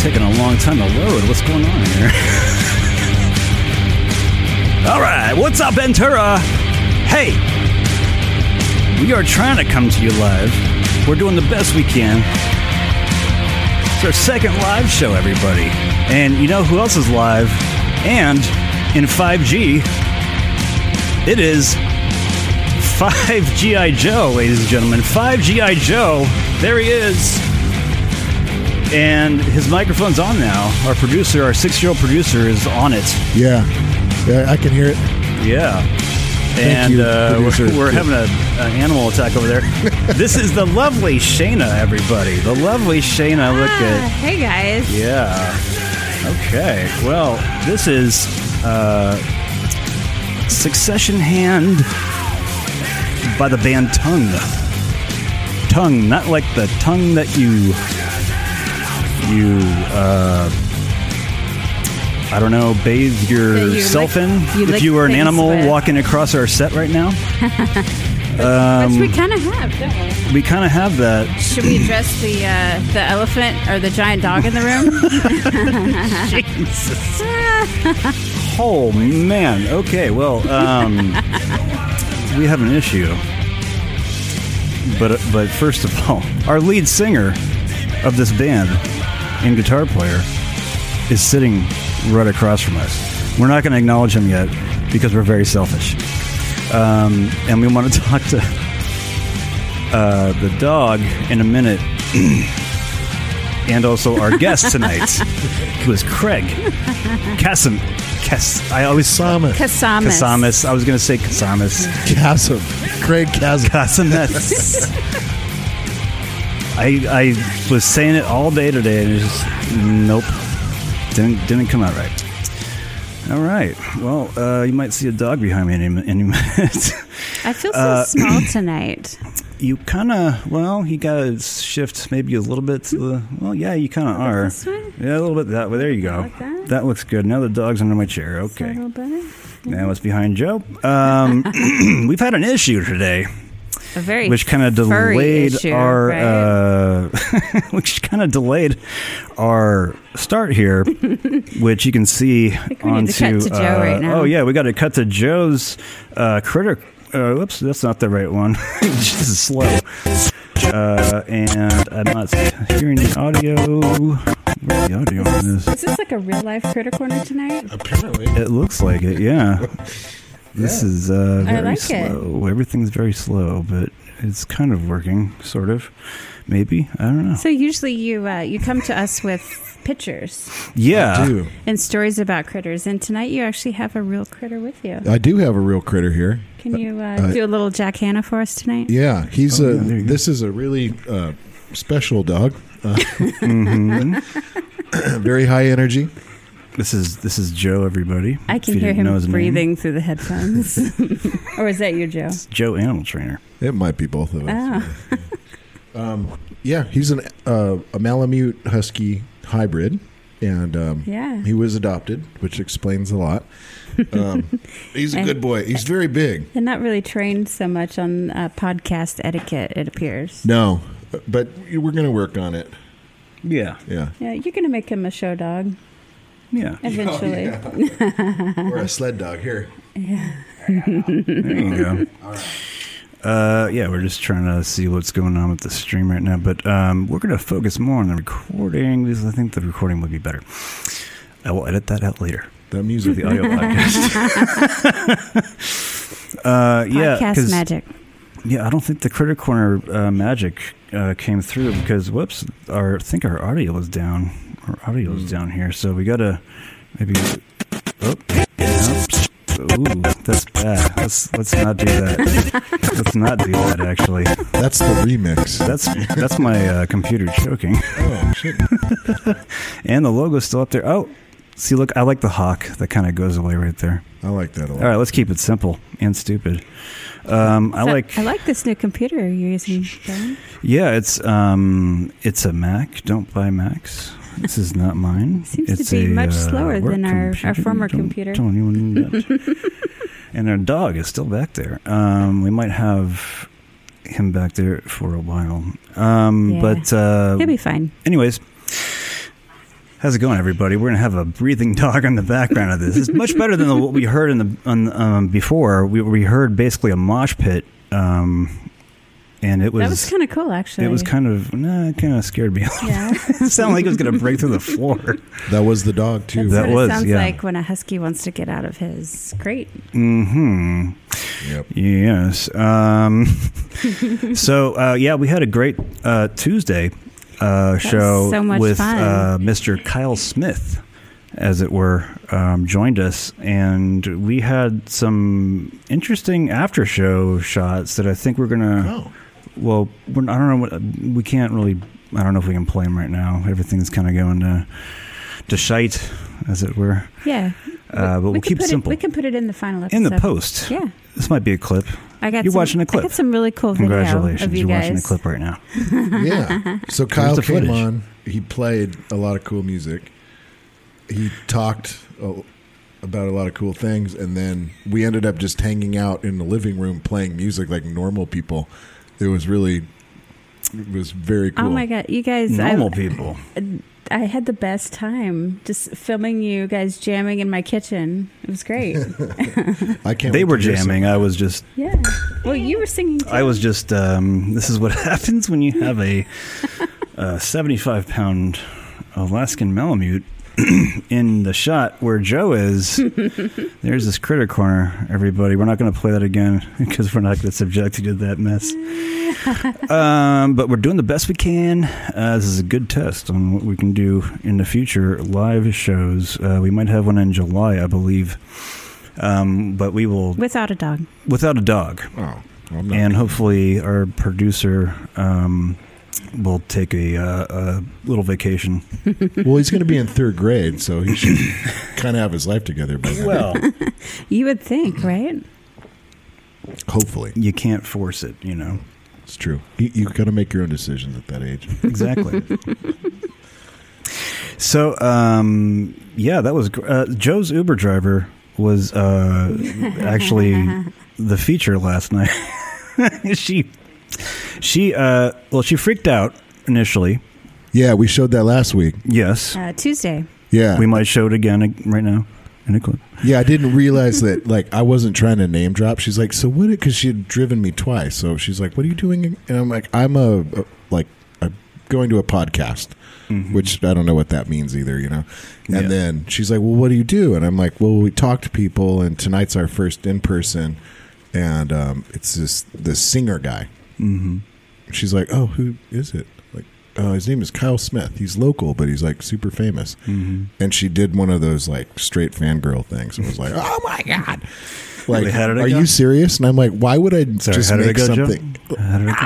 taking a long time to load. What's going on here? All right, what's up, Ventura? Hey, we are trying to come to you live. We're doing the best we can. It's our second live show, everybody. And you know who else is live? And in 5G, it is 5 G.I. Joe, ladies and gentlemen. 5 G.I. Joe. There he is. And his microphone's on now. Our producer, our six year old producer, is on it. Yeah. yeah, I can hear it. Yeah. and you, uh, producer. we're, we're having a, an animal attack over there. this is the lovely Shayna, everybody. The lovely Shayna. Look Ah, at. Hey guys. Yeah. Okay. Well, this is uh, Succession Hand by the band Tongue. Tongue, not like the tongue that you you uh, I don't know, bathe you yourself lick- in. you if lick you were an things animal with. walking across our set right now, Um, Which we kind of have, don't we kind of have that. we? Should we address the uh, the elephant or the giant dog in the room? Jesus. oh man. Okay. Well, um, we have an issue. But but first of all, our lead singer of this band and guitar player is sitting right across from us. We're not going to acknowledge him yet because we're very selfish, um, and we want to talk to uh, the dog in a minute. And also our guest tonight was Craig Kasim. Kes, I always saw Thomas. Kasamas. Kasamis. I was going to say Kasamis. Chasm. Craig Chasm. Kasamis. I I was saying it all day today, and it's just nope, didn't didn't come out right. All right. Well, uh, you might see a dog behind me any, mi- any minute. I feel so Uh, small tonight. you kind of well, you got to shift maybe a little bit to the well. Yeah, you kind of are. this way? Yeah, a little bit that way. There you go. Like that? looks good. Now the dog's under my chair. A Okay. little bit. Now it's behind Joe. Um, we've had an issue today. A very which kind of furry delayed issue, our right? uh, which kind of delayed our start here which you can see we need to cut onto to Joe uh, right now. oh yeah we got to cut to joe's uh, critic uh, whoops that's not the right one this is slow uh, and i'm not hearing the audio Where's the audio on this Is this like a real life critter corner tonight? Apparently. it looks like it, yeah. This is uh, very like it. slow. Everything's very slow, but it's kind of working, sort of. Maybe I don't know. So usually you uh, you come to us with pictures Yeah, I do. and stories about critters, and tonight you actually have a real critter with you. I do have a real critter here. Can you uh, uh, do a little Jack Hanna for us tonight? Yeah, he's Oh, a. yeah, there you go. this is a really uh, special dog. Uh, very high energy. Mm-hmm. this is this is Joe. Everybody, I If can you hear didn't know him his name. breathing through the headphones. or is that you, Joe? It's Joe, animal trainer. It might be both of us. Oh, Yeah, he's an uh, a Malamute Husky hybrid, and um, Yeah. he was adopted, which explains a lot. Um, he's a And- good boy. He's very big. they're not really trained so much on uh, podcast etiquette, it appears. No, but we're going to work on it. Yeah, Yeah, Yeah, you're going to make him a show dog Oh, yeah. eventually. Uh-huh. or a sled dog here. There you go. Uh, yeah, we're just trying to see what's going on with the stream right now, but um, we're going to focus more on the recording because I think the recording would be better. I will edit that out later. That music. the audio podcast. uh, yeah, Podcast 'cause- magic. yeah. I don't think the critter corner uh, magic uh, came through because whoops, our I think our audio was down. Our audio was down here, so we gotta maybe. Oh, yeah. Ooh, that's bad. Let's let's not do that. let's not do that. Actually, That's the remix. that's that's my uh, computer choking, oh shit. and the logo's still up there. Oh, see, look, I like the hawk. That kind of goes away right there. I like that a lot. All right, let's keep it simple and stupid. Um, I So- like, I like this new computer you're using. Joe. yeah, it's um, it's a Mac. Don't buy Macs. This is not mine. Seems to it's be much uh, slower work than our- our computer. former Don't- computer. Don't anyone know that. and our dog is still back there. Um, we might have him back there for a while. Um, Yeah. But uh, He'll be fine. anyways, How's it going, everybody? We're gonna have a breathing dog in the background of this. It's much better than what we heard in the on, the- um, before. We, we heard basically a mosh pit, um, and it was, that was kind of cool, actually. it was kind of nah, it kind of scared me. off. Yeah, it sounded like it was gonna break through the floor. That was the dog too. that's That what was, it sounds yeah. like when a husky wants to get out of his crate. Hmm. Yep. Yes. Um, so uh, yeah, we had a great uh, Tuesday uh, show so much with fun. Uh, Mr. Kyle Smith, as it were, um, joined us, and we had some interesting after-show shots that I think we're gonna. Oh, Well, we're, I don't know. What, we can't really. I don't know if we can play them right now. Everything's kind of going to to shite, as it were. Yeah, Uh, but we will could keep put it- simple we can put it in the final episode. in the post. Yeah, This might be a clip. I got. You're some, watching a clip. I got some really cool video Congratulations! of you You're guys. watching the clip right now. yeah. So Kyle the came footage. on. He played a lot of cool music. He talked a, about a lot of cool things, and then we ended up just hanging out in the living room playing music like normal people. It was really, it was very cool. Oh my god, you guys! Normal I, people. I had the best time just filming you guys jamming in my kitchen. It was great. I can't. They wait were to hear some- jamming. I was just. yeah. Well, you were singing. Too. I was just. Um, this is what happens when you have a, uh 75 pound Alaskan Malamute in the shot where Joe is. There's this critter corner, everybody. We're not going to play that again because we're not going to subject you to that mess. um, but we're doing the best we can. Uh, this is a good test on what we can do in the future. Live shows. Uh, we might have one in July, I believe. Um, but we will without a dog. without a dog, Oh, I'm not. and hopefully our producer um, will take a, uh, a little vacation. well, he's going to be in third grade, so he should kind of have his life together by then. You would think, right? Hopefully, you can't force it, you know. it's true. You, you got to make your own decisions at that age. Exactly. so, um, yeah, that was gr- uh, Joe's Uber driver was uh, actually the feature last night. she, she, uh, well, she freaked out initially. Yeah, we showed that last week. Yes, Uh, Tuesday. Yeah, we might show it again uh, right now in a clip. Yeah, I didn't realize that. Like, I wasn't trying to name drop. She's like, "So what?" Because she had driven me twice. So she's like, "What are you doing?" And I'm like, "I'm a, a- like, I'm going to a podcast," which I don't know what that means either, you know. And Mm-hmm. Yeah. then she's like, "Well, what do you do?" And I'm like, "Well, we talk to people, and tonight's our first in person, and um, it's this this singer guy." Mm-hmm. She's like, "Oh, who is it?" Like, "Oh, his name is Kyle Smith. He's local, but he's like super famous." Mm-hmm. And she did one of those like straight fangirl things and was like, "Oh my god!" Like, Wait, how did it are go? you serious? And I'm like, "Why would I Sorry, just how did it make go, Joe? something How did it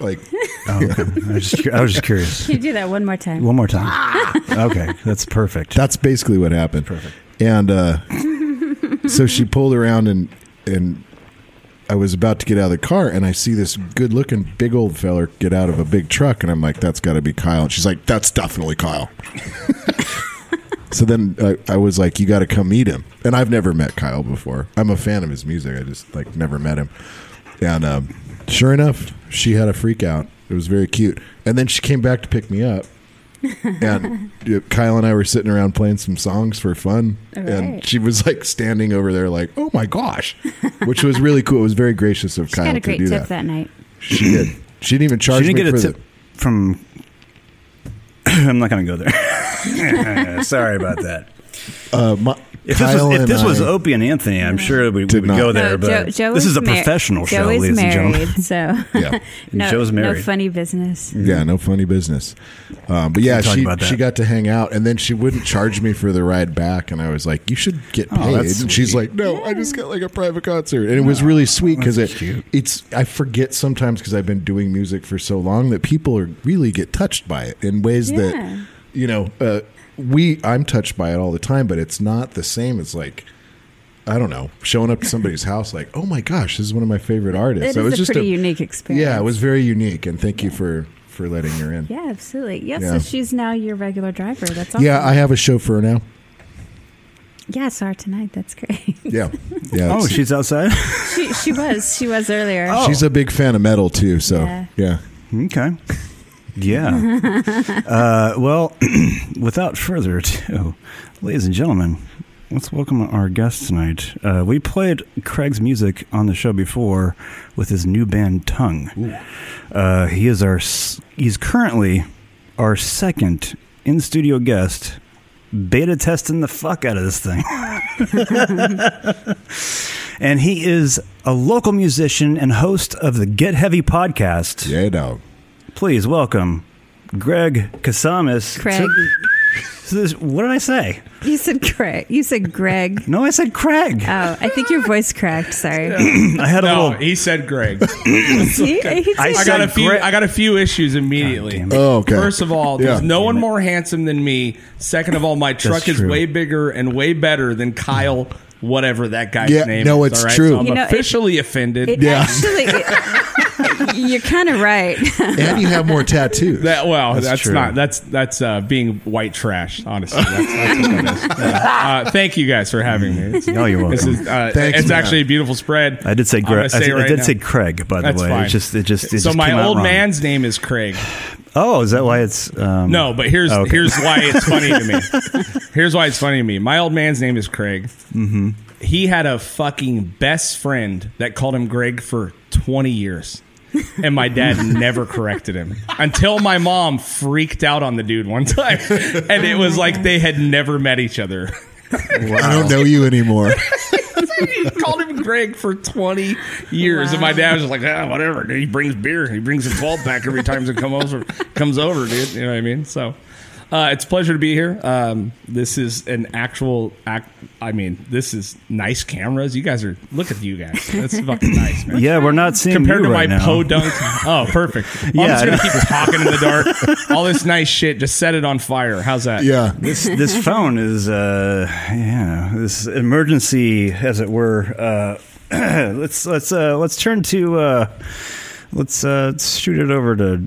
go? like?" Oh, okay. I was just, I was just curious. Can you do that one more time? One more time. Okay, that's perfect. That's basically what happened. Perfect. And uh, so she pulled around and and I was about to get out of the car and I see this good looking big old feller get out of a big truck and I'm like, that's got to be Kyle. And she's like, that's definitely Kyle. so then I, I was like, you got to come meet him. And I've never met Kyle before. I'm a fan of his music. I just like never met him. And um, sure enough, she had a freak out. It was very cute. And then she came back to pick me up and uh, Kyle and I were sitting around playing some songs for fun, All right. and she was like standing over there, like "Oh my gosh," which was really cool. It was very gracious of She Kyle got to a great do tip that. that, night. She did. She didn't even she charge didn't me get a for tip from. I'm not going to go there. Sorry about that. the. Uh, my, If this Kyle was, if and this was I- Opie and Anthony, I'm sure we, we Did would not. go No, there. No, but Joe, Joe this is a mar- professional Joe show, is ladies and gentlemen. married, So yeah, no, Joe's no married. funny business. yeah, no funny business. Um, but yeah, We'll talk she about that. she got to hang out, and then she wouldn't charge me for the ride back, and I was like, "You should get Oh, paid." that's and she's sweet. Oh, like, "No, I just got like a private concert," and it was really sweet because that's it cute. it's I forget sometimes because I've been doing music for so long that people are really get touched by it in ways Yeah. that you know uh, we I'm touched by it all the time, but it's not the same. It's like. I don't know. Showing up to somebody's house, like, oh my gosh, this is one of my favorite artists. It So is was a pretty unique experience. yeah, it was very unique, and thank you for for letting her in. Yeah, absolutely. Yeah, Yeah. So she's now your regular driver. That's awesome. Yeah, I have a chauffeur now. yeah. Saw her tonight. That's great. Yeah, yeah. Oh, it's- she's outside. she she was she was earlier. Oh. she's a big fan of metal too. So Yeah. yeah, okay. Yeah. uh, well, without further ado, ladies and gentlemen, let's welcome our guest tonight. Uh, we played Craig's music on the show before with his new band Tongue. Uh, he is our s- he's currently our second in studio guest. Beta testing the fuck out of this thing. and he is a local musician and host of the Get Heavy podcast. Yeah, dog. Please welcome Greg Kasamis. Craig. To, to this, what did I say? You said Craig. You said Greg. No, I said Craig. Oh, I think your voice cracked. Sorry. I had a No, little. he said Greg. See? He I said- I got a said few. Greg. I got a few issues immediately. God damn it. Oh, okay. First of all, Yeah. there's no one more handsome than me. Second of all, my truck is true. way bigger and way better than Kyle, whatever that guy's Yeah, name. no, is, it's all right? true. So I'm You know, it- officially offended. it Yeah. actually, you're kind of right. And you have more tattoos. that well, that's, true. not. That's that's uh, being white trash. Honestly, that's, that's what that is. Uh, thank you guys for having me. It's- No, you're welcome. This is, uh, Thanks, it's man. actually a beautiful spread. I did say I'm Greg. gonna I, said- I right did now. say Craig. By the That's way, fine. it just it just it so just my came out old wrong. man's name is Craig. Oh, is that why it's? Um, No, but here's Okay. here's why it's funny to me. Here's why it's funny to me. My old man's name is Craig. Mm-hmm. He had a fucking best friend that called him Greg for 20 years. And my dad never corrected him until my mom freaked out on the dude one time. And it was like they had never met each other. I don't know you anymore. he called him Greg for 20 years. And my dad was just like, ah, whatever. Dude, he brings beer. He brings his 12 pack every time he come over, comes over, dude. You know what I mean? So uh, it's a pleasure to be here. Um, this is an actual act. I mean, this is nice cameras. You guys are, look at you guys. That's fucking nice, man. Yeah, we're not seeing Compared you to right my now. podunk. Oh, perfect. Well, Yeah, I'm I just going to keep talking in the dark. All this nice shit. Just set it on fire. How's that? Yeah. this this phone is uh yeah this emergency as it were uh let's let's uh let's turn to uh let's uh let's shoot it over to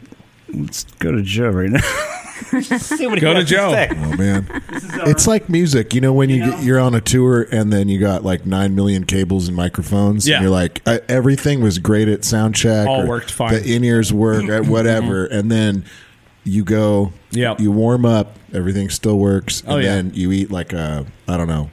let's go to Joe right now see what Go to Joe. uh, Oh man, it's like music. You know when you, get, you're on a tour and then you got like nine million cables and microphones, Yeah. and you're like I, everything was great at sound check. All or worked fine. The in ears work, uh, whatever, and then you go. Yep. You warm up. Everything still works. And Oh, yeah. Then you eat like a I don't know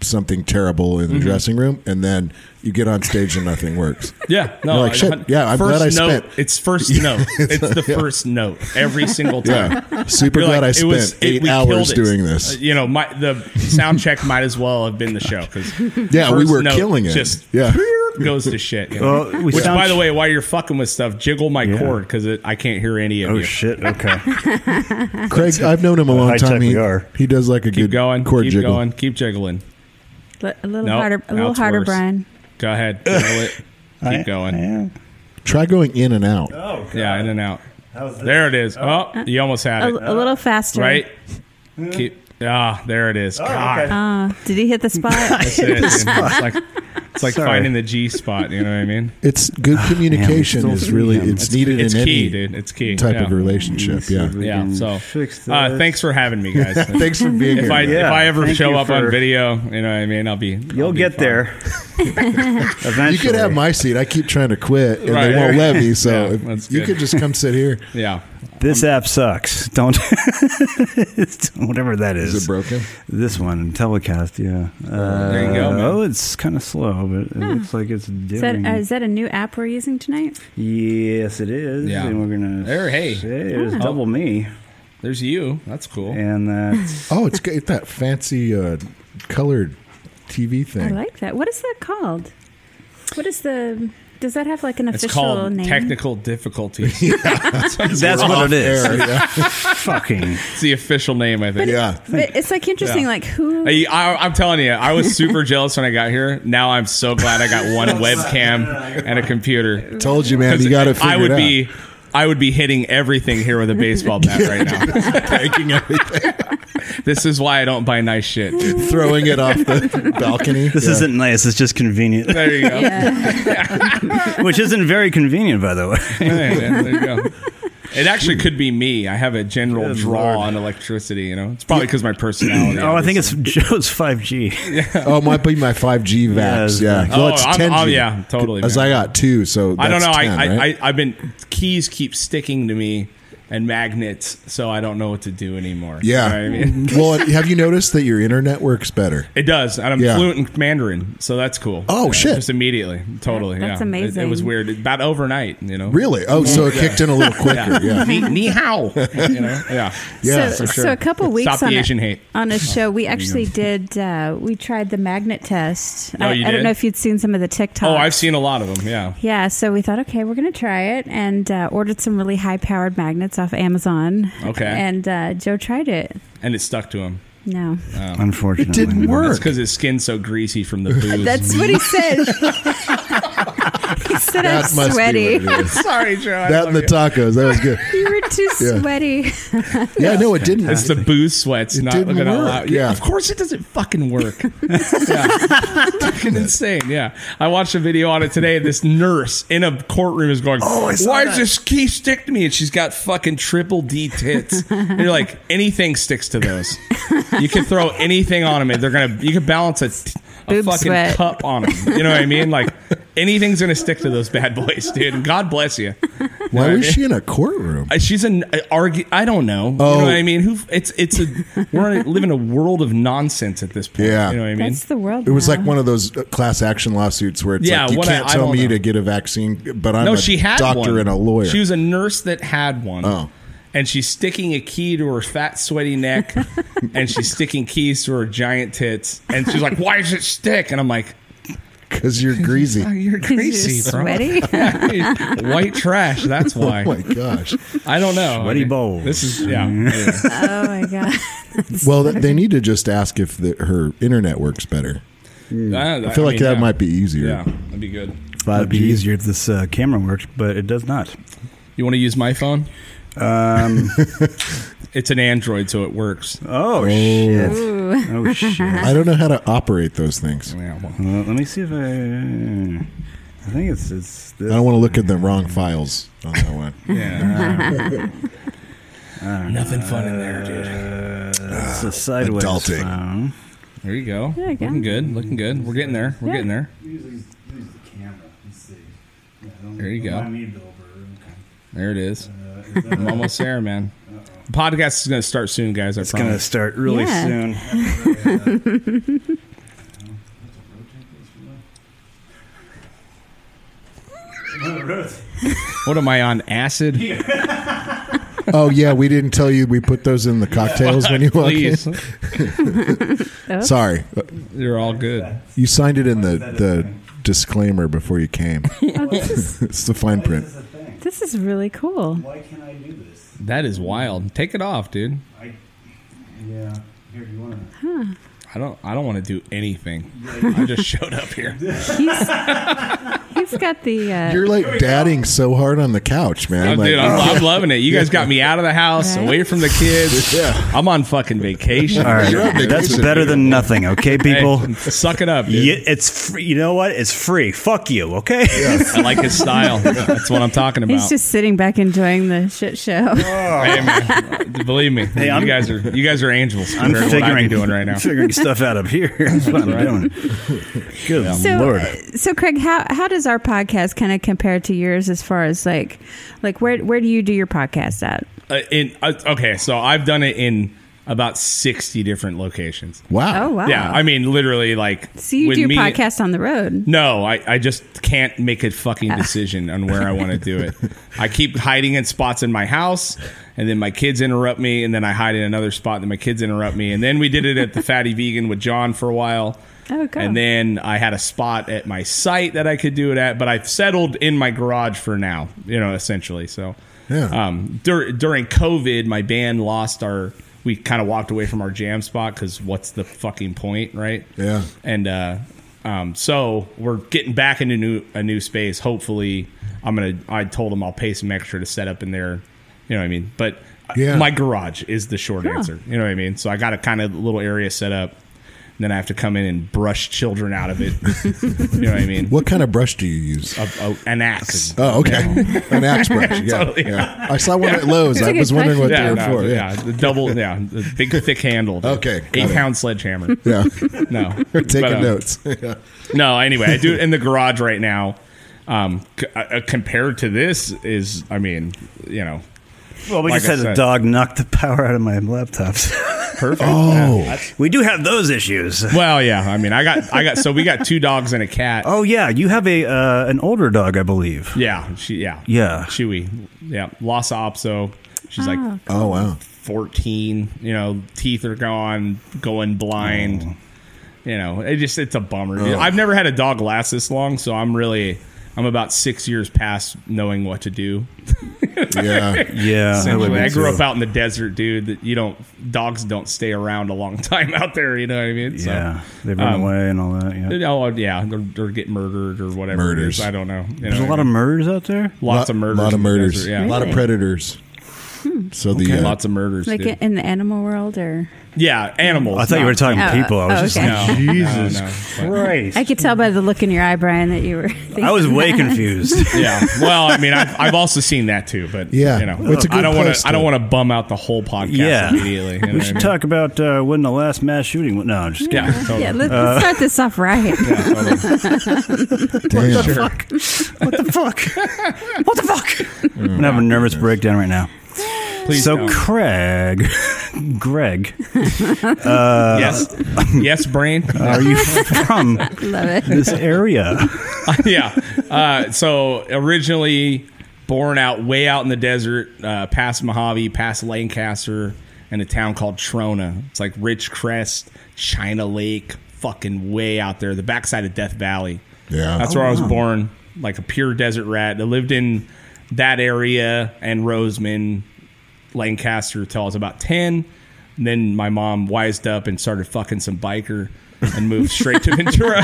something terrible Mm-hmm. in the dressing room, and then you get on stage and nothing works. Yeah, no, You're like, I- "Shit, yeah, I'm first glad I note, spent." It's first note. It's the first note every single time. Yeah. Super You're glad like, I it spent was- it- eight we hours killed it. doing this. Uh, you know, my, the sound check might as well have been the show because Yeah, we were killing it. Just Yeah. goes to shit. you know? well we Which, sound- by the way, while you're fucking with stuff, jiggle my Yeah. cord because I can't hear any of oh you. shit okay Craig, I've known him a long Uh, high tech time. He, we are. he does like a Keep good going. chord keep jiggle. going. Keep jiggling. L- a little Nope, harder, a now little it's harder, worse. Brian. Go ahead. Jiggle it. I- Keep going. yeah. Try going in and out. oh God. Yeah, in and out. How's this? There it is. Oh, you almost A, had it. a little faster. Right? Keep. Ah, there it is. God. Oh, okay. Uh, did he hit the spot? That's it. It's like, it's like Sorry. finding the G spot. You know what I mean? It's good communication still is see really him. Ah, it's, needed It's in key, any dude. It's key. type yeah. of relationship. Yeah. Yeah. Freaking So, fix uh, this. thanks for having me, guys. Thanks for being If here. I man. Yeah, if I ever thank show you up for- on video, you know what I mean. I'll be. you'll I'll be get fine. there eventually You could have my seat. I keep trying to quit, and Right. they won't let me. So Yeah, if- that's you good. could just come sit here. Yeah. this app sucks don't It's- whatever that is Is it broken? This one, Telecast, yeah. Uh, There you go, man. Oh, it's kind of slow, but it looks like it's Is that, doing. uh, is that a new app we're using tonight? yes, it is. Yeah. And we're gonna. There, hey. say There's double me, There's you. That's cool. and that's Oh, it's got it's that fancy uh, colored TV I thing. like that. What is that called? What is the? Does that have like an It's official called name? technical difficulties. that's that's Off what it air, is. yeah. Fucking. the official name, I think. yeah. But it's like interesting. Yeah. Uh, Like who? I, I, I'm telling you, I was super jealous when I got here. Now I'm so glad I got one webcam and a computer. Told you, man. Because You got it. I would figured out. be, I would be hitting everything here with a baseball bat right now. taking everything, This is why I don't buy nice shit. dude. throwing it off the balcony. This Yeah. isn't nice. It's just convenient, There you go. Yeah. which isn't very convenient, by the way. yeah, there you go. It actually could be me. I have a general Good draw lord. on electricity. You know, it's probably because my personality. Oh, I think it's Joe's 5G. Oh, it might be my 5G it's vax. Yeah. like- Well, it's I'm- 10G. oh, yeah, totally, As man. I got two, so I don't know. that's 10, I, right? I, I I've been keys keep sticking to me and magnets, so I don't know what to do anymore. Yeah. You know what I mean? well, have you noticed that your internet works better? It does, and I'm Yeah. fluent in Mandarin, so that's cool. Oh, Yeah, shit. Just immediately, totally. That's yeah. It- It, amazing. was weird, about overnight, you know. Really? Oh, so it kicked in a little quicker. Yeah. Ni, ni hao. you know? Yeah. Yeah, so, for sure. so a couple weeks Stop the on a, Asian hate. on a show, we actually did. Uh, we tried the magnet test. Oh, I, you I did? don't know if you'd seen some of the TikToks. Oh, I've seen a lot of them. Yeah. Yeah, so we thought, okay, we're going to try it, and uh, ordered some really high-powered magnets off Amazon. Okay. and uh, Joe tried it. And it stuck to him. No, Unfortunately, didn't work. It's because his skin's so greasy from the booze. that's what he said. he said That I'm must sweaty. be what it is. Sorry, Joe. I That love and the you. tacos. That was good. You were too Yeah. sweaty. Yeah, no, it didn't. It's the booze sweats. It not didn't looking all work, out. yeah. of course it doesn't fucking work. yeah. fucking insane. Yeah, I watched a video on it today. This nurse in a courtroom is going, Oh, I saw "Why that." does this key stick to me?" And she's got fucking triple D tits. and you're like, anything sticks to those. You can throw anything on them, and they're gonna. You can balance a, t- a Boob fucking sweat. cup on them. You know what I mean? Like anything's gonna stick to those bad boys, dude. And God bless you. Why was Yeah, I mean- she in a courtroom? Uh, She's an uh, argu I don't know. Oh. You know what I mean? Who? It's it's a we're in, live in a world of nonsense at this point. Yeah. You know what I mean? That's the world. It was now. like one of those uh, class action lawsuits where it's Yeah, like you what I- can't I tell don't me know. to get a vaccine, but I'm no, a she had doctor one. and a lawyer. She was a nurse that had one. Oh. And she's sticking a key to her fat, sweaty neck, and she's sticking keys to her giant tits. And she's like, "Why does it stick?" And I'm like, because you're greasy. oh, "You're 'Cause you're crazy, bro. sweaty. White trash. That's why. Oh my gosh! I don't know. Sweaty balls. This is yeah. Anyway. oh my god. Well, th- they need to just ask if the, her internet works better. I, I feel like mean, that yeah. might be easier. Yeah, that'd be good. It'd be easier if this uh, camera worked, but it does not. You want to use my phone? Um, It's an Android, so it works. oh, shit! Oh shit! I don't know how to operate those things. I Yeah, well, Well, let me see if I. I think it's it's this. don't want to look at the wrong files on that one. yeah. Ah. Nothing fun in there, dude. Uh, it's a sideways adulting. phone. There you go. There you go. Looking good. Looking good. We're getting there. We're Yeah. getting there. Use use the camera. Let's see. Yeah, don't- There you don't go. mind me, Bilber. There it Okay. is. Uh, is that- I'm almost there, man. The podcast is going to start soon, guys. I It's gonna promise. start really Yeah. soon. What am I on acid? Oh yeah, we didn't tell you we put those in the cocktails when you walked in. Please. Sorry, You're all good. you signed it in the the disclaimer before you came. Oh, this is It's the fine Why print. is this a thing? this is really cool. Why can't I do this? That is wild. Take it off, dude. I. Yeah. Here, you want to. I don't. I don't want to do anything. I just showed up here. He's, he's got the. Uh, You're like dadding so hard on the couch, man. Oh, Like, dude, I'm, I'm loving it. You guys got me out of the house, Right. away from the kids. Yeah. I'm on fucking vacation. All right, You're on vacation. that's better than nothing. Okay, Hey, people. suck it up. Dude. Yeah, it's free. you know what? It's free. Fuck you. Okay. I like his style. That's what I'm talking about. he's just sitting back enjoying the shit show. Oh, Hey, man. Believe me, I'm- you guys are you guys are angels. I'm compared to what figuring I'm doing right now. Figuring stuff out up here. That's what I'm doing. Good so, lord. uh, so Craig, how how does our podcast kind of compare to yours as far as like, like where where do you do your podcast at? Uh, in uh, okay, so I've done it in about sixty different locations. Wow. Oh wow! Yeah, I mean, literally, like. so you with do your me- podcast on the road. No, I, I just can't make a Ah. fucking decision on where I want to do it. I keep hiding in spots in my house, and then my kids interrupt me, and then I hide in another spot, and then my kids interrupt me. And then we did it at the Fatty Vegan with John for a while. Oh, cool. And then I had a spot at my site that I could do it at, but I've settled in my garage for now, you know, essentially. So Yeah. um, dur- during COVID, my band lost our. We kind of walked away from our jam spot because what's the fucking point, right? Yeah. And uh, um, so we're getting back into new a new space. Hopefully, I'm gonna. I told them I'll pay some extra to set up in there. You know what I mean? But Yeah. my garage is the short answer. You know what I mean? So I got a kind of little area set up. And then I have to come in and brush children out of it. you know what I mean? What kind of brush do you use? A, a, an axe. Oh, okay. An axe brush. Yeah. Totally. yeah. I saw one at Lowe's. That's a I was good wondering what Yeah, they were no, for. yeah, Yeah. the double, yeah, the big thick handle. Okay, got eight it. pound sledgehammer. Yeah. No, We're taking But, um, notes. yeah. No, anyway, I do it in the garage right uh, now. Um, c- uh, compared to this, is I mean, you know, Well, we Like just I had a said. dog knock the power out of my laptops. Perfect. Oh. we do have those issues. Well, yeah. I mean, I got, I got. So we got two dogs and a cat. Oh yeah, you have a uh, an older dog, I believe. Yeah. She. Yeah. Yeah. Chewy. Yeah. Lhasa Apso. She's like Oh wow. 14. You know, teeth are gone, going blind. You know, it just it's a bummer. Ugh. I've never had a dog last this long, so I'm really I'm about six years past knowing what to do. Yeah. Yeah, I would Essentially, be I grew too. up out in the desert, dude. That you don't dogs don't stay around a long time out there. You know what I mean? So, yeah. They run um, away and all that. Yeah. Oh yeah, or, or get murdered or whatever. it Murders. is. I don't know. You There's know a what lot I of mean? murders out there. lots of Lot- murders. Lot of in the murders. desert, yeah, A lot of Really? predators. So the uh, lots of murders. Like dude. in the animal world, or yeah, animals. I thought you not- were talking Oh, people. I was oh, just okay. like, No, Jesus no, no, but- Christ. I could tell by the look in your eye, Brian, that you were. Thinking I was way that. confused. yeah. Well, I mean, I've, I've also seen that too, but Yeah. you know, Well, it's a I good don't want place to. I don't to- want to bum out the whole podcast Yeah. immediately. you know we what I should mean? talk about uh, when the last mass shooting. went- No, I'm just kidding. Yeah, totally. Yeah, let's, let's start this off right. Oh. damn. Yeah, totally. What the fuck? what the fuck? I'm gonna have Oh, a nervous breakdown right now. Please so don't. Craig, Greg, yes, yes, brain. Uh, are you from Love it. this area? yeah. Uh, so originally born out way out in the desert, uh, past Mojave, past Lancaster, in a town called Trona. It's like Rich Crest, China Lake, fucking way out there, the backside of Death Valley. Yeah. That's where I was born, like a pure desert rat. I lived in that area and Roseman, Lancaster till I was about 10. And then my mom wised up and started fucking some biker and moved straight to Ventura.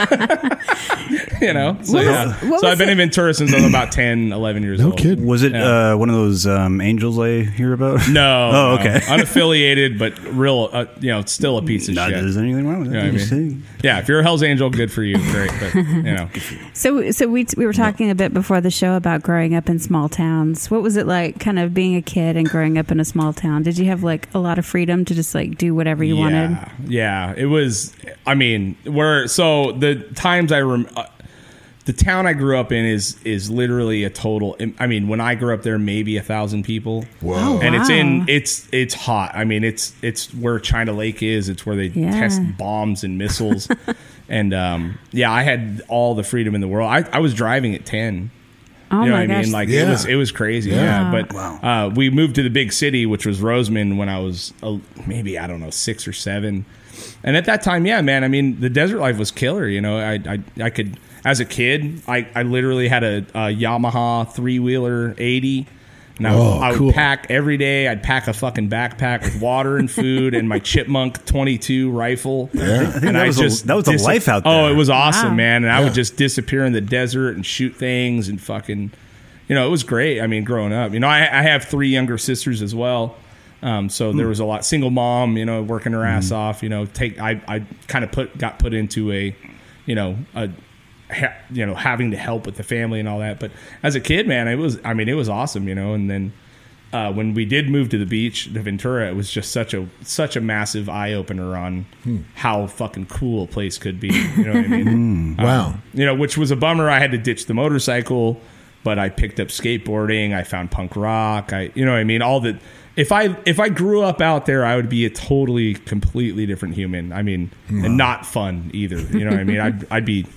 you know? So, What was- yeah. what so was I've been it- in Ventura since I was about 10, 11 years No old. kidding. Was it Yeah. uh, one of those um, angels I hear about? No. Oh, no. okay. Unaffiliated, but real, uh, you know, still a piece of Not that shit. there's anything wrong with You that. know what Just I mean? saying. Yeah, if you're a Hell's Angel, good for you. Great. But, you know. So, so we we were talking a bit before the show about growing up in small towns. What was it like, kind of being a kid and growing up in a small town? Did you have like a lot of freedom to just like do whatever you yeah. wanted? Yeah, it was. I mean, where so the times I rem, uh, the town I grew up in is is literally a total. I mean, when I grew up there, maybe a thousand people. Whoa. And it's in Oh, Wow. it's it's hot. I mean, it's it's where China Lake is. It's where they Yeah. test bombs and missiles. and um, yeah, I had all the freedom in the world. I, I was driving at ten Oh you know my what I gosh! mean? Like it Yeah. was it was crazy. Yeah. Yeah. But uh, we moved to the big city, which was Roseman, when I was uh, maybe I don't know six or seven. And at that time, yeah, man. I mean, the desert life was killer. You know, I I, I could as a kid, I, I literally had a, a Yamaha three wheeler eighty. And I would, Oh, I would cool. pack every day. I'd pack a fucking backpack with water and food and my chipmunk twenty two rifle. I think and that was a- that was a life out Oh, there. it was awesome, Wow. man. And I Yeah. would just disappear in the desert and shoot things and fucking, you know, it was great. I mean, growing up, you know, I, I have three younger sisters as well. Um, so there was a lot single mom, you know, working her ass off, you know, take, I, I kind of put, got put into a, you know, a, ha, you know, having to help with the family and all that. But as a kid, man, it was, I mean, it was awesome, you know, and then, uh, when we did move to the beach, to Ventura, it was just such a such a massive eye opener on how fucking cool a place could be. You know what I mean? Wow. you know, which was a bummer. I had to ditch the motorcycle, but I picked up skateboarding. I found punk rock. I, you know, what I mean, all the. If I if I grew up out there, I would be a totally completely different human. I mean, and not fun either. You know what I mean? I'd I'd be.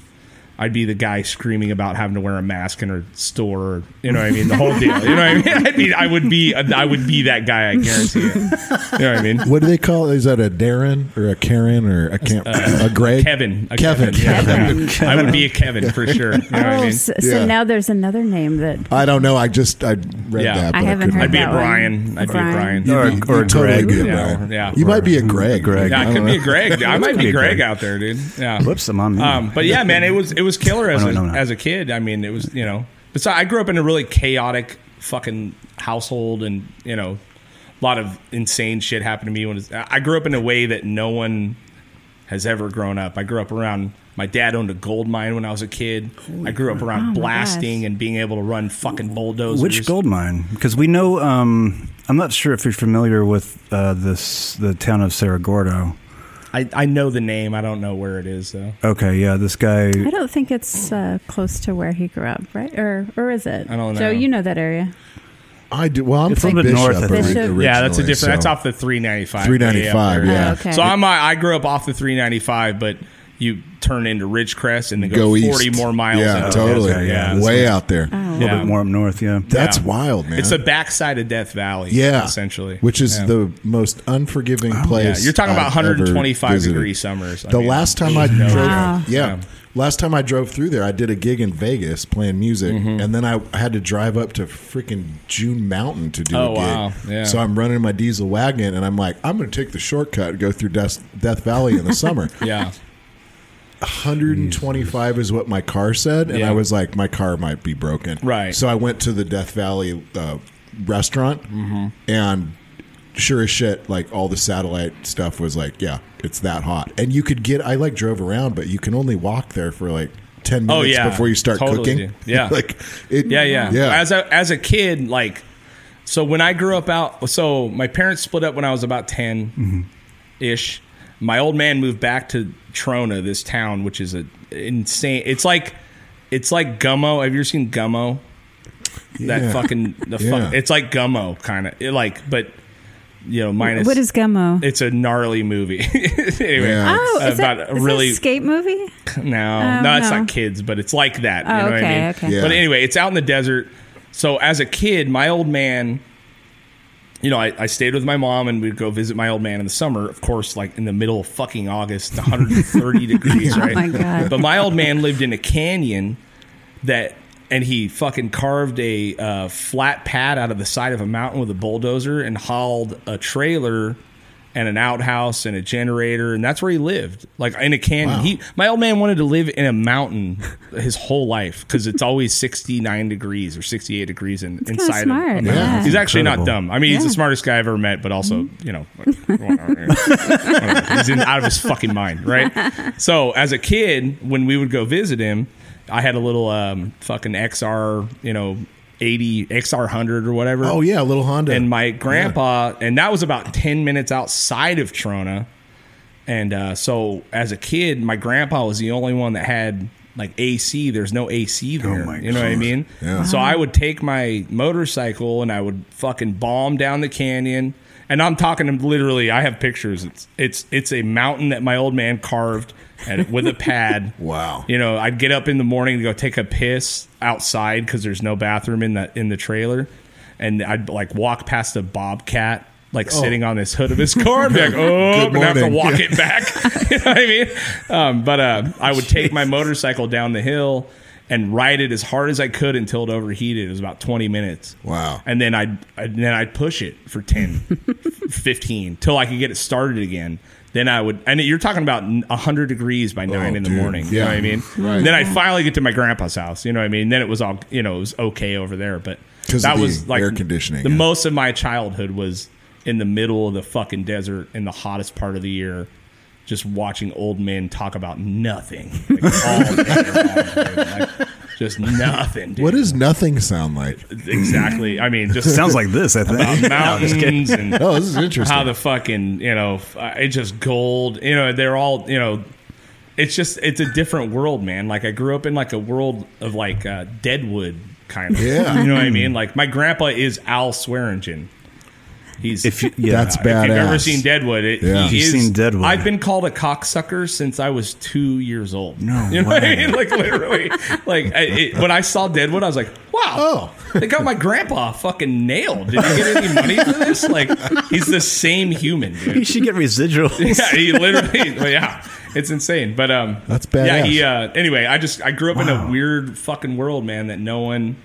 I'd be the guy screaming about having to wear a mask in a store. Or, you know what I mean? The whole deal. You know what I mean? I'd be, I would be, I would be that guy. I guarantee it. You know what I mean? What do they call? Is that a Darren or a Karen or a Cam- a Greg? Uh, Kevin. A Kevin. yeah. Kevin. I would be a Kevin for sure. You know what I oh, mean? so, Yeah. so now there's another name that I don't know. I just I read Yeah. that. But I I haven't couldn't heard I'd be a that one. Brian. I'd be a Brian. Brian. Or, a- or a You'd totally Greg. be a Yeah, Brian. yeah. You might be a Greg. Greg. Yeah, I don't could be a know. Greg. I might Be be a Greg Greg. out there, dude. Yeah. Whoops, I'm on mute. Um, but yeah, man, it was it was killer as, Oh, no, a, no, no. as a kid. I mean, it was you know. Besides, I grew up in a really chaotic fucking household, and you know, a lot of insane shit happened to me. When it was- I grew up in a way that no one has ever grown up. I grew up around my dad owned a gold mine when I was a kid. I grew up Oh, around my blasting gosh. and being able to run fucking bulldozers. Which gold mine? Because we know, um, I'm not sure if you're familiar with uh, this the town of Cerro Gordo. I, I know the name. I don't know where it is though. Okay, yeah, this guy. I don't think it's uh, close to where he grew up, right? Or or is it? I don't Joe, know. you know that area. I do. Well, I'm It's a from little bit Bishop. north, I ori- think. Bishop. yeah, that's a originally, different. That's so- off the three ninety five. 395, yeah. Okay. So I'm I, I grew up off the three ninety five, but you turn into Ridgecrest and then go, Go east. forty more miles. Yeah, into the totally. desert. Yeah, it's- Way out there. A little Yeah. bit more up north, yeah. That's Yeah. wild, man. It's the backside of Death Valley. yeah, essentially, which is Yeah. Oh, the most unforgiving place. Yeah, you're talking about I've ever 125 visited. degree summers. I the mean, last time I no drove, Wow. yeah, Yeah. last time I drove through there, I did a gig in Vegas playing music, Mm-hmm. and then I had to drive up to freaking June Mountain to do Oh, a gig. wow. Yeah. So I'm running my diesel wagon, and I'm like, I'm going to take the shortcut and go through Death, Death Valley in the summer. yeah, 125 is what my car said, and Yeah. I was like, my car might be broken. Right. So I went to the Death Valley uh, restaurant, and sure as shit, like all the satellite stuff was like, yeah, it's that hot, and you could get. I like drove around, but you can only walk there for like. 10 Oh, minutes yeah. before you start Totally, cooking. dude. Yeah. like it, yeah, yeah. Yeah. As a as a kid, like, so when I grew up out, so my parents split up when I was about 10 Mm-hmm. ish. My old man moved back to Trona, this town, which is a insane. It's like it's like Gummo. Have you ever seen Gummo? Yeah. That fucking the Yeah. fuck. It's like Gummo kind of like, but you know, minus What is Gummo? it's a gnarly movie. anyway, Yeah. oh, is about that, a is really- that a skate movie? no, Oh, no, it's no. not kids, but it's like that. You Oh, know what I okay, mean? okay. Yeah. But anyway, it's out in the desert. So as a kid, my old man, you know, I, I stayed with my mom and we'd go visit my old man in the summer. Of course, like in the middle of fucking August, 130 degrees, Oh right? my God. But my old man lived in a canyon that, and he fucking carved a uh, flat pad out of the side of a mountain with a bulldozer and hauled a trailer and an outhouse and a generator, and that's where he lived, like in a canyon. Wow. He, my old man, wanted to live in a mountain his whole life because it's always sixty nine degrees or sixty eight degrees in, kinda inside. of- smart, Yeah. yeah. He's actually Incredible. not dumb. I mean, he's Yeah. the smartest guy I've ever met, but also, you know, he's in, out of his fucking mind, right? So, as a kid, when we would go visit him, I had a little um, fucking XR, you know, eighty XR hundred or whatever. oh yeah, little Honda. And my grandpa, and that was about 10 minutes outside of Trona. And uh, so as a kid, my grandpa was the only one that had like AC. There's no AC there. my you know what I God. mean? Yeah. So I would take my motorcycle and I would fucking bomb down the canyon. And I'm talking to literally, I have pictures. It's it's it's a mountain that my old man carved and with a pad. Wow. You know, I'd get up in the morning to go take a piss outside because there's no bathroom in the in the trailer, and I'd like walk past a bobcat like sitting on this hood of his car and be like, oh, I'm gonna have to Oh. morning." walk it back. you know what I mean? Um, but uh, I would take my motorcycle down the hill and ride it as hard as I could until it overheated. It was about 20 minutes. Wow. And then I'd, I'd then I'd push it for 10, 15 till I could get it started again. Then I would, and you're talking about 100 degrees by nine in the Oh, dude. morning. You know Yeah. what I mean? Right. Then I'd finally get to my grandpa's house. You know what I mean? Then it was all, you know, it was okay over there. But 'Cause that of the was like air conditioning, The yeah. most of my childhood was in the middle of the fucking desert in the hottest part of the year. Just watching old men talk about nothing, like, all day long, dude. Like, just nothing. Dude. what does nothing sound like? exactly? I mean, just Sounds like this, I about think. mountains and Oh, this is interesting. how the fucking you know f- uh, it's just gold you know they're all you know it's just it's a different world man like i grew up in like a world of like uh, deadwood kind of Yeah. Hmm. you know what i mean like my grandpa is al swearingen he's If you, yeah, That's if you've ever badass. seen Deadwood, it, Yeah. he You've is, seen Deadwood. I've been called a cocksucker since I was two years old. No you know what I way. mean? Like literally, like I, it, when I saw Deadwood, I was like, wow, Oh. they got my grandpa fucking nailed. Did you get any money for this? Like he's the same human, you dude. should get residuals. Yeah, he literally. well, yeah, it's insane. But um, That's Yeah, badass. he. Uh, anyway, I just I grew up in a Wow. weird fucking world, man. That no one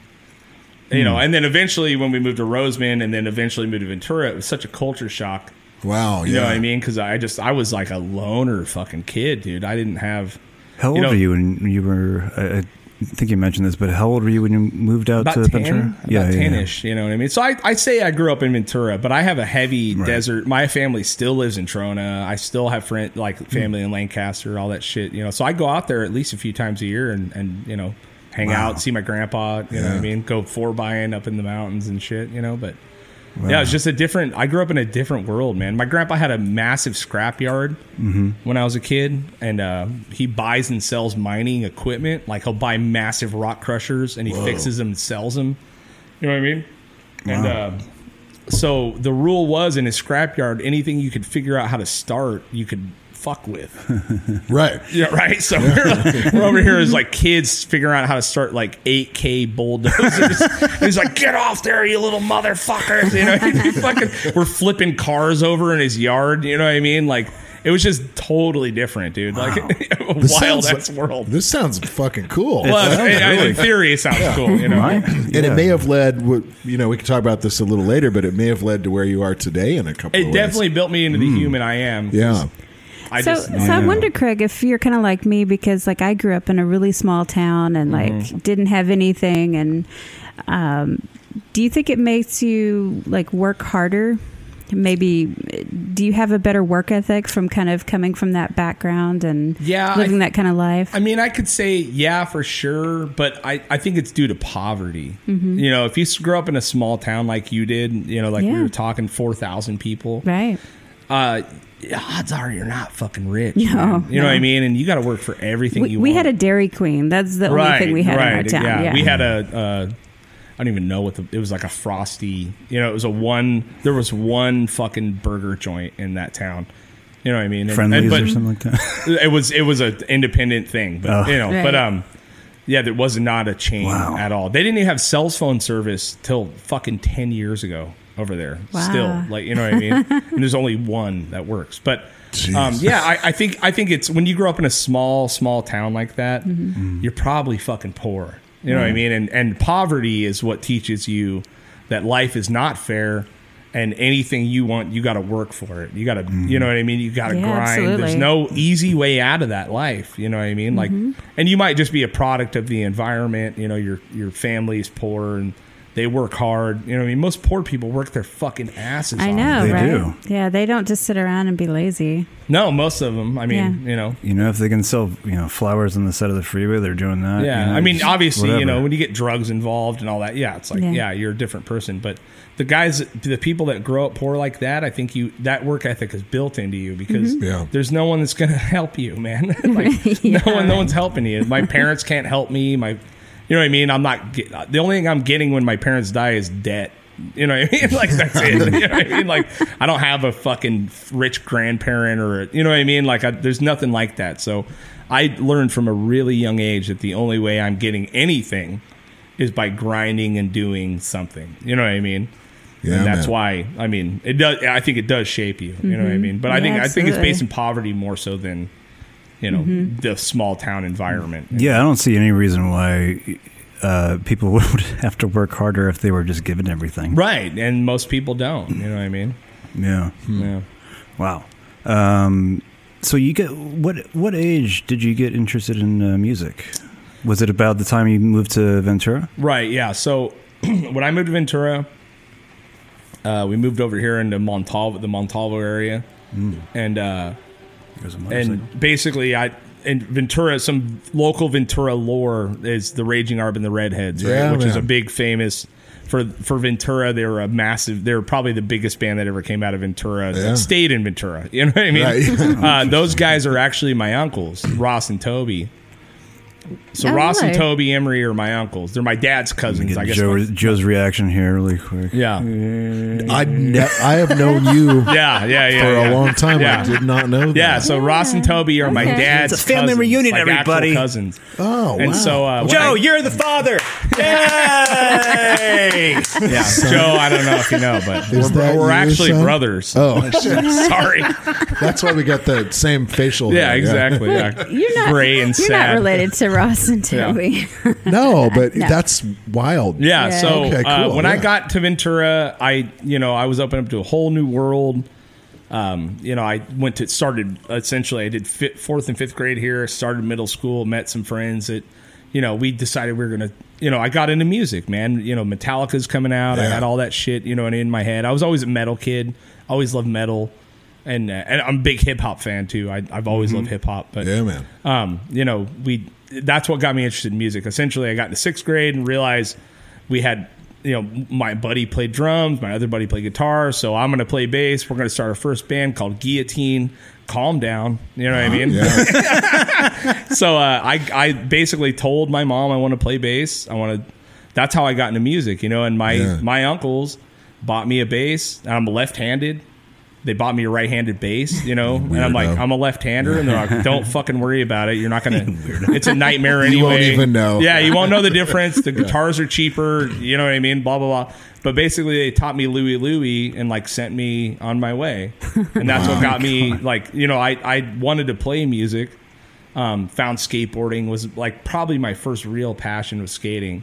you Hmm. know, and then eventually when we moved to Roseman and then eventually moved to Ventura, it was such a culture shock. wow. Yeah. You know what I mean? Because I just, I was like a loner fucking kid, dude. I didn't have. How old know- were you when you were? I, I think you mentioned this, but how old were you when you moved out About to 10, Ventura? about 10-ish, you know what I mean? So I, I say I grew up in Ventura, but I have a heavy desert. My family still lives in Trona. I still have friend, Hmm. like family in Lancaster, all that shit, you know? So I go out there at least a few times a year and, and you know, hang out, see my grandpa, you know what I Yeah. mean? Go four buying up in the mountains and shit, you know? But Yeah, it's just a different. I grew up in a different world, man. My grandpa had a massive scrapyard Mm-hmm. when I was a kid, and uh, he buys and sells mining equipment. Like he'll buy massive rock crushers and he fixes them and sells them. You know what I mean? And uh, so the rule was in a scrapyard, anything you could figure out how to start, you could fuck with. Right. Yeah, right. So we're, we're over here as like kids figuring out how to start like 8K bulldozers. And he's like, get off there, you little motherfuckers. You know, he fucking, we're flipping cars over in his yard. You know what I mean? Like, it was just totally different, dude. Like, a This wild sounds ass like- world. This sounds fucking cool. Well, sounds I- I- really- in theory, it sounds cool. You know, Right? and it may have led, what- you know, we can talk about this a little later, but it may have led to where you are today in a couple it of definitely built me into the human I am. ways. Mm. Yeah. I so, just, so I wonder, Craig, if you're kind of like me because, like, I grew up in a really small town and Mm-hmm. like didn't have anything. And um, do you think it makes you like work harder? Maybe do you have a better work ethic from kind of coming from that background and Yeah, I- living that kind of life? I mean, I could say yeah for sure, but I, I think it's due to poverty. Mm-hmm. You know, if you s- grew up in a small town like you did, you know, like we Yeah. were talking four thousand people, right. uh, odds are you're not fucking rich. No, man. you know no. what I mean. And you got to work for everything We, you. we want. had a Dairy Queen. That's the only thing we had in our town. Yeah. we had a. Uh, I don't even know what the. It was like a frosty. You know, it was a one. There was one fucking burger joint in that town. You know what I mean? And- Friendlies and- but or something like that. it was it was an independent thing, but Oh. you know, Right. but um, yeah, there was not a chain Wow. at all. They didn't even have cell phone service till fucking ten years ago over there. Wow. Still, like you know what I mean. and there's only one that works, but. Um, Jeez. yeah, I, I think I think it's when you grow up in a small small town like that, Mm-hmm. Mm. you're probably fucking poor. You know what I mean? And and poverty is what teaches you that life is not fair, and anything you want, you got to work for it. You got to, Mm. you know what I mean? You got to Yeah, grind. There's absolutely. no no easy way out of that life. You know what I mean? Like, Mm-hmm. and you might just be a product of the environment. You know, your your family's poor and they work hard. You know, what I mean, most poor people work their fucking asses. I off. know, They right? do. Yeah, they don't just sit around and be lazy. No, most of them. I mean, Yeah. you know. You know, if they can sell, you know, flowers on the side of the freeway, they're doing that. Yeah, you know, I mean, just obviously, you whatever. know, when you get drugs involved and all that, yeah, it's like, yeah. Yeah. you're a different person. But the guys, the people that grow up poor like that, I think you that work ethic is built into you because Mm-hmm. Yeah. there's no one that's going to help you, man. like, Yeah, no one, no right. one's helping you. My parents can't help me. My, you know what I mean? I'm not. Get, the only thing I'm getting when my parents die is debt. You know what I mean? Like that's it. You know what I mean? Like I don't have a fucking rich grandparent or a- you know what I mean? Like I, there's nothing like that. So I learned from a really young age that the only way I'm getting anything is by grinding and doing something. You know what I mean? Yeah, and that's man. why I mean it does. I think it does shape you. You know what I mean? But I Yeah, think I think it's absolutely. based in poverty more so than you know the small town environment. Mm-hmm. Yeah, I don't see any reason why uh, people would have to work harder if they were just given everything. Right, and most people don't. You know what I mean? Yeah. Mm-hmm. Yeah. Wow. Um, so you get what? What age did you get interested in uh, music? Was it about the time you moved to Ventura? Right. Yeah. So when I moved to Ventura, uh, we moved over here into Montalvo, the Montalvo area, Mm. and uh, There's a and basically I. And Ventura, some local Ventura lore is the Raging Arb and the Redheads, right? Yeah, Which is man. a big famous for for Ventura. They were a massive. They were probably the biggest band that ever came out of Ventura. Yeah. That stayed in Ventura. You know what I mean? Right. uh, those guys are actually my uncles, Ross and Toby. So Oh, Ross and really? Toby Emery are my uncles. They're my dad's cousins, I Get guess. Joe, Joe's reaction here, really quick. yeah. I, ne- I have known you Yeah, yeah, yeah. for yeah. a long time. Yeah. I did not know that. Yeah, so Ross and Toby are my Okay. dad's It's a family cousins, reunion, like actual everybody. cousins. Oh, And wow. so uh, when I- you're the father. Yay! yeah, Joe, I don't know if you know, but Is we're, that we're your actually son? brothers. Oh, shit. Sorry. that's why we got the same facial. Yeah, hair, exactly. Yeah. You're not gray and You're sad. not related to Ross and Yeah. Toby. No, but No. that's wild. Yeah. Yeah. So Okay, uh, cool, when I yeah. got to Ventura, I you know I was open up to a whole new world. Um, you know, I went to started essentially. I did fi fourth and fifth grade here. Started middle school. Met some friends that, you know, we decided we were gonna. You know, I got into music, man. You know, Metallica's coming out. I Yeah. had all that shit. You know, and in my head, I was always a metal kid. I always loved metal, and uh, and I'm a big hip hop fan too. I, I've always loved hip hop, but Mm-hmm. Yeah, man. um, you know, we that's what got me interested in music. Essentially, I got into sixth grade and realized we had, you know, my buddy played drums, my other buddy played guitar, so I'm going to play bass. We're going to start our first band called Guillotine. Calm down, you know what I mean? Yeah. So uh, I I basically told my mom I want to play bass. I want to that's how I got into music, you know. And my Yeah. my uncles bought me a bass. And I'm left-handed. They bought me a right-handed bass, you know. And I'm like, Weirdo. I'm a left-hander, and they're like, don't fucking worry about it. You're not gonna. it's a nightmare anyway. You won't even know. Yeah, you won't know the difference. The guitars are cheaper. You know what I mean? Blah blah blah. But basically, they taught me Louie Louie and like sent me on my way, and that's Oh what got me like you know I I wanted to play music. Um, found skateboarding was like probably my first real passion was skating,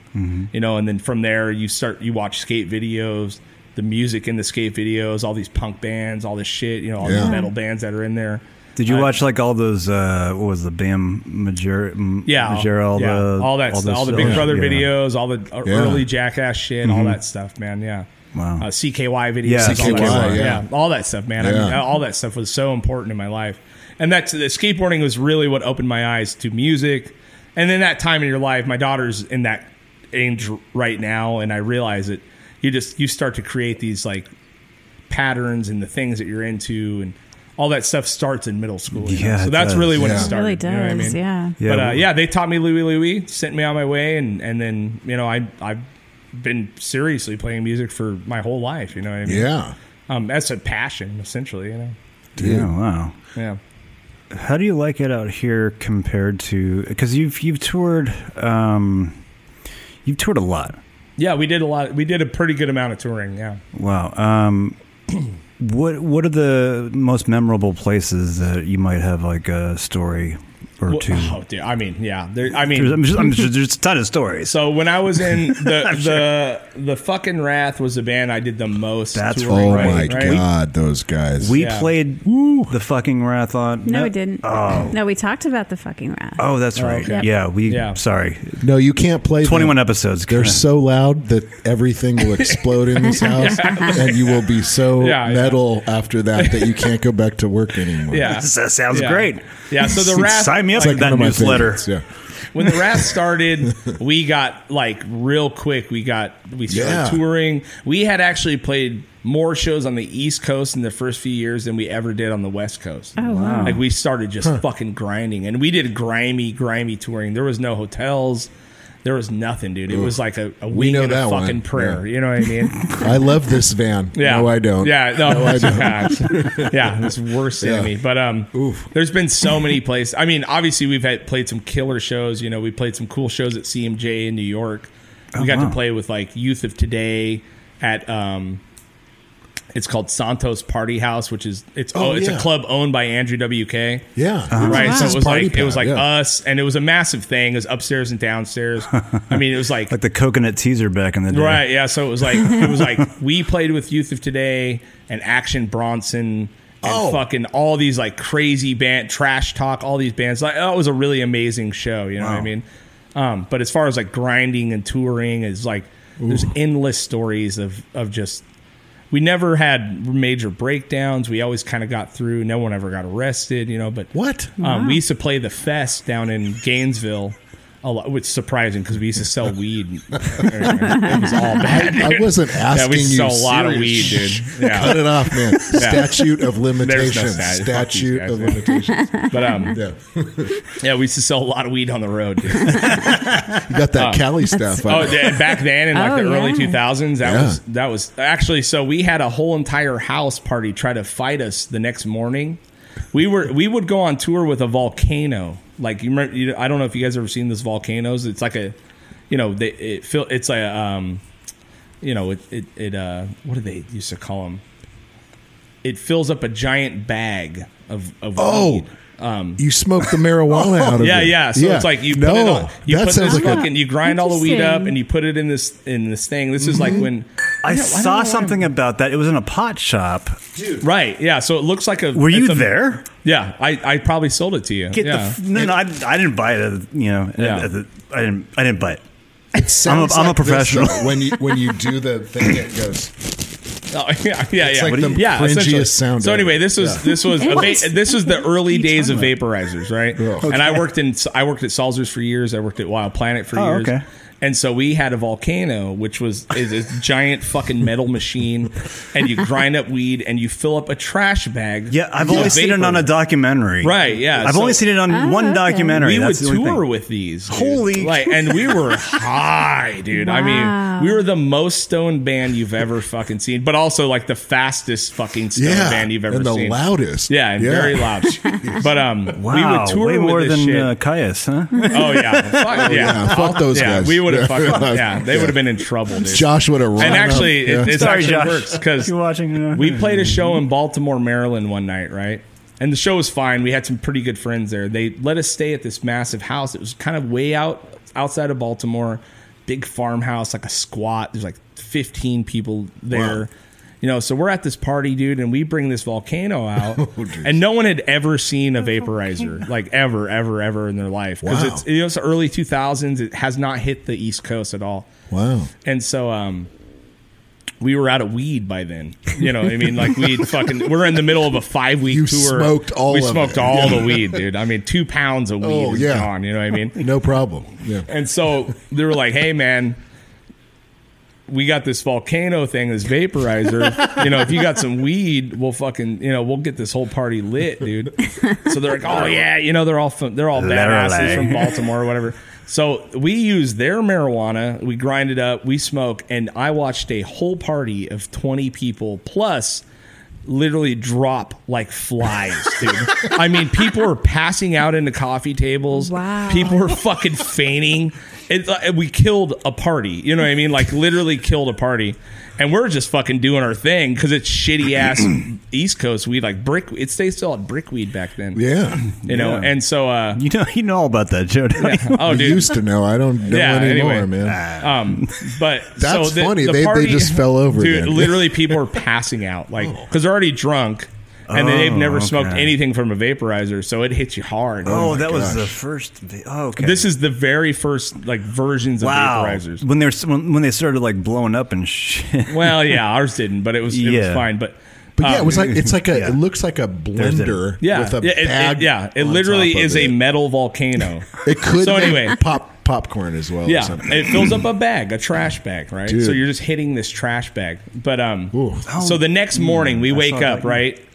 you know. And then from there, you start you watch skate videos, the music in the skate videos, all these punk bands, all this shit, you know, all Yeah. these metal bands that are in there. Did you I- watch like all those? Uh, what was the Bam Major? m- yeah, Majera, all yeah, the all that stuff, those all the Big shows? Brother Yeah. Mm-hmm. videos, all the uh, Yeah. early Jackass shit, all that stuff, man. Yeah, Wow. uh, CKY videos, Yeah, all that CKY, stuff. yeah. all that stuff, man. I mean, Yeah. all that stuff was so important in my life, and that's the skateboarding was really what opened my eyes to music. And then that time in your life, my daughter's in that age right now, and I realize it. You just you start to create these like patterns and the things that you're into and. All that stuff starts in middle school, you know? Yeah, so it that's does. really when Yeah. it It started. really you know what I does, mean? yeah. Yeah, but uh, we- yeah, they taught me Louie Louie, sent me on my way, and and then you know I I've been seriously playing music for my whole life. You know what I mean? Yeah. Um, that's a passion essentially. You know. Yeah, wow. Yeah. How do you like it out here compared to? Because you've you've toured, um, you've toured a lot. Yeah, we did a lot. We did a pretty good amount of touring. Yeah. Wow. Um, what what are the most memorable places that you might have like a story or Well, two? oh, dude. I mean, yeah. There, I There's, mean, I'm just, I'm just- there's a ton of stories. so when I was in the the the fucking Wrath was the band I did the most. That's touring, Oh right, my right? God, those guys. we yeah. played the fucking Wrath on. No, we didn't. Oh, No, we talked about the fucking wrath. oh, that's right. okay. Yeah, we. Yeah. Sorry, no, you can't play. them. 21 episodes. They're kinda- so loud that everything will explode in this house, and you will be so Yeah, yeah. metal after that that you can't go back to work anymore. Yeah. that sounds Yeah. great. Yeah. So the Wrath. Sign me up It's for like one that of my newsletter. favorites, Yeah. when the wrath started, we got like real quick. We got we started Yeah. touring. We had actually played more shows on the East Coast in the first few years than we ever did on the West Coast. Oh, wow. Like we started just fucking grinding, and we did grimy, grimy touring. There was no hotels. There was nothing, dude. It was like a, a wing know and a that one. fucking prayer. Yeah. You know what I mean? I love this van. Yeah. No, I don't. Yeah, no, I it's- don't. yeah, yeah, it's worse Yeah. enemy. But um, there's been so many places. I mean, obviously we've had played some killer shows. You know, we played some cool shows at CMJ in New York. Oh, We got wow. to play with like Youth of Today at um, it's called Santos Party House, which is it's oh, Oh, it's yeah. a club owned by Andrew WK. Yeah. Right, so It's it was party like it was pad, like uh, yeah. us, and it was a massive thing. It was upstairs and downstairs. I mean, it was like Like the coconut teaser back in the day. Right. Yeah. So it was like it was like we played with Youth of Today and Action Bronson. And Oh. fucking all these like crazy band trash talk, all these bands. Like that was a really amazing show, you know what Wow. I mean? Um, but as far as like grinding and touring is like there's endless stories of of just we never had major breakdowns. We always kind of got through. No one ever got arrested, you know, but What? um, we used to play the fest down in Gainesville. A lot, which is surprising because we used to sell weed. it was all bad. I wasn't Yeah, asking we you. sell a lot of weed, serious dude. shit. Cut Yeah, it off, man. Statute of limitations. statute. Fuck these Statute guys, of man. limitations. but um, Yeah. yeah, we used to sell a lot of weed on the road. Dude. You got that Cali stuff. Oh, on it. yeah, back then in like Oh, the early yeah. 2000s, that Yeah. was that was actually so we had a whole entire house party try to fight us the next morning. We were we would go on tour with a volcano. Like you remember, you, I don't know if you guys ever seen this volcanoes. It's like a, you know, they it feel it's a um, you know, it it, it uh, what do they used to call them? It fills up a giant bag of of Oh. weed. You smoked the marijuana out of Oh, Yeah, it. yeah. So it's like you put no, it on, you that put sounds this like a fucking, you grind all the weed up Interesting. and you put it in this in this thing. This is like Mm-hmm. when I don't- don't know saw why. something about that. It was in a pot shop. Right. Yeah. So it looks like a. Were you it's a- there? Yeah. I, I probably sold it to you. Get the yeah. f- no, no, I, I didn't buy it. uh, You know, Yeah. uh, the- I didn't. I didn't buy it. It sounds I'm a like this, professional. though. when you when you do the thing, it goes. Oh, yeah, yeah, It's yeah. like What do the you- yeah, cringiest essentially. sound So ever. anyway, this was this was a va- this was the early days of vaporizers, right? Yeah. And I worked in I worked at Salzer's for years. I worked at Wild Planet for Oh, years. okay. And so we had a volcano, which was is this giant fucking metal machine, and you grind up weed and you fill up a trash bag. Yeah, I've with only seen it vapor. on a documentary. Ah, Right, yeah, I've so- only seen it on Oh, one okay. documentary. We would That's the only tour thing. with these. dude. Holy Like, and we were high, dude. I Wow. mean, we were the most stoned band you've ever fucking seen, but also like the fastest fucking stoned yeah, band you've ever and the seen. loudest. Yeah, and very loud. but um, we Wow, would tour way with more this than shit. uh, Caius, huh? oh yeah, fuck yeah, yeah, fuck those yeah. guys. We would have Yeah. fucking yeah. They would have been in trouble, dude. Josh would have run. and actually, up. it, Yeah. it's Sorry, actually Josh. works because you watching? uh, we played a show in Baltimore, Maryland one night, right? And the show was fine. We had some pretty good friends there. They let us stay at this massive house. It was kind of way out outside of Baltimore, big farmhouse, like a squat. There's like 15 people there. You know, so we're at this party, dude, and we bring this volcano out, and no one had ever seen a vaporizer, like ever, ever, ever in their life, because Wow. it's you know it's the early 2000s. It has not hit the East Coast at all. wow. And so um we were out of weed by then. You know, what I mean, like we fucking we're in the middle of a five week You tour. smoked all we of smoked it. all the weed, dude. I mean, two pounds of weed Oh, is yeah. gone. You know what I mean? No problem. Yeah. And so they were like, "Hey, man, we got this volcano thing, this vaporizer. You know, if you got some weed, we'll fucking, you know, we'll get this whole party lit, dude." So they're like, "Oh yeah, you know, they're all from, they're all badasses Literally. from Baltimore or whatever." So we used their marijuana, we grind it up, we smoke, and I watched a whole party of twenty people plus literally drop like flies, dude. I mean, people were passing out into coffee tables. Wow. People were fucking fainting. It, uh, we killed a party. You know what I mean? Like literally killed a party. And we're just fucking doing our thing because it's shitty ass East Coast weed, like brick. It they still had brickweed back then. Yeah. You know, Yeah. and so uh, You know, you know all about that, Joe. don't you? I oh, dude. used to know. I don't know Yeah, anymore, anyway. man. Um, but That's so the, funny. the They- they party- just fell over Dude, then. Oh. literally, people were passing out, like because they're already drunk and they've Oh, never smoked okay. anything from a vaporizer, so it hits you hard. Oh, my that was gosh. the first. vi- Oh, okay. this is the very first like versions of wow. vaporizers. When they're when, when they started like blowing up and shit. Well, yeah, ours didn't, but it was it was Yeah. fine. But But yeah, um, it was like it's like a yeah. it looks like a blender yeah, with a yeah, it- it, bag. yeah, it on literally top of is a it. metal volcano. It could So make anyway. pop popcorn as well. Or yeah, something. it fills up a bag, a trash bag, right? So Dude. you're just hitting this trash bag. But um, Ooh. so the next morning we I wake saw that, up, yeah. right?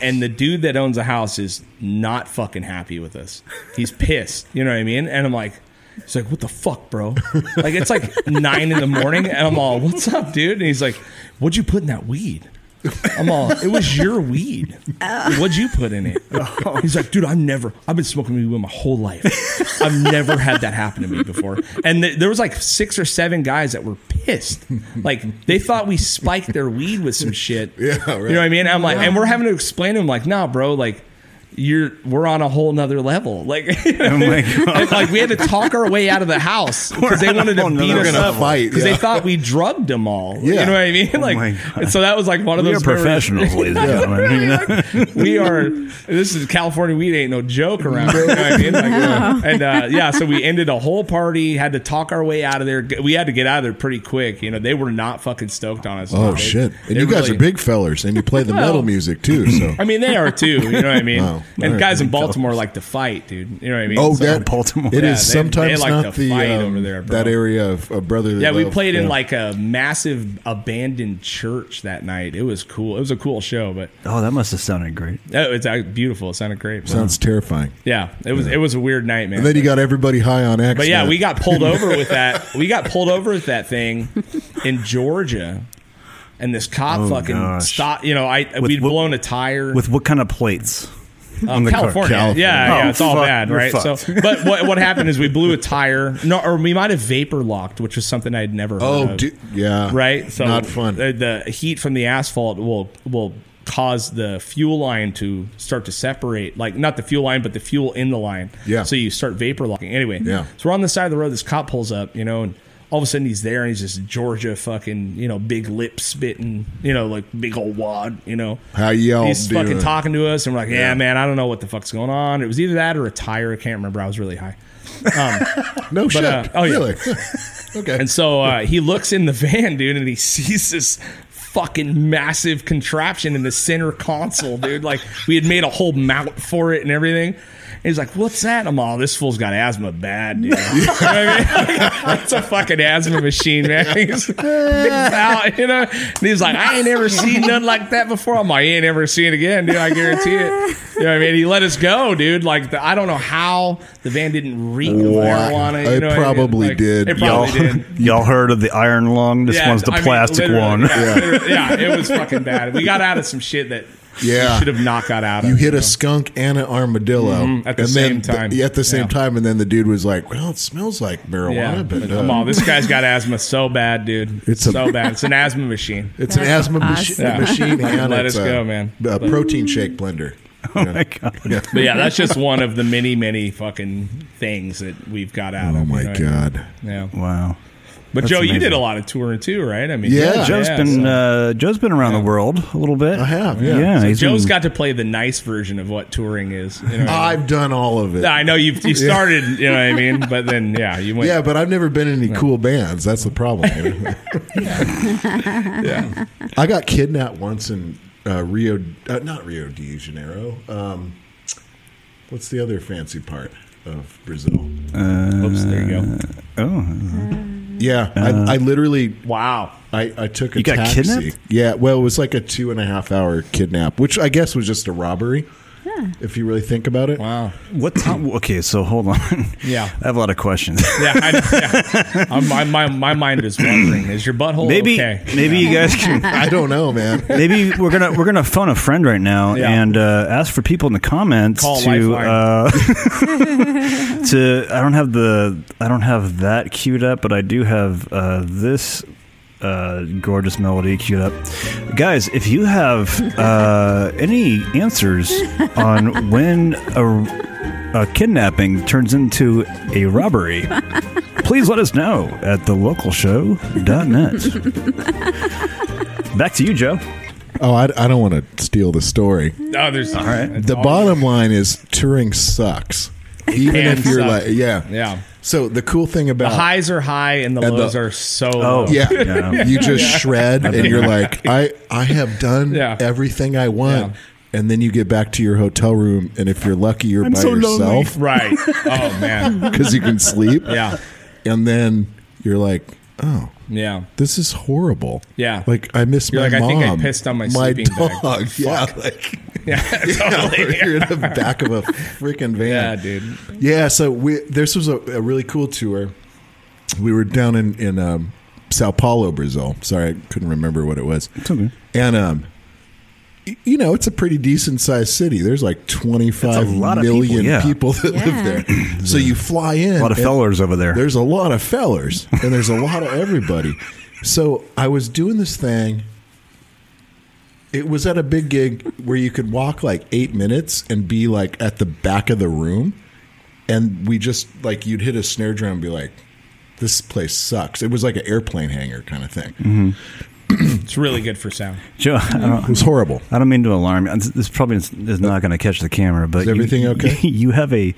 And the dude that owns the house is not fucking happy with us. He's pissed. You know what I mean? And I'm like, he's like, what the fuck, bro? Like it's like nine in the morning, and I'm all, what's up, dude? And he's like, what'd you put in that weed? I'm all, it was your weed. What'd you put in it? He's like, dude, I've never, I've been smoking weed my whole life. I've never had that happen to me before. And th- there was like six or seven guys that were pissed. Like they thought we spiked their weed with some shit. Yeah, right. You know what I mean? I'm like, and we're having to explain to him, like, nah, bro, like, you're, we're on a whole nother level. Like, oh my god. and, like we had to talk our way out of the house because they We're on wanted a to whole beat nother us level. up Fight, because they yeah. thought we drugged them all. Yeah. Oh You know what I mean? Like, my God. so that was like one of We are those memories- professionals, ladies and gentlemen. you know? we are. This is California weed ain't no joke around. You know what I mean? Like, And uh, yeah, so we ended a whole party. Had to talk our way out of there. We had to get out of there pretty quick. You know, they were not fucking stoked on us. Oh They- shit! And they you guys really- are big fellers, and you play the metal music too. So I mean, they are too. You know what I mean? Wow. And All guys right. in Baltimore like to fight, dude. You know what I mean? oh, So- that Baltimore. It is Yeah, they- sometimes they like not to the fight um, over there, bro. that area of, of brother. Yeah, we Love, played in yeah. like a massive abandoned church that night. It was cool. It was a cool show, but Oh, that must have sounded great. oh, it's uh, beautiful. It sounded great. sounds terrifying. yeah, it was it was a weird night, man. And then you got everybody high on accident. but yeah, we got pulled over with that. We got pulled over with that thing in Georgia, and this cop Oh, fucking gosh. stopped. You know, I With we'd what- blown a tire With what kind of plates? Um, on the car. California. California. Yeah, yeah, Oh, it's all fuck, bad, you're right? So, fucked. but what what happened is we blew a tire, no, or we might have vapor locked, which is something I'd never. Heard Oh, of. dude, yeah. Uh, right? So uh, not fun. The, the heat from the asphalt will will cause the fuel line to start to separate, like not the fuel line, but the fuel in the line. Yeah. So you start vapor locking. Anyway, Yeah. So we're on the side of the road. This cop pulls up, you know, and all of a sudden he's there and he's just Georgia fucking, you know, big lip spitting, you know, like big old wad, you know. How y'all He's fucking doing? talking to us, and we're like, yeah, Yeah. man, I don't know what the fuck's going on. It was either that or a tire. I can't remember. I was really high. no shit. uh, oh, yeah. really? okay. And so uh, he looks in the van, dude, and he sees this fucking massive contraption in the center console, dude. Like we had made a whole mount for it and everything. And he's like, "What's that?" I'm all, "This fool's got asthma bad, dude." you know what I mean? It's a fucking asthma machine, man. He's, he's out, you know. And he's like, "I ain't ever seen nothing like that before." I'm like, "You ain't ever see it again, dude. I guarantee it." You know what I mean? He let us go, dude. Like, the, I don't know how the van didn't reek of Wow. marijuana. you It know what I mean? probably Like, did. It Y'all, probably did. y'all heard of the iron lung? This one's the I mean, plastic literally, one. Yeah, literally, yeah, it was fucking bad. We got out of some shit that Yeah. we should have not got out of. You hit know? Mm-hmm, a skunk and an armadillo at the and same then time. yeah, at the same Yeah. time, and then the dude was like, "Well, it smells like marijuana, Yeah, but uh, come on, this guy's got asthma so bad, dude. It's It's a- so bad. It's an asthma machine. it's an That's asthma machi- awesome. Yeah. machine." and Let it's us a, go, man. A protein shake blender. Oh my god! But yeah, that's just one of the many, many fucking things that we've got out of. Oh you my know what I mean? god! Yeah. Wow. But That's Joe, you amazing. did a lot of touring too, right? I mean, Yeah, Yeah, Joe's yeah, been so- uh, Joe's been around the world a little bit. I have, yeah. Yeah, So he's Joe's been- got to play the nice version of what touring is. You know what I mean? I've done all of it. I know you've, you've started, you know what I mean? But then, yeah, you went. yeah, but I've never been in any cool bands. That's the problem. you know? yeah. I got kidnapped once in uh, Rio, uh, not Rio de Janeiro. Um, what's the other fancy part of Brazil? Oops, there you go. Oh, Yeah, I, I literally Wow. I, I took a You got taxi. kidnapped? Yeah, well, it was like a two and a half hour kidnap, which I guess was just a robbery, if you really think about it. Wow. what time? Okay, so hold on. Yeah. I have a lot of questions. Yeah, I, yeah. Uh, my, my my mind is wondering. Is your butthole maybe okay? maybe you guys can. I don't know, man. Maybe we're gonna we're gonna phone a friend right now Yeah. and uh, ask for people in the comments Call to Lifeline. uh, to. I don't have the I don't have that queued up, but I do have uh, this uh, gorgeous melody queued up. Guys, if you have uh, any answers on when a, a kidnapping turns into a robbery, please let us know at thelocalshow.net. Back to you, Joe. Oh, I, I don't want to steal the story. No, Oh, there's all right. The bottom line is touring sucks. Even can if you're suck. like, yeah. Yeah. So the cool thing The about highs are high and the And the- Oh. lows are so low. Yeah. Oh, Yeah. You just shred and you're like, I, I have done Yeah. everything I want. And then you get back to your hotel room, and if you're lucky, you're by so lonely. yourself Right. Oh man. because you can sleep. Yeah. And then you're like, oh, Yeah. this is horrible. Yeah. Like I miss You're my like, I mom. think I pissed on my sleeping bag. dog. Yeah, like Yeah. Totally. you're in the back of a freaking Yeah, van. dude. Yeah, so we this was a, a really cool tour. We were down in in um, Sao Paulo, Brazil. Sorry, I couldn't remember what it was. okay. And um, y- you know, it's a pretty decent sized city. There's like 25 lot million of people, yeah. people that Yeah. live there. So you fly in A lot of and- fellers over there. there's a lot of fellers and there's a lot of everybody. So I was doing this thing. It was at a big gig where you could walk like eight minutes and be like at the back of the room. And we just like, you'd hit a snare drum and be like, this place sucks. It was like an airplane hangar kind of thing. It's really good for sound. Joe, I It don't, was horrible. I don't mean to alarm you. This- This probably is is not going to catch the camera, but Is everything you, okay? You have a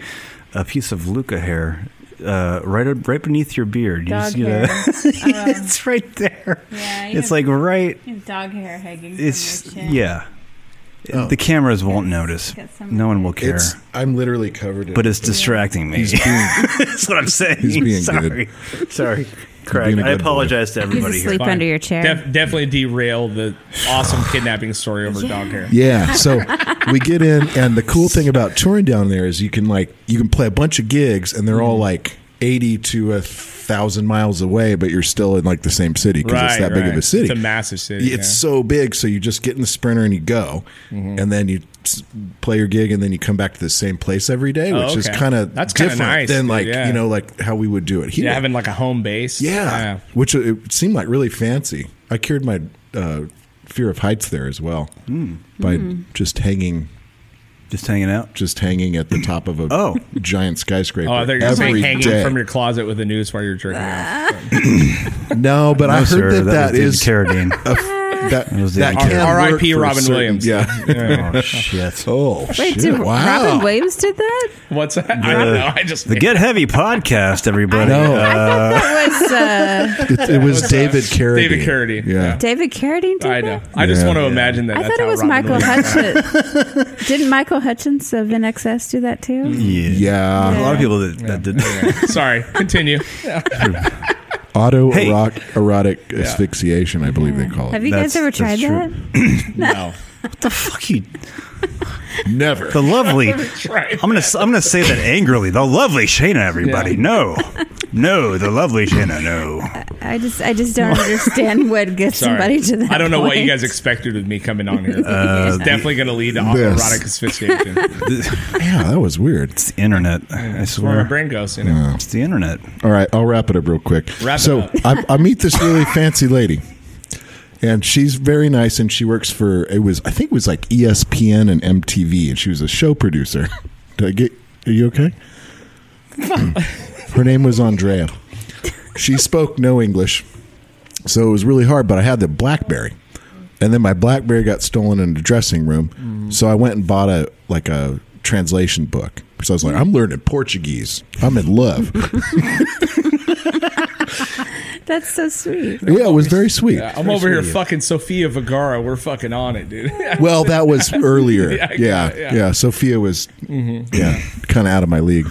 a piece of Luca hair uh, right right beneath your beard. Dog you hair. Oh. it's right there. Yeah, you It's have- like right. you have dog hair hanging. It's from your chin. yeah. Oh. The cameras won't notice. Got some- No one will care. It's, I'm literally covered in but it's distracting me. That's what I'm saying. he's being Sorry. Sorry. Craig, being a I good boy. apologize to He's everybody here. asleep under your chair. Def- definitely derail the awesome kidnapping story over dog hair. Yeah. So we get in, and the cool thing about touring down there is you can like you can play a bunch of gigs, and they're Mm-hmm. all like eighty to a thousand miles away, but you're still in like the same city because it's Right, that big of right. a city. It's a massive city, It's yeah. Mm-hmm. so big, so you just get in the sprinter and you go, and then you s- play your gig, and then you come back to the same place every day, Oh, which is okay. kind of That's kinda different nice, than dude, like yeah. you know like how we would do it here. Yeah, having like a home base. Yeah, which uh, it seemed like really fancy. I cured my uh, fear of heights there as well by just hanging, Just hanging out. just hanging at the top of a Oh. giant skyscraper Oh, I thought you were every saying hanging day. from your closet with the Ah. news while you're jerking off. no, but I No, heard sir, that that was David is Oh, Carradine. a f- that, was the that R- can work R.I.P. for Robin certain- Williams. Yeah. oh shit. Oh Wait, shit! did wow. Robin Williams did that? What's that? I don't know. I just The Get Heavy podcast, everybody. No. I thought that was uh, It, it was was, uh, David Carradine. David Carradine. Yeah. David Carradine. Did I know. that? I just Yeah. want to Yeah. imagine that. I that's thought it how was Robin Michael Williams- Hutchins. Didn't Michael Hutchins of NXS do that too? Yeah. A Yeah. lot of people that, that did. Sorry, continue. Auto Hey. erotic, erotic asphyxiation, I believe they call it. Have you That's- guys ever that's tried true. that? No, the fuck you- Never. The lovely. right. I'm gonna I'm gonna say that angrily. The lovely Shayna, everybody. Yeah. No, no, the lovely Shayna. No. I just, I just don't understand what gets Sorry. somebody to that. I don't know what you point. guys expected of me coming on here. it's definitely going to lead to Uh, This. erotic asphyxiation. Yeah, that was weird. It's the internet. I Where my swear. brain goes, you know. It's the internet. All right, I'll wrap it up real quick. Wrap it so up. I, I meet this really fancy lady, and she's very nice, and she works for it was I think it was like E ESPN and MTV, and she was a show producer. Did I get? Are you okay? Her name was Andrea. She spoke no English, so it was really hard. But I had the BlackBerry, and then my BlackBerry got stolen in the dressing room, Mm. so I went and bought a like a translation book. So I was like, Mm. I'm learning Portuguese. I'm in love. That's so sweet. Yeah, it was very sweet. Yeah, I'm over here fucking Sofia Vergara. We're fucking on it, dude. Well, that was earlier. yeah, yeah, yeah. Mm-hmm. Sophia was yeah, kind of out of my league.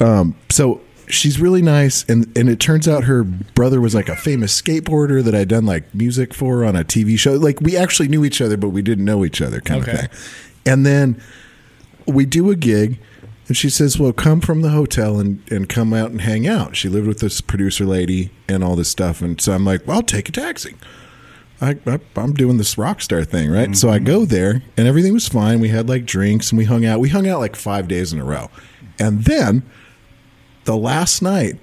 Um, so she's really nice, and and it turns out her brother was like a famous skateboarder that I'd done like music for on a TV show. Like we actually knew each other, but we didn't know each other, kind Okay. of thing. And then we do a gig. And she says, Well, come from the hotel and, and come out and hang out. She lived with this producer lady and all this stuff. And so I'm like, Well, I'll take a taxi. I, I, I'm doing this rock star thing, right? So I go there, and everything was fine. We had like drinks, and we hung out. We hung out like five days in a row, and then the last night,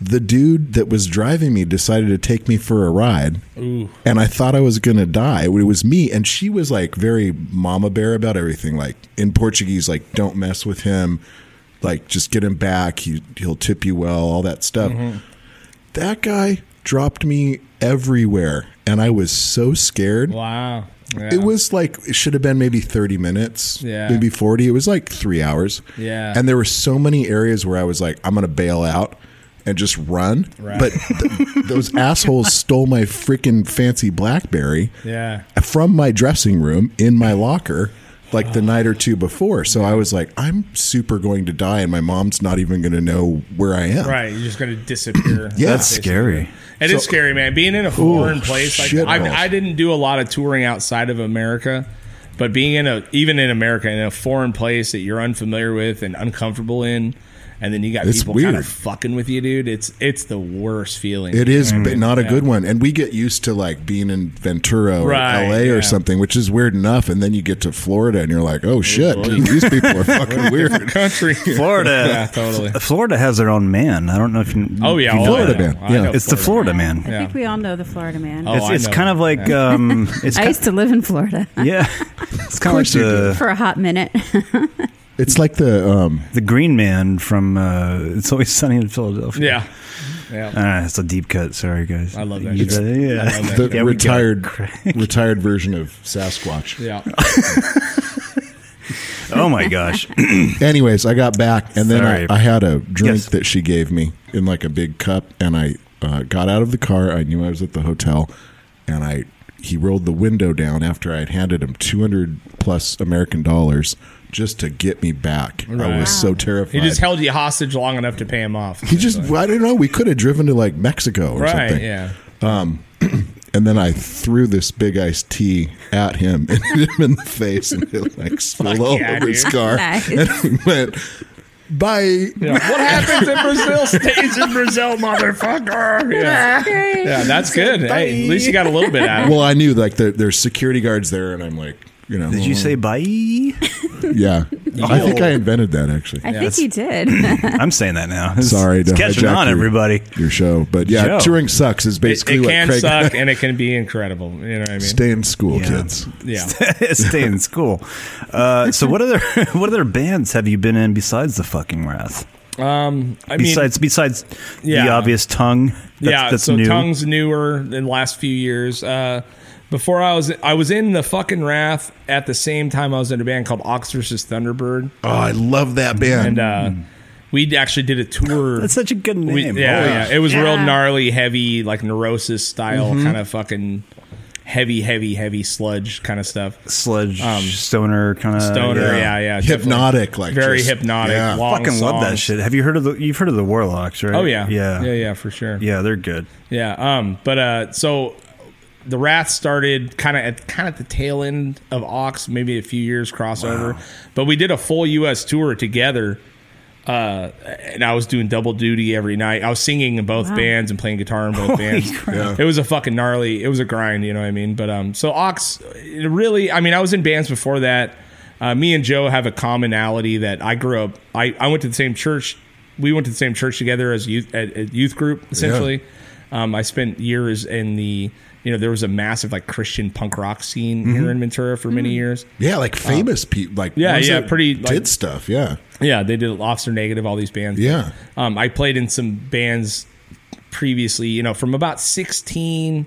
the dude that was driving me decided to take me for a ride, and I thought I was gonna die. It was me, and she was like very mama bear about everything, like in Portuguese, like don't mess with him, like just get him back. He, he'll tip you well, all that stuff that guy dropped me everywhere and i was so scared wow. Yeah. it was like it should have been maybe 30 minutes Yeah. maybe 40 it was like three hours Yeah. and there were so many areas where i was like i'm gonna bail out and just run Right. but th- those assholes stole my freaking fancy blackberry Yeah. from my dressing room in my locker like Oh. the night or two before so i was like i'm super going to die and my mom's not even going to know where i am Right. You're just going to disappear. Yeah. That's scary. It is So- scary, man. Being in a foreign place, like shit balls. I, I didn't do a lot of touring outside of America, but being in a even in America in a foreign place that you're unfamiliar with and uncomfortable in, and then you got It's people kind weird. of fucking with you, dude. It's it's the worst feeling. It is, but not a good one. And we get used to like being in Ventura or Right, LA yeah. or something, which is weird enough. And then you get to Florida and you're like, oh shit, these people are fucking weird. country. Florida. yeah, totally. Florida has their own man. I don't know if you. Oh yeah, if you all know I Florida that. know. man. I Yeah. know It's the Florida man. I think we all know the Florida man. Oh, It's, I it's know. kind of like um, it's I kind, used to live in Florida yeah, it's kind of like course you the for a hot minute. It's like the um, the Green Man from uh, It's Always Sunny in Philadelphia. Yeah, yeah. Uh, it's a deep cut. Sorry, guys. I love that. You- yeah. I love that. the Yeah, we got retired retired version of Sasquatch. Yeah. Oh my gosh. Anyways, I got back and then I, Sorry. I had a drink Yes. that she gave me in like a big cup, and I uh, got out of the car. I knew I was at the hotel, and I he rolled the window down after I had handed him two hundred plus American dollars just to get me back. I Right. was so terrified. He just held you hostage long enough to pay him off. He just I don't know. We could have driven to like Mexico or right. something. Yeah. And then I threw this big iced tea at him and hit him in the face and it like spilled all yeah, over his dude. car. Nice. And he went, Bye. Yeah. What happens in Brazil stays in Brazil, motherfucker. Yeah. Great. Yeah, that's good. Hey, at least you got a little bit out of it. Well, I knew like there, there's security guards there, and I'm like, you know, Did you say bye? yeah? I think I invented that actually. I think you did. I'm saying that now. It's- Sorry it's to catching hijack on, your- everybody. Your show, but yeah, Show. touring sucks is It, basically it what can Craig. suck and it can be incredible. You know what I mean? Stay in school, Yeah. kids. yeah. Stay in school. Uh, so, what other what other bands have you been in besides the fucking Wrath? Um, I mean, Besides besides the Yeah. obvious tongue. That's, yeah. that's so new. tongues newer in the last few years. Uh, Before I was I was in the fucking Wrath at the same time I was in a band called Ox versus Thunderbird, Oh, I love that band. and uh, we actually did a tour. Mm. That's such a good name. We- yeah, Oh, yeah, It was real Yeah. gnarly, heavy, like neurosis style Mm-hmm. kind of fucking heavy, heavy, heavy sludge kind of stuff. Sludge stoner kind of Um, Stoner, yeah, yeah. definitely. Uh, hypnotic, like Very just- hypnotic. yeah. long Fucking love that songs. shit. Have you heard of the? You've heard of the Warlocks, right? Oh yeah, yeah, yeah, yeah, for sure. Yeah, they're good. Yeah. Um. But uh. So the Wrath started kind of at kind of the tail end of Ox, maybe a few years crossover. But we did a full U.S. tour together. Uh, and I was doing double duty every night. I was singing in both Wow. bands and playing guitar in both bands. Yeah. It was a fucking gnarly. It was a grind, you know what I mean? But um, so Ox, it really, I mean, I was in bands before that. Uh, me and Joe have a commonality that I grew up. I, I went to the same church. We went to the same church together as youth at, at youth group essentially. Um, I spent years in the you know there was a massive like Christian punk rock scene Mm-hmm. here in Ventura for many years. Yeah, like famous people, like yeah, ones yeah, that pretty, did like- stuff. Yeah, Yeah, they did Officer Negative, all these bands. Yeah. Um, I played in some bands previously, you know, from about 16,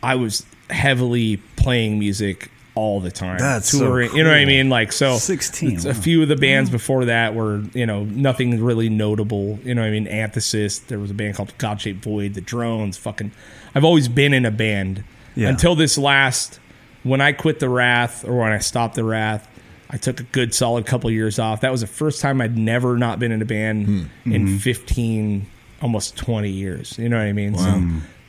I was heavily playing music all the time. That's so You know what I cool. mean? Like, so 16, it's wow. a few of the bands before that were, you know, nothing really notable. You know what I mean? Anthesis, there was a band called God Shaped Void, The Drones, fucking. I've always been in a band Yeah. until this last when I quit the Wrath or when I stopped the Wrath, I took a good solid couple years off. That was the first time I'd never not been in a band Hmm. Mm-hmm. in 15, almost 20 years. You know what I mean? So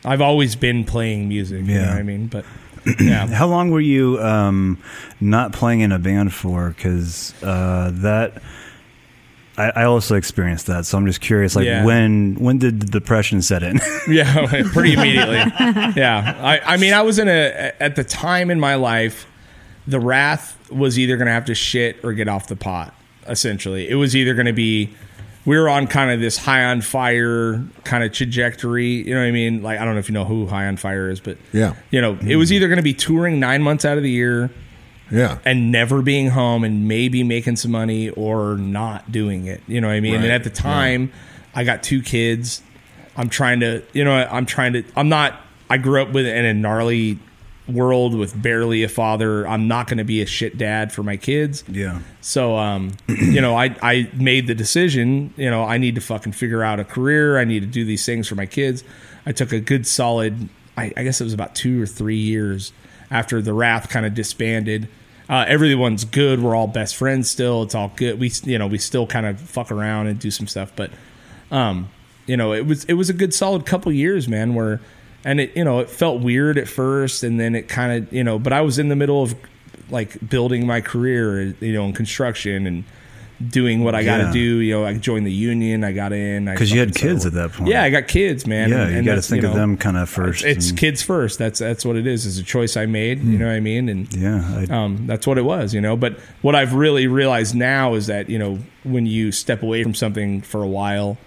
I've always been playing music. You know Yeah. what I mean? But yeah. How long were you um, not playing in a band for? Because uh, that. I I also experienced that, so I'm just curious. Like, Yeah. when when did the depression set in? yeah. Pretty immediately. yeah. I, I mean, I was in a, at the time in my life, the Wrath was either going to have to shit or get off the pot, essentially. It was either going to be, we were on kind of this high on fire kind of trajectory. You know what I mean? Like, I don't know if you know who High on Fire is, but Yeah. you know, it was either going to be touring nine months out of the year yeah. and never being home and maybe making some money or not doing it. You know what I mean? Right, And at the time, I got two kids. I'm trying to, you know, I'm trying to, I'm not, I grew up with in a gnarly world with barely a father. I'm not going to be a shit dad for my kids. yeah, So, um, you know, I, I made the decision, you know, I need to fucking figure out a career. I need to do these things for my kids. I took a good solid, I, I guess it was about two or three years after the Wrath kind of disbanded. Uh, everyone's good. We're all best friends still. It's all good. We, you know, we still kind of fuck around and do some stuff, but, um, you know, it was, it was a good solid couple years, man, where, and it, you know, it felt weird at first and then it kind of, you know, but I was in the middle of like building my career, you know, in construction and doing what I got Yeah. to do. You know, I joined the union, I got in. I because you had fucking kids at started- that point. Yeah, I got kids, man. yeah. and- you and got to that's, think of know, them kind of first. It's and- Hmm. kids first. That's that's what it is. It's a choice I made. You know what I mean? And Yeah, I, um, that's what it was, you know. But what I've really realized now is that you know when you step away from something for a while,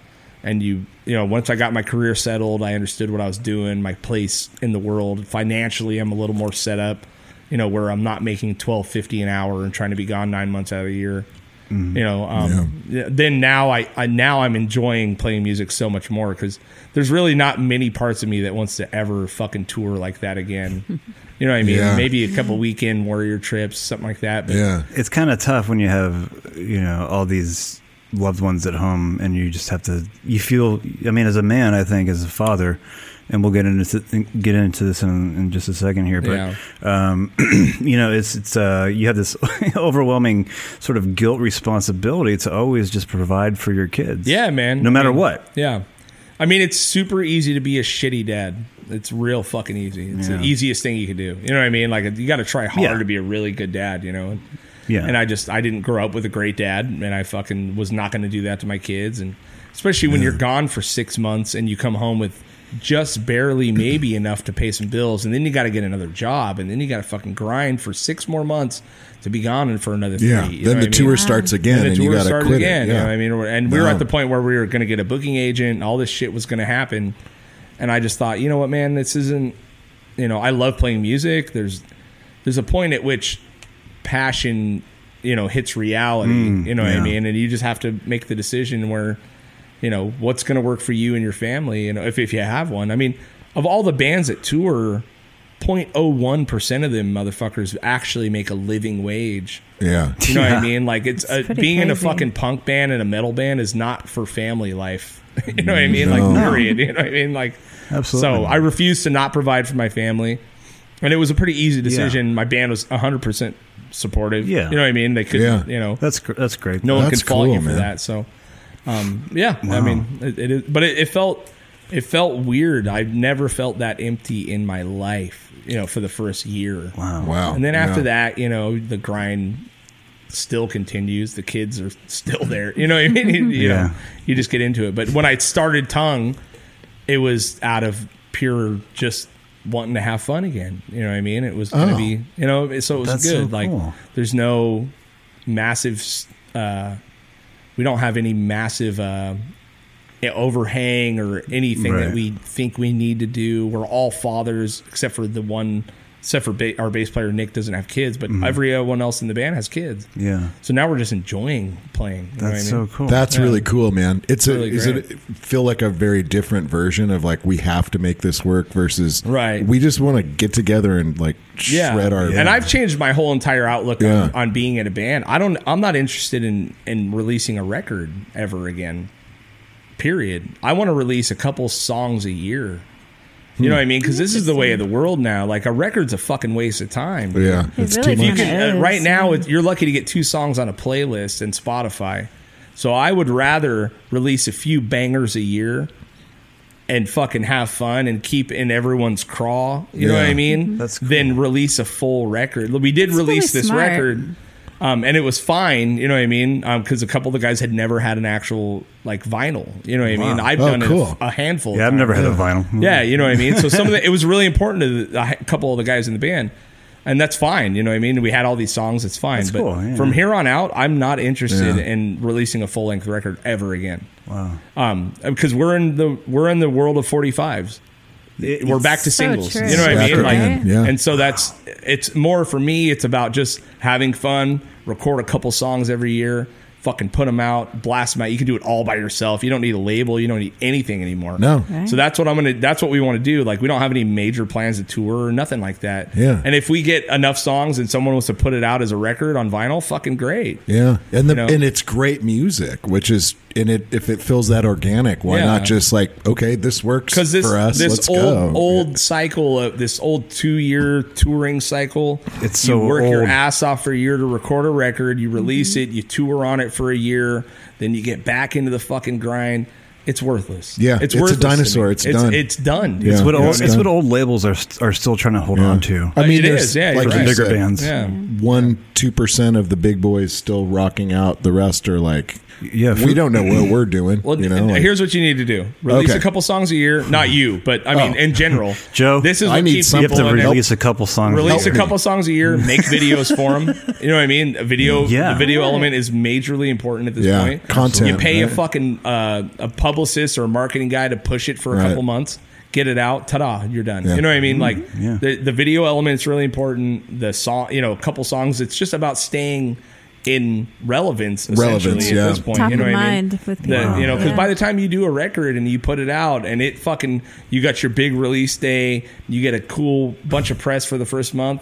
and you you know once I got my career settled, I understood what I was doing, my place in the world. Financially, I'm a little more set up, you know, where I'm not making twelve fifty an hour and trying to be gone nine months out of the year. You know, um, yeah, then now I, I now I'm enjoying playing music so much more because there's really not many parts of me that wants to ever fucking tour like that again. you know what I mean? Yeah. Maybe maybe a couple weekend warrior trips, something like that. But yeah. it's kind of tough when you have you know all these loved ones at home and you just have to you feel i mean as a man i think as a father and we'll get into get into this in, in just a second here but Yeah. um, you know it's it's uh, you have this overwhelming sort of guilt responsibility to always just provide for your kids yeah, man. no I matter mean, what Yeah. I mean, it's super easy to be a shitty dad. It's real fucking easy. It's Yeah. the easiest thing you can do. You know what I mean? Like you got to try hard Yeah. to be a really good dad. You know. And, yeah and I just I didn't grow up with a great dad, and I fucking was not going to do that to my kids, and especially when you're gone for six months and you come home with just barely maybe enough to pay some bills, and then you got to get another job, and then you got to fucking grind for six more months to be gone and for another Yeah. three. you know Then what the I mean? tour starts again, and, the you tour got to started quit again. it. Yeah. You know what I mean? Or- And we were Wow. at the point where we were going to get a booking agent. and All this shit was going to happen, and I just thought, you know what, man, this isn't. You know, I love playing music. There's there's a point at which passion, you know, hits reality. Mm, you know what yeah. I mean? And you just have to make the decision where, you know, what's going to work for you and your family. You know, if if you have one. I mean, of all the bands that tour, 0.01% of them motherfuckers actually make a living wage. Yeah. You know what Yeah. I mean? Like it's, uh being pretty in a crazy. fucking punk band and a metal band is not for family life. you know what I mean? Like period. You know what I mean? Like Absolutely. So I refused to not provide for my family, and it was a pretty easy decision. My band was 100 percent supportive. Yeah. You know what I mean? They could. Yeah. not You know, That's gr- that's great. no one That's could fault cool, you for man. that. So, um, yeah, I mean, it, it is, but it, it felt it felt weird. I've never felt that empty in my life. You know, for the first year. Wow. Wow. And then after Yeah. that, you know, the grind still continues. The kids are still there. You know what I mean? You, you Yeah. know, you just get into it. But when I started tongue, it was out of pure just wanting to have fun again. You know what I mean? It was going to Oh. be, you know, so it was That's so good. like cool. there's no massive uh we don't have any massive uh yeah, overhang or anything Right. that we think we need to do. We're all fathers except for the one, except for ba- our bass player Nick doesn't have kids, but everyone else in the band has kids. Mm-hmm. Yeah. So now we're just enjoying playing. You know That's what I so mean? cool. That's Yeah. really cool, man. It's a Really is it feel like a very different version of like we have to make this work versus Right. We just want to get together and like yeah. shred our And I've changed my whole entire outlook Yeah. on, on being in a band. I don't. I'm not interested in in releasing a record ever again. Period. I want to release a couple songs a year. You Hmm. know what I mean? Because this is the way of the world now. Like a record's a fucking waste of time. dude. yeah. It It's really too you much. kinda can, uh, is. right now it, you're lucky to get two songs on a playlist in spotify so i would rather release a few bangers a year and fucking have fun and keep in everyone's craw you know what Yeah. i mean That's then release a full record we did That's release really this smart. record um, and it was fine you know what i mean because a couple of the guys had never had an actual like vinyl you know what i mean i've Oh, done cool. it a, a handful of yeah, I've times. never had a vinyl. Yeah, you know what I mean. So some of the, it was really important to the, a couple of the guys in the band, and that's fine. You know what I mean. We had all these songs. It's fine. That's but cool, yeah. from here on out, I'm not interested Yeah. in releasing a full length record ever again. Wow. Um, because we're in the we're in the world of 45s. It- we're back to So singles. true. You know what I Back mean? Like, again, yeah. and so that's it's more for me. It's about just having fun. Record a couple songs every year. Fucking put them out, blast them out. You can do it all by yourself. You don't need a label. You don't need anything anymore. No. Right. So that's what I'm gonna. That's what we want to do. Like we don't have any major plans to tour or nothing like that. Yeah. And if we get enough songs and someone wants to put it out as a record on vinyl, fucking great. Yeah, and the You know? and it's great music, which is and it if it feels that organic, why Yeah. not just like okay, this works because this for us. this Let's old go. old cycle of this old two year touring cycle. It's you so work your old. ass off for a year to record a record. You release it. You tour on it for a year. Then you get back into the fucking grind. It's worthless. Yeah, it's it's a worthless. to me. dinosaur. It's it's done. It's done. Yeah. It's what Yeah, old, it's it's done. what old labels are st- are still trying to hold on to. I mean, It there's is, yeah, like you're you right. Bigger said, bands. Yeah. one two percent of the big boys still rocking out. The rest are like, Yeah, we don't know what we're doing. Well, you know, and like- here's what you need to do: release Okay. a couple songs a year. Not you, but I mean, Oh. in general, Joe, This is I what need keeps You something have people to in it. release a couple songs. Release a Help me. couple songs a year, make videos for them. You know what I mean? A video, Yeah. the video element is majorly important at this Yeah, point. content, You pay right. a fucking uh, a publicist or a marketing guy to push it for a Right. couple months. Get it out, ta-da! You're done. Yeah. You know what I mean? Like Mm-hmm. yeah. the the video element's really important. The song, you know, a couple songs. It's just about staying in relevance. Relevance, Relevance yeah. at this point. Top you know of what I mind mean? with The- people. Oh, You know, because Yeah. by the time you do a record and you put it out and it fucking you got your big release day, you get a cool bunch of press for the first month.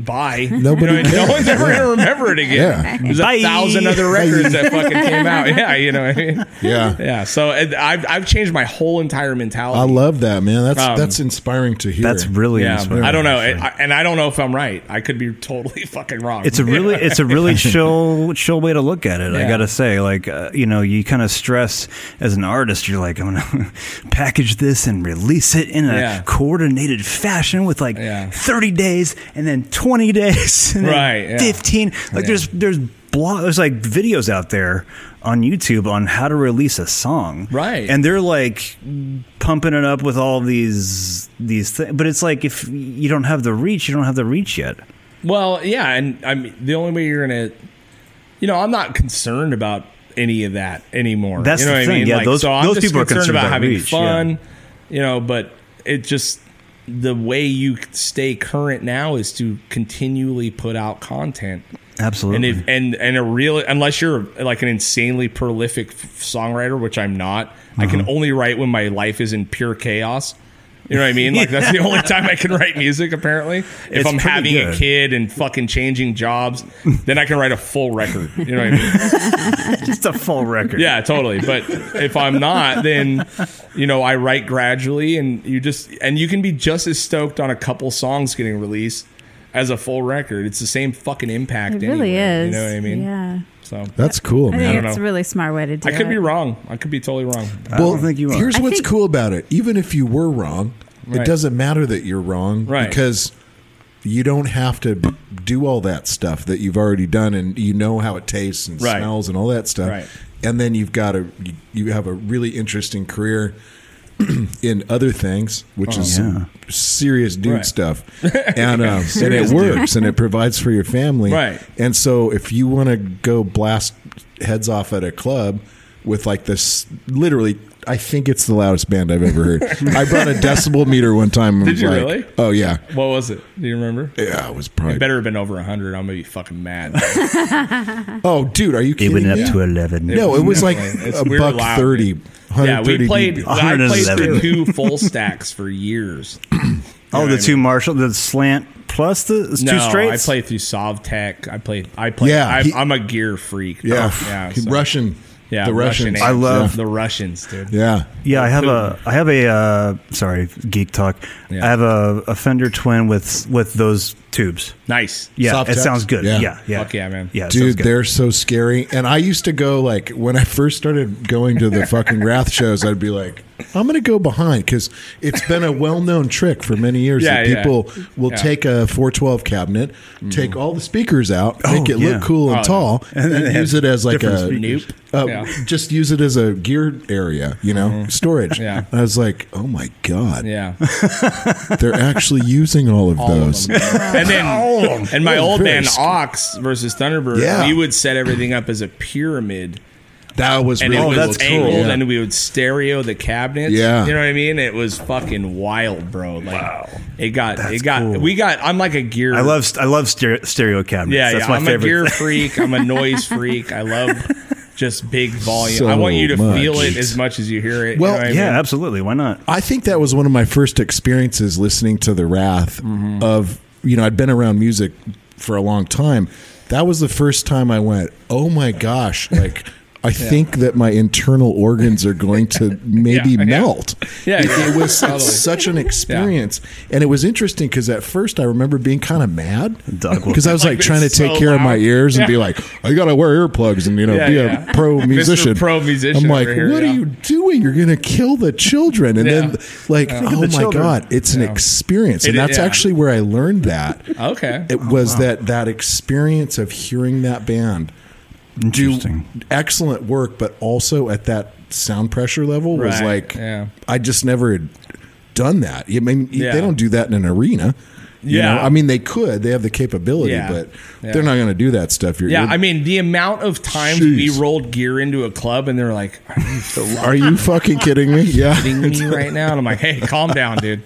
bye. Nobody you know, no cares. one's ever gonna remember it again. Yeah. There's Bye. a thousand other records that fucking came out. Yeah, you know. What I mean? Yeah. yeah. So and I've I've changed my whole entire mentality. I love that man. That's Um, that's inspiring to hear. That's really yeah, inspiring. I don't know, and actually. I, and I don't know if I'm right. I could be totally fucking wrong. it's a really it's a really chill chill way to look at it. I Yeah. gotta say, like uh, you know, you kind of stress as an artist. You're like, I'm gonna package this and release it in a Yeah. coordinated fashion with like Yeah. 30 days and then 20 days and then Right, yeah. 15. Like Yeah. there's there's blog there's like videos out there on YouTube on how to release a song. Right. and they're like pumping it up with all these these things. But it's like if you don't have the reach, you don't have the reach yet. Well, yeah, and I mean the only way you're gonna, you know, I'm not concerned about any of that anymore. That's you know the what I thing, mean? yeah, Like, those- so I'm those just people are concerned about about having reach, fun, yeah. you know. But it just the way you stay current now is to continually put out content. Absolutely. And if and and a real unless you're like an insanely Uh-huh. prolific f- songwriter, which I'm not, I can only write when my life is in pure chaos. You know what I mean? Like that's the only time I can write music. Apparently, if It's I'm pretty having a good. kid and fucking changing jobs, then I can write a full record. You know what I mean? Just a full record. Yeah, totally. But if I'm not, then you know I write gradually, and you just and you can be just as stoked on a couple songs getting released as a full record. It's the same fucking impact. It really anyway, is. You know what I mean? Yeah. So That's cool, I man. think don't it's know. a really smart way to do I it. could be wrong. I could be totally wrong. don't think you are. Here's I what's think- cool about it. Even if you were wrong, Right. it doesn't matter that you're wrong Right. because you don't have to do all that stuff that you've already done and you know how it tastes and Right. smells and all that stuff. Right. And then you've got a you- you have a really interesting career in other things, which is some serious dude Right. stuff. And uh, and it works and it provides for your family. Right. And so if you want to go blast heads off at a club with like this, literally, I think it's the loudest band I've ever heard. I brought a decibel meter one time. And Did was you like, really? Oh yeah, What was it? Do you remember? yeah. It was probably. Better have been over hundred. I'm gonna be fucking mad. oh, dude, are you It kidding? went up me? to 11. no, it was like It's a we were buck loud, thirty. dude. Yeah, we 130 played. Oh, dB. I played the 111. two full stacks for years. Oh, Yeah, I the two Marshall, the slant plus the it's No, two I straights. played through Sovtek. I played. I played. Yeah, I, he- I'm a gear freak. Yeah, yeah. He- so- Russian. Yeah, the Russian Russians. amps. I love- the Russians, dude. Yeah. Yeah, I have a I have a uh, sorry geek talk. Yeah. I have a, a Fender Twin with with those tubes. Nice. Yeah, Soft it touch? sounds good. Yeah. Yeah, yeah, Fuck yeah, man. Yeah, it sounds Dude, good. they're so scary. And I used to go like when I first started going to the fucking Wrath shows, I'd be like, I'm going to go behind because it's been a well known trick for many years Yeah, that yeah. people will Yeah. Mm. take a 412 cabinet, take all the speakers out, make it yeah. look cool and Oh, tall, and, they have use it as like different a speakers. uh, Yeah. Mm-hmm. just use it as a gear area, you know, storage. Yeah. And I was like, oh my god, Yeah. they're actually using all of All of those. them. and then and Oh, my That was old very band scary. Ox versus Thunderbird, Yeah. we would set everything up as a pyramid. That was And really it was Oh, that's cool. angled Yeah. and we would stereo the cabinets. Yeah. You know what I mean? It was fucking wild, bro. Like it got it got cool. we got I'm like a gear I love st- I love stereo, stereo cabinets. Yeah, that's yeah. my I'm favorite. a gear freak. I'm a noise freak. I love just big volume. So I want you to much. feel it as much as you hear it. you Well, know what I yeah, mean? absolutely. Why not? I think that was one of my first experiences listening to the Wrath Mm-hmm. of you know I'd been around music for a long time. That was the first time I went, "Oh my gosh, like I think that my internal organs are going to maybe Yeah, yeah. melt." Yeah, It- yeah, it, was totally. such an experience, and it was interesting because at first I remember being kind of mad Doug will- because I was like, it's trying to so take care of my loud. ears and Yeah. be like, "I gotta wear earplugs and you know Yeah, be yeah. a pro musician." pro musician I'm like, over here, "What yeah. are you doing? You're gonna kill the children!" And Yeah. then like, at oh the my children. god, it's an experience, and It is- that's yeah. Oh, actually where I learned that. Okay. It was that that experience of hearing that band do Interesting. excellent work, but also at that sound pressure level was Right, like, yeah. I just never had done that. I mean, Yeah. they don't do that in an arena. You Yeah. know? I mean, they could. They have the capability, Yeah. but Yeah. they're not going to do that stuff. You're, Yeah, you're- I mean the amount of times we Jeez. rolled gear into a club and they're like, "Are you are you fucking kidding me? Yeah. kidding me right now?" And I'm like, "Hey, calm down, dude."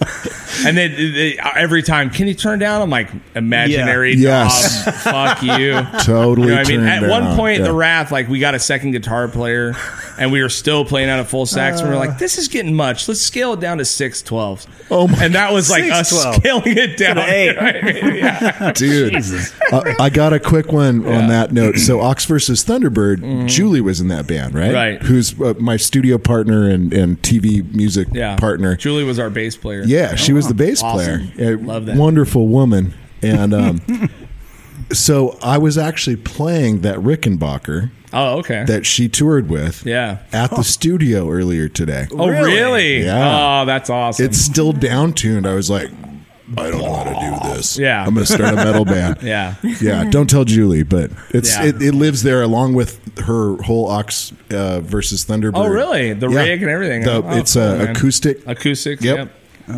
And then uh, they, every time, "Can you turn down?" I'm like, "Imaginary Yeah. knob, Yes. fuck you." You know Totally. what I mean, turned at one down. point, Yeah. the Wrath, like, we got a second guitar player, and we were still playing out of full sax, and we are like, "This is getting much. Let's scale it down to six twelves. Uh. Oh my And that was like us 6/12. scaling it down. an eight. You know what I mean? Yeah. dude. I, Uh, I got a quick one Yeah. Mm-hmm. on that note. So Ox versus Thunderbird, Julie was in that band, right? Right. Who's uh, my studio partner and, and TV music Yeah. partner. Julie was our bass player. Yeah, she was the bass Awesome. player. A Love that. Wonderful woman. And um, so I was actually playing that Rickenbacker Oh, okay. that she toured with yeah. at the studio earlier today. Oh, really? Yeah. Oh, that's awesome. It's still down tuned. I was like, I don't know how to do this. Yeah. I'm going to start a metal band. yeah. yeah, don't tell Julie, but it's Yeah. it, it lives there along with her whole Ox uh, versus Thunderbird. Oh, really? The rig and everything. The- Oh, it's cool, uh, man. acoustic. Acoustics. Yep. Yep.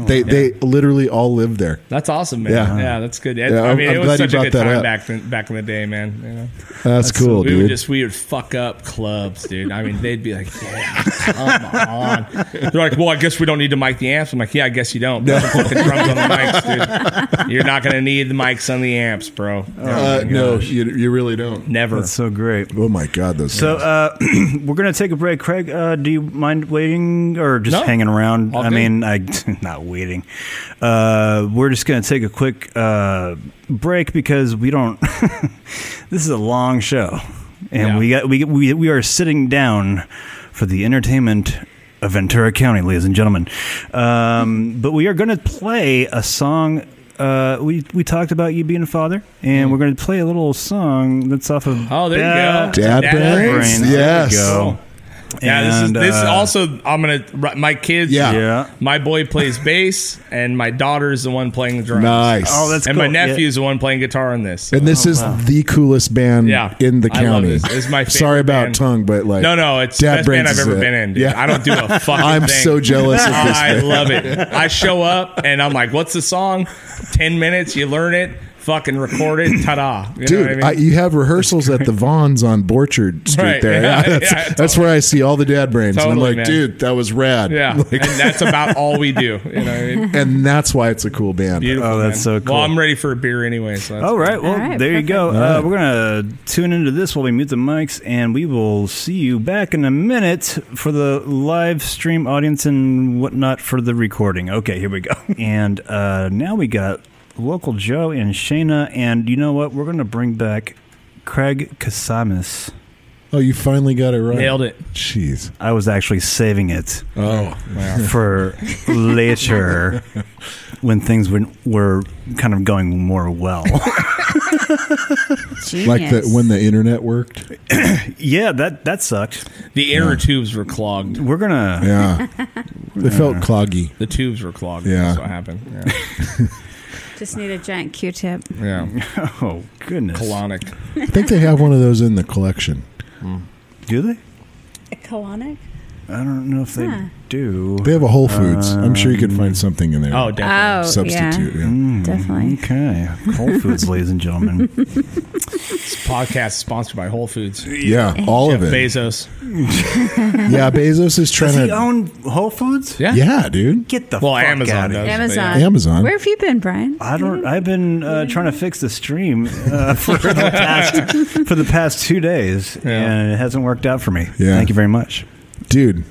they they literally all live there. That's awesome, man. Yeah, Yeah. that's good. It- Yeah, I I'm- mean, I'm it glad was you such a brought good that time up. back then, back in the day, man. You know? That's, cool, we would dude. just we would fuck up clubs, dude. I mean, they'd be like, "Yeah, come on." They're like, "Well, I guess we don't need to mic the amps." I'm like, "Yeah, I guess you don't. Put the fucking drums on the mics, dude. You're not gonna need the mics on the amps, bro. uh, no, you, you really don't. Never." That's so great. Oh my god, those. So uh, we're gonna take a break, Craig. Uh, do you mind waiting or just No. hanging around? All I good. mean, I not not waiting. Uh, we're just going to take a quick uh, break because we don't. this is a long show, and Yeah. we got we, we we are sitting down for the entertainment of Ventura County, ladies and gentlemen. Um, but we are going to play a song. Uh, we we talked about you being a father, Mm. and we're going to play a little song that's off of Oh, there you Bad go. Dad Dad brains. Brains. There we Yes. go. Yeah, this is And, this is uh, also. I'm gonna my kids. Yeah. Yeah. my boy plays bass, and my daughter's the one playing the drums. Nice. Oh, that's and cool. my nephew's the one playing guitar in this. And this is the coolest band Yeah. in the I love county. this. This is my favorite Sorry about band. tongue, but like No, no, it's Dad the best band Brains I've is ever it. been in. Dude. Yeah. I don't do a fucking I'm thing. so jealous of this I band. love it. I show up and I'm like, "What's the song?" Ten minutes, you learn it, fucking record it, ta-da! You Dude, know what I I mean? you have rehearsals at the Vaughn's on Borchard Street Right. there. Yeah, that's, yeah, that's where I see all the dad brains. and I'm Totally, like, man. dude, that was rad. yeah, Like, and that's about all we do. You know, what I mean? and that's why it's a cool band. beautiful. Oh, that's so man. cool. Well, I'm ready for a beer anyway. So that's All right. Well, All right, there you perfect. go. Uh, we're going to tune into this while we mute the mics, and we will see you back in a minute for the live stream audience and whatnot for the recording. Okay, here we go. And uh, now we got local Joe and Shayna, and you know what? We're going to bring back Craig Kasamis. Oh, you finally got it right. Nailed it. Jeez. I was actually saving it Oh. for later when things were, were kind of going more well. Like the, Genius. when the internet worked. yeah, that, that sucked. The inner tubes were clogged. We're going to. Yeah. it felt cloggy. The tubes were clogged. Yeah. That's what happened. Just need a giant Q-tip. Yeah. yeah. Oh goodness! Colonic. I think they have one of those in the collection. Do they? A colonic? I don't know if they Huh. do. They have a Whole Foods. I'm sure you could find something in there. Oh, definitely. Oh, substitute. Yeah. Mm. yeah, definitely. Okay, Whole Foods, ladies and gentlemen. This podcast is sponsored by Whole Foods. Yeah, all Jeff of it. Bezos. Yeah, Bezos is trying Does he to. own Whole Foods? Yeah. yeah, dude. Get the Well, fuck Amazon out does. here. Amazon. Yeah. Amazon. Where have you been, Brian? I don't. I've been uh, trying to fix the stream uh, for the past for the past two days, and it hasn't worked out for me. Yeah. Thank you very much. Dude,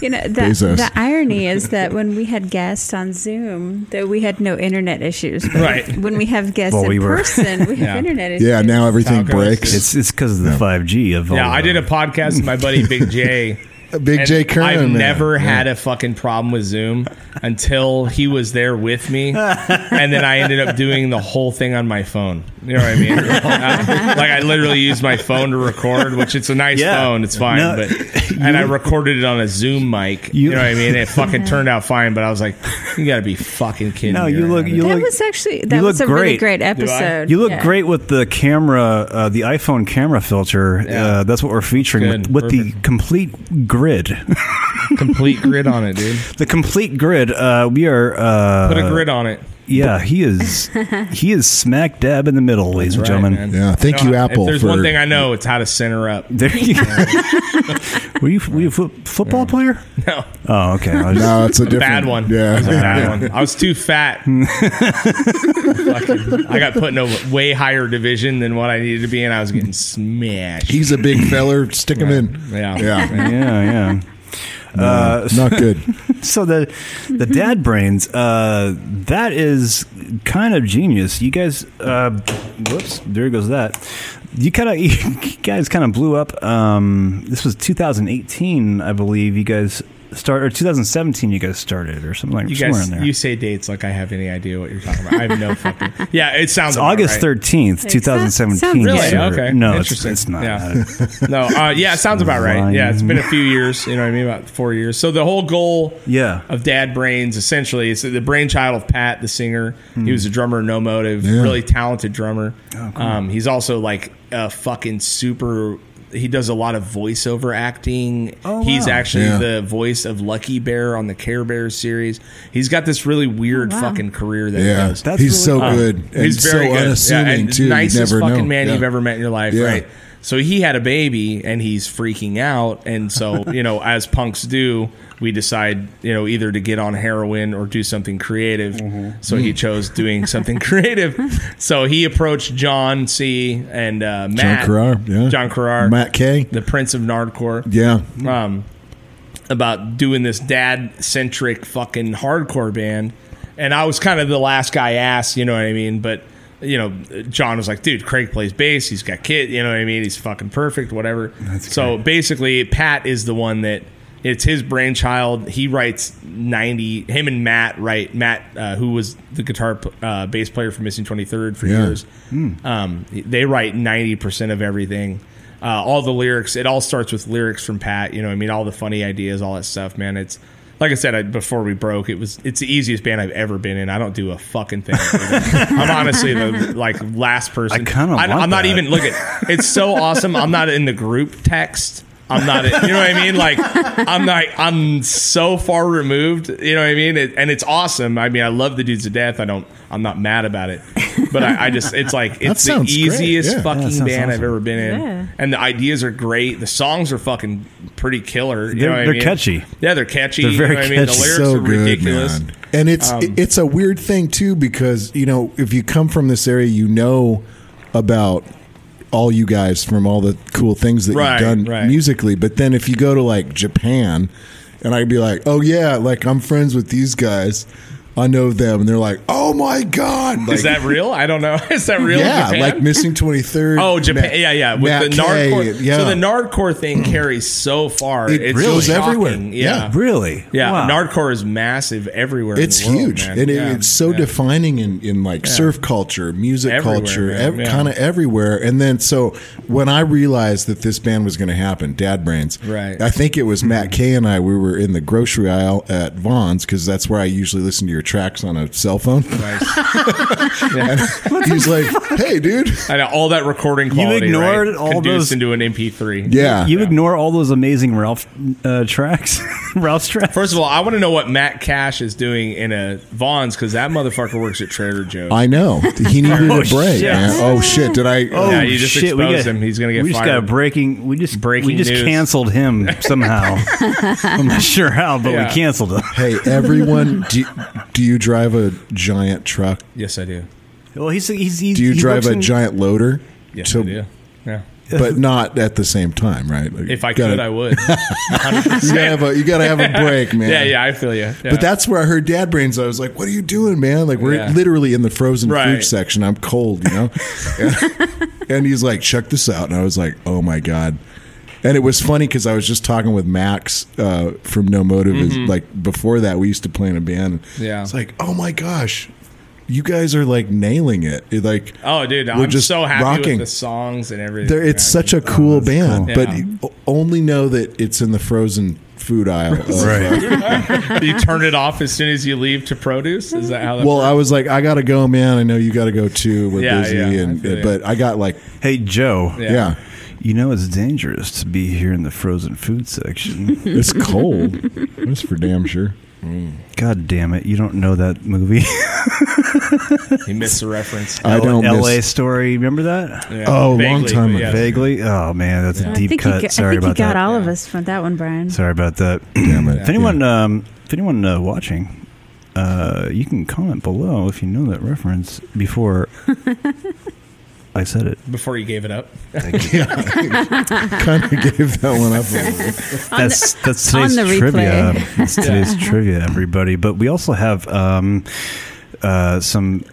You know, the, Bezos. the irony is that when we had guests on Zoom, that we had no internet issues. But Right. When we have guests Well, in we were- person, we have Yeah. internet issues. yeah, now everything Falcons. breaks. It's it's because of the five G of all Yeah, I the- did a podcast with my buddy Big J. Big and J Kerman. I've man. never Yeah. had a fucking problem with Zoom until he was there with me, and then I ended up doing the whole thing on my phone. You know what I mean? Uh, like I literally used my phone to record, which it's a nice Yeah. phone, it's fine, No, but and I recorded it on a Zoom mic. You, You- know what I mean? It fucking turned out fine, but I was like, you got to be fucking kidding. No, me you right look. now. You That look. was actually that was a look really great. great episode. You look Yeah. great with the camera, uh, the iPhone camera filter. Yeah. Uh, that's what we're featuring Good. with, with the Perfect. complete grid. complete grid on it, dude. the complete grid. Uh, we are. Uh, Put a grid on it. Yeah, he is. he is smack dab in the middle, ladies and Right, gentlemen. man. Yeah, thank know, you, if Apple. there's for, one thing I know, it's how to center up. There you were you were you a fo- football player? No, Oh, okay. I was- No, it's a different bad one. It was a Yeah, bad one. I was too fat. Fucking- I got put in a way higher division than what I needed to be in. I was getting smashed. he's a big feller. Stick him in. yeah. Yeah, yeah, yeah. Uh, not good. so the the Mm-hmm. dad brains uh, that is kind of genius. You guys, uh, whoops, there goes that. You kind of you guys kind of blew up. Um, this was 2018, I believe. You guys start or 2017. You guys started or something like You somewhere guys, in there. you say dates like I have any idea what you're talking about. I have no fucking. Yeah, it sounds it's about August right. 13th, 2017. Sounds Really? sir. Okay. No, it's, Interesting. it's not. Yeah. No, uh, yeah, it sounds about right. Yeah, it's been a few years. You know what I mean? About four years. So the whole goal Yeah. of Dad Brains essentially is the brainchild of Pat, the singer. He was a drummer, in no motive, Yeah. really talented drummer. Oh, um, he's also like a fucking super. He does a lot of voiceover acting. Oh, He's wow. actually Yeah. the voice of Lucky Bear on the Care Bears series. He's got this really weird Oh, wow. fucking career that he Yeah, does. That's he's so really- Um, good. And He's very so good. unassuming yeah, and too. You Nicest never fucking know. man Yeah. you've ever met in your life, Yeah. right? So he had a baby and he's freaking out, and so you know, as punks do, we decide you know either to get on heroin or do something creative. Mm-hmm. So Mm. he chose doing something creative. So he approached John C. and uh, Matt John Carrar. Yeah, John Carrar, Matt K. the Prince of Nardcore. Yeah, Um, about doing this dad centric fucking hardcore band. And I was kind of the last guy asked, you know what I mean? But, you know, John was like, dude, Craig plays bass. He's got kid, you know what I mean? He's fucking perfect, whatever. so basically, Pat is the one that it's his brainchild. He writes 90, him and Matt write, Matt, uh, who was the guitar pl- uh, bass player for Missing 23rd for Yeah. years. Um, they write 90% of everything. Uh, all the lyrics, it all starts with lyrics from Pat. You know, what I mean, all the funny ideas, all that stuff, man. It's like I said I, before we broke. It was it's the easiest band I've ever been in. I don't do a fucking thing. I'm honestly the like last person. I kinda I'm want not that. even look at. It's so awesome. I'm not in the group text. I'm not. You know what I mean? Like I'm like I'm so far removed. You know what I mean? It, and it's awesome. I mean, I love the dudes to death. I don't. I'm not mad about it. But I, I just it's like it's the sounds great. easiest Yeah. fucking Yeah, that sounds band I've awesome. ever been in. Yeah. And the ideas are great. The songs are fucking pretty killer. You They're- know what I they're mean? catchy. Yeah, they're catchy. They're very you know what I mean? The catchy. lyrics so are good, ridiculous. Um, man. And it's it- it's a weird thing too because you know if you come from this area, you know about all you guys from all the cool things that Right, you've done right. musically. But then if you go to like Japan, and I'd be like, oh yeah, like I'm friends with these guys. I know them, and they're like, "Oh my god!" Like, Is that real? I don't know. Is that real? in yeah, Japan? like missing twenty third. Oh, Japan. yeah, yeah. With the nardcore. So the nardcore thing carries so far. Mm. It it's goes shocking. everywhere. Yeah. Yeah. Yeah. Really? Wow. Nardcore is massive everywhere. in it's the world, huge, man. and it, Yeah, it's so yeah. defining in in like surf culture, music Everywhere, culture, man, ev- yeah. kind of everywhere. And then so when I realized that this band was going to happen, Dad Brains, Right. Mm-hmm. I think it was Matt Kay and I. We were in the grocery aisle at Vaughn's because that's where I usually listen to your tracks on a cell phone. He's like, "Hey, dude." I know all that recording quality. ignored right? all Conduced those- into an MP3. Yeah. You ignore all those amazing Ralph uh, tracks, Ralph's tracks. First of all, I want to know what Matt Cash is doing in a Vaughn's because that motherfucker works at Trader Joe's. I know he needed a break. shit. man. Oh shit! Did I? Oh, Yeah, you just shit, we exposed got- him. He's gonna get We just got a fired. breaking. We just breaking. Breaking We just news. canceled him somehow. I'm not sure how, but Yeah. we canceled him. Hey, everyone, do, do you drive a giant truck? yes, I do. Well, he's he's. he's Do you he drive works a in- giant loader? Yes, To- I do. Yeah. But not at the same time, right? Like, If I you gotta- could, I would. You gotta have a you gotta have a break, man. yeah, yeah, I feel you. Yeah. But that's where I heard Dad Brains. I was like, "What are you doing, man? Like we're Yeah. literally in the frozen Right. food section. I'm cold, you know." and, and he's like, "Check this out," and I was like, "Oh my god." And it was funny because I was just talking with Max uh, from No Motive. is Like before that, we used to play in a band. Mm-hmm. Yeah. it's like, oh my gosh, you guys are like nailing it. It, Like, oh, dude, we're I'm just so happy rocking. with the songs and everything. There, it's man. such a cool band, cool. but Yeah. you only know that it's in the frozen food aisle. of, uh, you turn it off as soon as you leave to produce. Is that how? That Well, I was like, I gotta go, man. I know you gotta go too. We're Yeah, busy, yeah, I and uh, feel you. but I got like, Hey Joe. Yeah. yeah, You know it's dangerous to be here in the frozen food section. it's cold. That's for damn sure. God damn it! You don't know that movie. he missed the reference. I don't L.A. miss. story. Remember that? Uh, Yeah, Oh, long vaguely, time but yeah. Vaguely. Oh man, that's a I deep think you cut. got, Sorry I think about you got that. all of Yeah. us from that one, Brian. Sorry about that. Damn it. If anyone, um, if anyone uh, watching, uh, you can comment below if you know that reference before I said it. Before you gave it up, kind of gave that one up. a little bit. That's that's on today's the replay. trivia. That's today's trivia, everybody. But we also have um, uh, some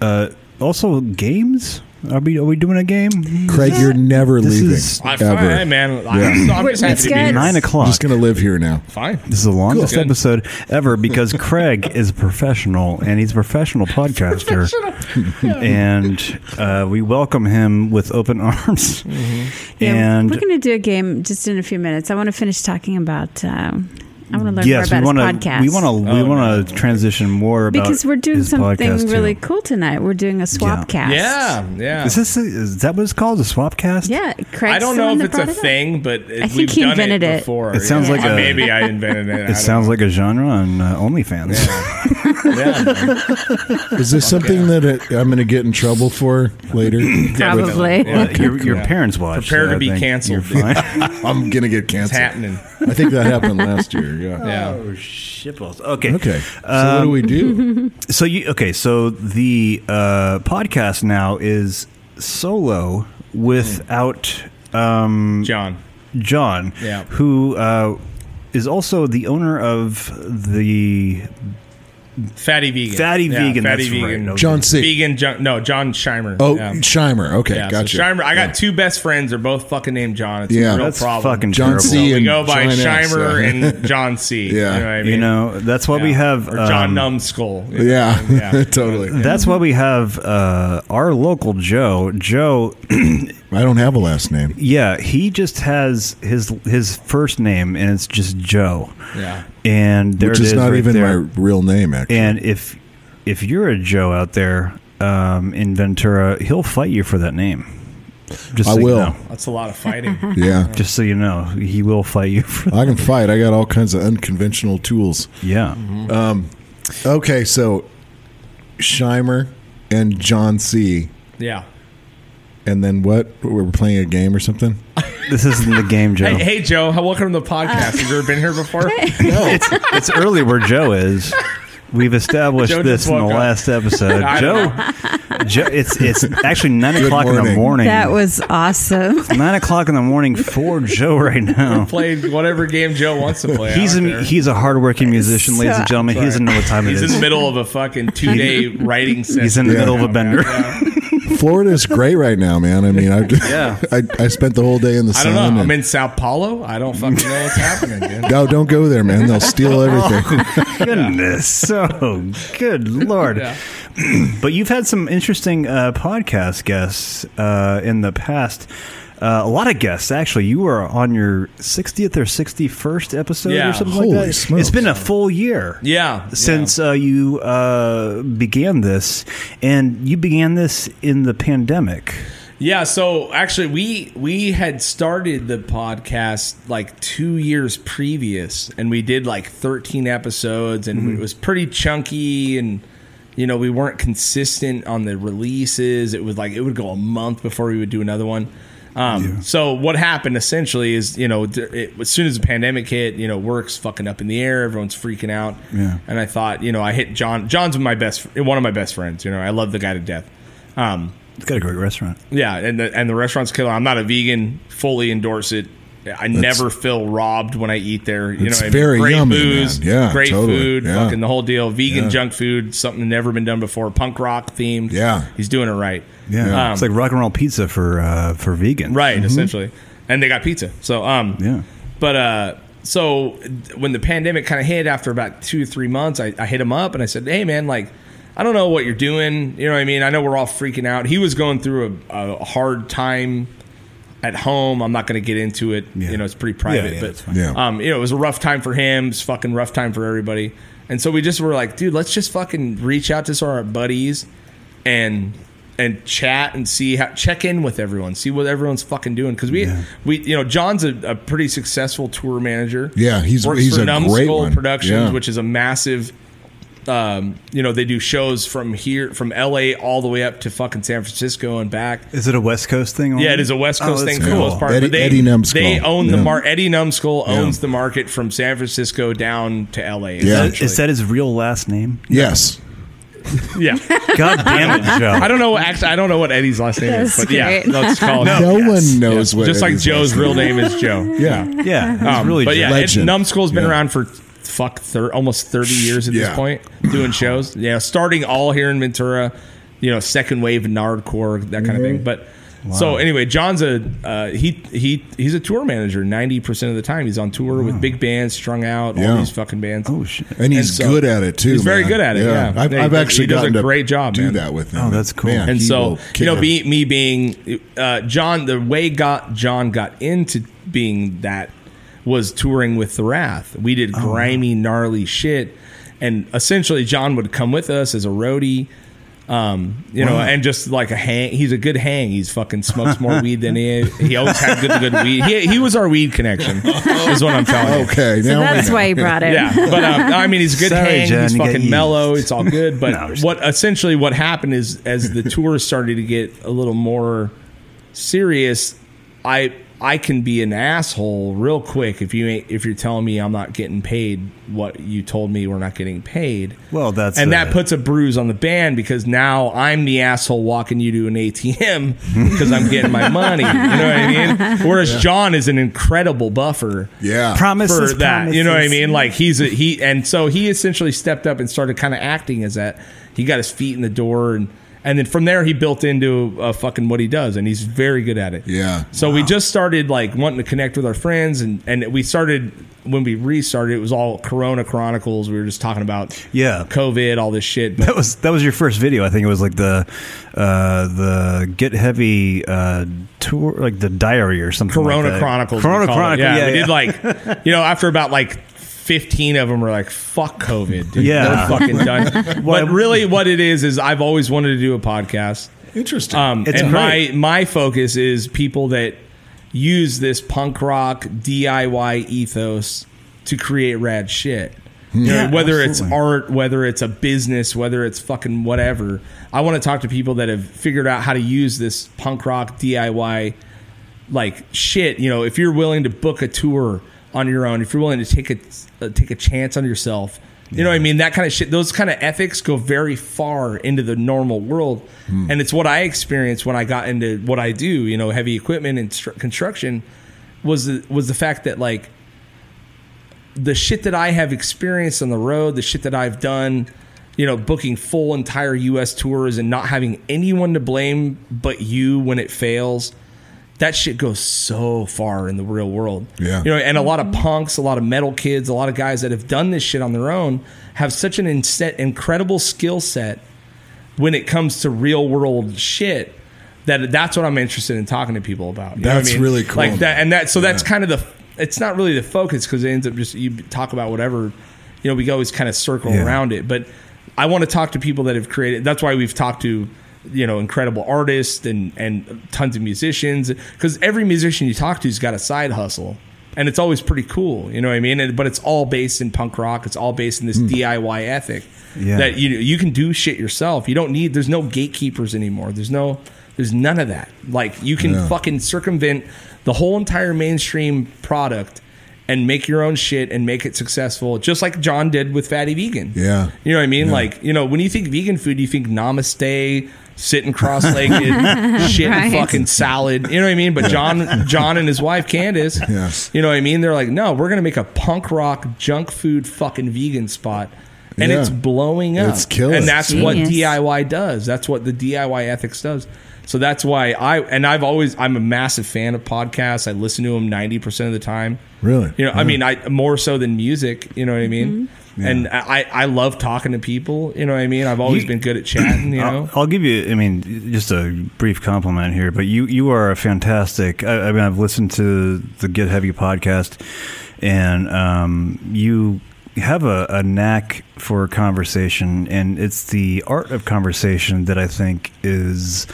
uh, also games. Are we are we doing a game? Craig, you're never This leaving is- I, ever. fine, man. I'm, I'm just happy It's to be here. good. Nine I'm o'clock. just gonna live here now. Fine. This is the longest Cool. episode ever because Craig is a professional and he's a professional podcaster. and uh, we welcome him with open arms. Mm-hmm. Yeah, And we're going to do a game just in a few minutes. I want to finish talking about. Um, I want to learn yes, we more want about his to podcast. we want to Oh, we want to transition more about because we're doing his something podcast, too. really cool tonight. We're doing a swap cast. Yeah, yeah. Is this is that what it's called? A swapcast? yeah. Craig's I don't the know one that if it's a brought it up. thing, but it, I think we've he done invented it it. before. It sounds like Uh, a- maybe I invented it. It sounds like a genre on uh, OnlyFans. yeah, Is this something that it, I'm gonna get in trouble for later? Probably. Yeah. Uh, your your Yeah. parents watch. Prepare to I be think canceled. You're fine. I'm gonna get it's canceled. happening. I think that happened last year. Yeah. Yeah. Shitballs. Okay. Okay. So what Um, do we do? So you okay? So the uh, podcast now is solo without um, John. John, Yeah. who uh, is also the owner of the Fatty vegan. Fatty Yeah, Vegan. Fatty that's right. vegan. No, John C. Vegan. John, no, John Scheimer. Oh, Yeah. Shimer. Okay, Yeah, so gotcha. Scheimer. I got Yeah. two best friends. They're both fucking named John. It's Yeah. a real that's problem. fucking John terrible. C. So we and go by John S, Scheimer yeah. and John C. Yeah. You know, what I mean? You know, that's why we Yeah. have or John um, Numbskull. you know Yeah, what I mean? Yeah. totally. That's why we have uh, our local Joe. Joe, I don't have a last name. yeah, he just has his his first name, and it's just Joe. Yeah. And there Which it is not right even there. my real name, actually. And if if you're a Joe out there um, in Ventura, he'll fight you for that name. Just I so you will. know. That's a lot of fighting. yeah. Just so you know, he will fight you for. I can fight. I got all kinds of unconventional tools. Yeah, Okay, so Shimer and John C. yeah. And then what? We're playing a game or something? this isn't the game, Joe. Hey, hey, Joe. how- Welcome to the podcast. Have you ever been here before? it's it's early where Joe is. We've established Joe this just in the woke up. last episode. I Joe, don't Joe, it's it's actually nine o'clock in the morning. morning. That was awesome. nine o'clock in the morning for Joe right now. Played whatever game Joe wants to play. I He's don't a care. he's a hardworking musician, ladies and gentlemen. He doesn't know what time it He's in the is. middle of a fucking two day writing session. He's in the middle of a bender. Florida is great right now, man. I mean, I, Yeah. I, I spent the whole day in the I sun. don't know. and- I'm in Sao Paulo. I don't fucking know what's happening, dude. no, don't go there, man. They'll Oh. steal everything. Goodness, so good lord. Yeah. But you've had some interesting uh, podcast guests uh, in the past. Uh, a lot of guests, actually. You were on your 60th or 61st episode Yeah. or something Holy like that. smokes. It's been a full year. Yeah. Since uh, you uh, began this, and you began this in the pandemic. Yeah, so actually we we had started the podcast like 2 years previous and we did like 13 episodes and it was pretty chunky and you know, we weren't consistent on the releases. It was like it would go a month before we would do another one. Um, So what happened essentially is, you know, th- it, as soon as the pandemic hit, you know, work's fucking up in the air. Everyone's freaking out. Yeah. And I thought, you know, I hit John. John's my best, one of my best friends. You know, I love the guy to death. Um, It's got a great restaurant. yeah, and the and the restaurant's killer. I'm not a vegan. Fully endorse it. I never feel robbed when I eat there. You It's know, what I mean? very great yummy, booze, man. Yeah, great totally. food, Yeah. fucking the whole deal. Vegan Yeah. junk food, something never been done before. Punk rock themed. Yeah. he's doing it right. Yeah, Um, it's like rock and roll pizza for uh, for vegans. right Mm-hmm. essentially and they got pizza so um Yeah. but uh so th- when the pandemic kind of hit after about two three months I, I hit him up and i said hey man like i don't know what you're doing you know what i mean i know we're all freaking out he was going through a, a hard time at home i'm not going to get into it Yeah. you know it's pretty private Yeah, yeah, that's but fine. Yeah. um, you know, it was a rough time for him. It's fucking rough time for everybody. And so we just were like, dude, let's just fucking reach out to some of our buddies and and chat and see how check in with everyone, see what everyone's fucking doing. Because we Yeah. we you know, John's a, a pretty successful tour manager. Yeah, he's- works he's for a great Numbskull one. Productions, Yeah. which is a massive um, you know, they do shows from here from LA all the way up to fucking San Francisco and back. Is it a West Coast thing? only? Yeah, it is a West Oh, Coast that's thing for the cool. most part. Eddie- but they, Eddie Numskull. They own the Yeah. mar Eddie Numskull owns Yeah. the market from San Francisco down to LA. Yeah. Is that- Is that his real last name? yes. yeah. God damn it, Joe. I don't know. Actually, I don't know what Eddie's last name is, That's but yeah, great. let's call it. No yes, one knows what. Just it like is. Joe's real name is Joe. Yeah. Yeah, it's Um, really but yeah, it, legend. Numbskull's been Yeah. around for fuck thir- almost thirty years at Yeah. this point, doing shows. Yeah, starting all here in Ventura, you know, second wave nardcore that Mm-hmm. kind of thing. But so anyway, John's a uh, he he he's a tour manager. Ninety percent of the time, he's on tour with big bands, strung out, Yeah. all these fucking bands. Oh shit! And he's And so- good at it too. He's very man. good at it, yeah. I've, He I've does- actually he does a gotten to great job, Do man. that with him. Oh, that's cool. Man, and he so will you kick know it. be, me being uh, john the way got john got into being that was touring with the wrath we did Oh, grimy gnarly shit and essentially john would come with us as a roadie um, you know, and just like a hang, he's a good hang. He's fucking smokes more weed than he. He always had good, good weed. He, he was our weed connection, is what I'm telling you. okay. So now we that's know. why he brought it. Yeah, but um, I mean, he's a good Sorry, hang. John, he's you got fucking used. mellow. It's all good. But No, I'm just what essentially what happened is as the tour started to get a little more serious, I I can be an asshole real quick if you ain't, if you're telling me I'm not getting paid what you told me we're not getting paid. Well, that's it. and that puts a bruise on the band because now I'm the asshole walking you to an ATM because I'm getting my money. You know what I mean? Whereas John is an incredible buffer Yeah. promises for that. You know what I promises. mean? Like he's a, he, and so he essentially stepped up and started kind of acting as that. He got his feet in the door, and and then from there he built into uh, fucking what he does, and he's very good at it. Yeah. So we just started like wanting to connect with our friends, and and we started when we restarted. It was all Corona Chronicles. We were just talking about Yeah. COVID, all this shit. But That was that was your first video. I think it was like the uh, the Get Heavy uh, tour, like the diary or something. like Corona that. Chronicles. we Corona call it. Chronicles. Yeah, Yeah, we yeah. did like, you know, after about like. 15 of them were like, fuck COVID. Dude. Yeah. We're fucking done. but really, what it is, is I've always wanted to do a podcast. Interesting. Um, It's and great. my, my focus is people that use this punk rock DIY ethos to create rad shit. You know, Yeah, whether it's absolutely. art, whether it's a business, whether it's fucking whatever. I want to talk to people that have figured out how to use this punk rock DIY like shit. You know, if you're willing to book a tour on your own, if you're willing to take a uh, take a chance on yourself, you know what I mean. That kind of shit. Those kind of ethics go very far into the normal world, Hmm. and it's what I experienced when I got into what I do. You know, heavy equipment and stru- construction was the, was the fact that like the shit that I have experienced on the road, the shit that I've done, you know, booking full entire US tours and not having anyone to blame but you when it fails, that shit goes so far in the real world. Yeah. You know, and a lot of punks, a lot of metal kids, a lot of guys that have done this shit on their own have such an inset, incredible skill set when it comes to real world shit that that's what I'm interested in talking to people about. You know what That's I mean? really cool, Like that, man. and that so that's Yeah. kind of the it's not really the focus because it ends up just you talk about whatever you know we always kind of circle Yeah. around it but i want to talk to people that have created that's why we've talked to you know incredible artists and and tons of musicians because every musician you talk to's got a side hustle and it's always pretty cool you know what i mean and, but it's all based in punk rock it's all based in this diy ethic Hmm. Yeah. that you you can do shit yourself you don't need there's no gatekeepers anymore there's no there's none of that like you can Yeah. fucking circumvent the whole entire mainstream product and make your own shit and make it successful, just like John did with Fatty Vegan. Yeah. You know what I mean? Like, you know, when you think vegan food, you think namaste, sitting cross legged, shit Right. and fucking salad. You know what I mean? But John John and his wife Candace, Yeah. you know what I mean? They're like, no, we're gonna make a punk rock junk food fucking vegan spot. And Yeah. it's blowing up. It's killing. And that's what Genius. DIY DIY does. That's what the DIY ethics does. So that's why I and I've always I'm a massive fan of podcasts. I listen to them ninety percent of the time. Really? You know, I Yeah. mean, I more so than music. You know what I mean? Mm-hmm. And I I love talking to people. You know what I mean? I've always You- Uh, been good at chatting. You know. I'll, I'll give you. I mean, just a brief compliment here, but you you are a fantastic. I, I mean, I've listened to the Get Heavy podcast, and um, you have a, a knack for conversation, and it's the art of conversation that I think is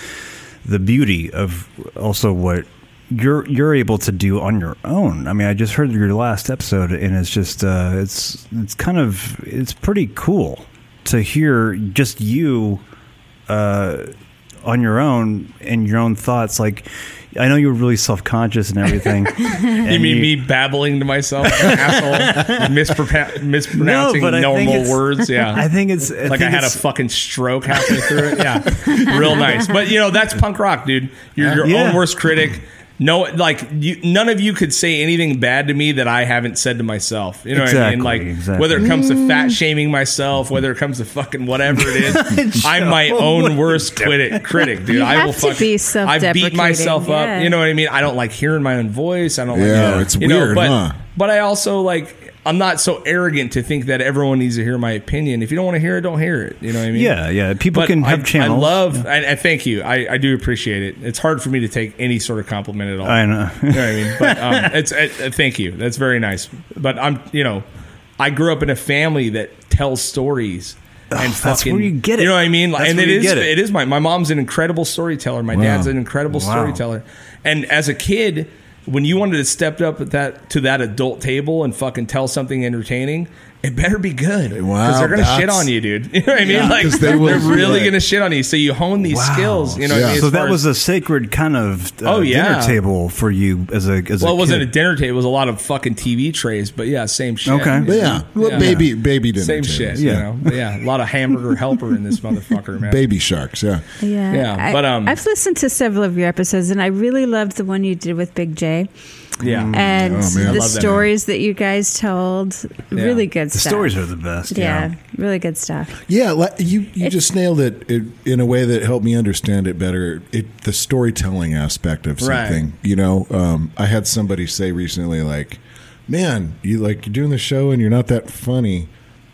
the beauty of also what you're you're able to do on your own. I mean, I just heard your last episode, and it's just uh, it's it's kind of it's pretty cool to hear just you uh, on your own and your own thoughts. Like, I know you were really self conscious and everything. and you mean me babbling to myself, like an asshole, mispronouncing, No, mispronouncing but I think normal it's- words? Yeah, I think it's I like think I had a it's- fucking stroke halfway through it. Yeah, real nice. But you know that's punk rock, dude. You're your Yeah. own worst critic. No, like you, none of you could say anything bad to me that I haven't said to myself. You know what I mean? Exactly, Like exactly. whether it comes Mm. to fat shaming myself, whether it comes to fucking whatever it is, I'm my own worst critic. Critic, dude. You I have will to fucking. be I beat self-deprecating, myself yeah. up. You know what I mean? I don't like hearing my own voice. I don't. Yeah, like, it's you weird, but, huh? but I also like I'm not so arrogant to think that everyone needs to hear my opinion. If you don't want to hear it, don't hear it. You know what I mean? Yeah, yeah. People But can I- have channels. I love. I, I thank you. I, I do appreciate it. It's hard for me to take any sort of compliment at all. I know. You know what I mean? But um, it's. I, I thank you. That's very nice. But I'm. You know, I grew up in a family that tells stories. And that's fucking, where you get it. You know what I mean? Like, That's and where it you is. get it. It is my my mom's an incredible storyteller. My dad's an incredible Wow. storyteller. And as a kid, when you wanted to step up at that to that adult table and fucking tell something entertaining, It better be good. Wow, they're gonna shit that's- on you, dude. You know what I mean? like 'cause they they are will do really that. gonna shit on you. So you hone these Wow. skills. You know. What I Yeah. mean? So As that far was as- a sacred kind of uh, Oh, yeah. dinner table for you as a as well, a it wasn't a kid. dinner table. It was a lot of fucking TV trays. But yeah, same shit. Okay. But yeah, well, Yeah. baby, baby dinner. Same tables. shit. Yeah. You know? But yeah, a lot of hamburger helper in this motherfucker, man. Baby sharks. Yeah. Yeah. Yeah, I, but, um, I've listened to several of your episodes, and I really loved the one you did with Big J Mm, Yeah. and Oh, man. I the love that stories that, you guys told. Really good The stuff. stories are the best. yeah, Yeah. really good stuff. Yeah, like, you you just nailed it, it in a way that helped me understand it better. It the storytelling aspect of Right. something. You know, um, I had somebody say recently, like, "Man, you like you're doing the show and you're not that funny.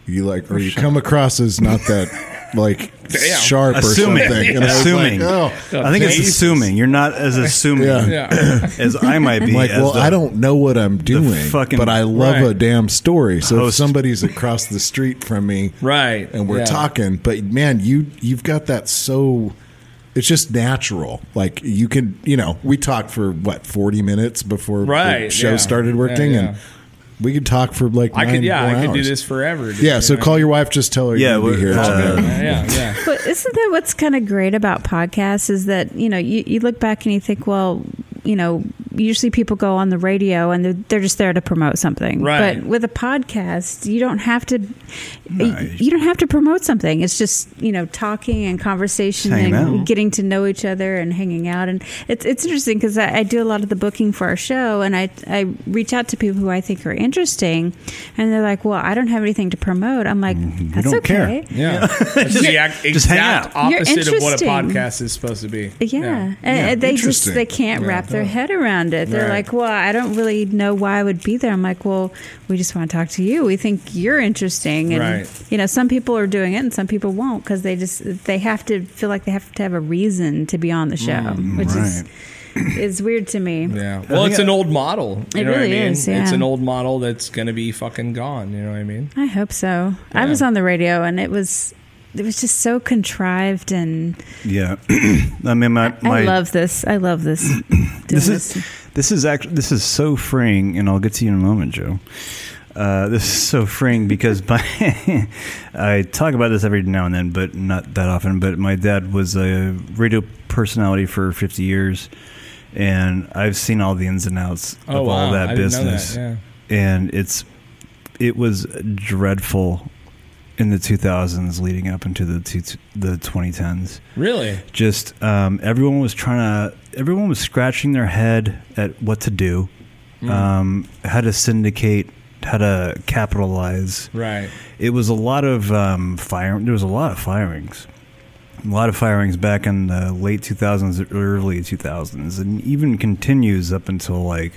You like or you come across as not that like Damn. sharp Assuming. or something." And I was Assuming. like, oh. I think it's Jesus. assuming. You're not as assuming Yeah. Yeah. as I might be. I'm like, as well, the- I don't know what I'm doing, fucking- but I love Right. a damn story. So if Host. somebody's across the street from me, Right. and we're Yeah. talking, but man, you you've got that so. It's just natural. Like you can, you know, we talked for what forty minutes before the Right, show yeah. started working, Yeah, yeah. and we could talk for like I nine could, yeah, more I could do hours. this forever. dude, Yeah, you so know? call your wife. Just tell her Yeah, yeah, you'll we're- be here. uh, today. Yeah, yeah. But isn't that what's kind of great about podcasts is that, you know, you, you look back and you think, well, you know, usually people go on the radio and they're, they're just there to promote something. Right. But with a podcast, you don't have to, Nice. you don't have to promote something. It's just, you know, talking and conversation Hanging and out. getting to know each other and hanging out. And it's, it's interesting because I, I do a lot of the booking for our show and I, I reach out to people who I think are interesting and they're like, well, I don't have anything to promote. I'm like, that's Mm-hmm. don't okay. care. Yeah. That's the exact, just hang exact out. You're opposite of what a interesting. podcast is supposed to be. Yeah, And- and they just Interesting. they can't wrap their head around it. They're Right. like, "Well, I don't really know why I would be there." I'm like, "Well, we just want to talk to you. We think you're interesting." And Right. you know, some people are doing it, and some people won't because they just they have to feel like they have to have a reason to be on the show, which is is weird to me. Yeah. Well, it's an old model. You It know what I really mean? is, yeah. It's an old model that's going to be fucking gone. You know what I mean? I hope so. I Yeah. was on the radio, and it was it was just so contrived, and Yeah. I mean, my, my I love this. I love this. doing this is this is actually this is so freeing, and I'll get to you in a moment, Joe. Uh, this is so freeing because my I talk about this every now and then, but not that often. But my dad was a radio personality for 50 years, and I've seen all the ins and outs Oh, of wow. all that I didn't know that, business, yeah. and it's it was dreadful in the 2000s, leading up into the two, the 2010s Really? just um, everyone was trying to everyone was scratching their head at what to do Mm. um, how to syndicate how to capitalize Right. it was a lot of um, fire there was a lot of firings a lot of firings back in the late 2000s early 2000s and even continues up until like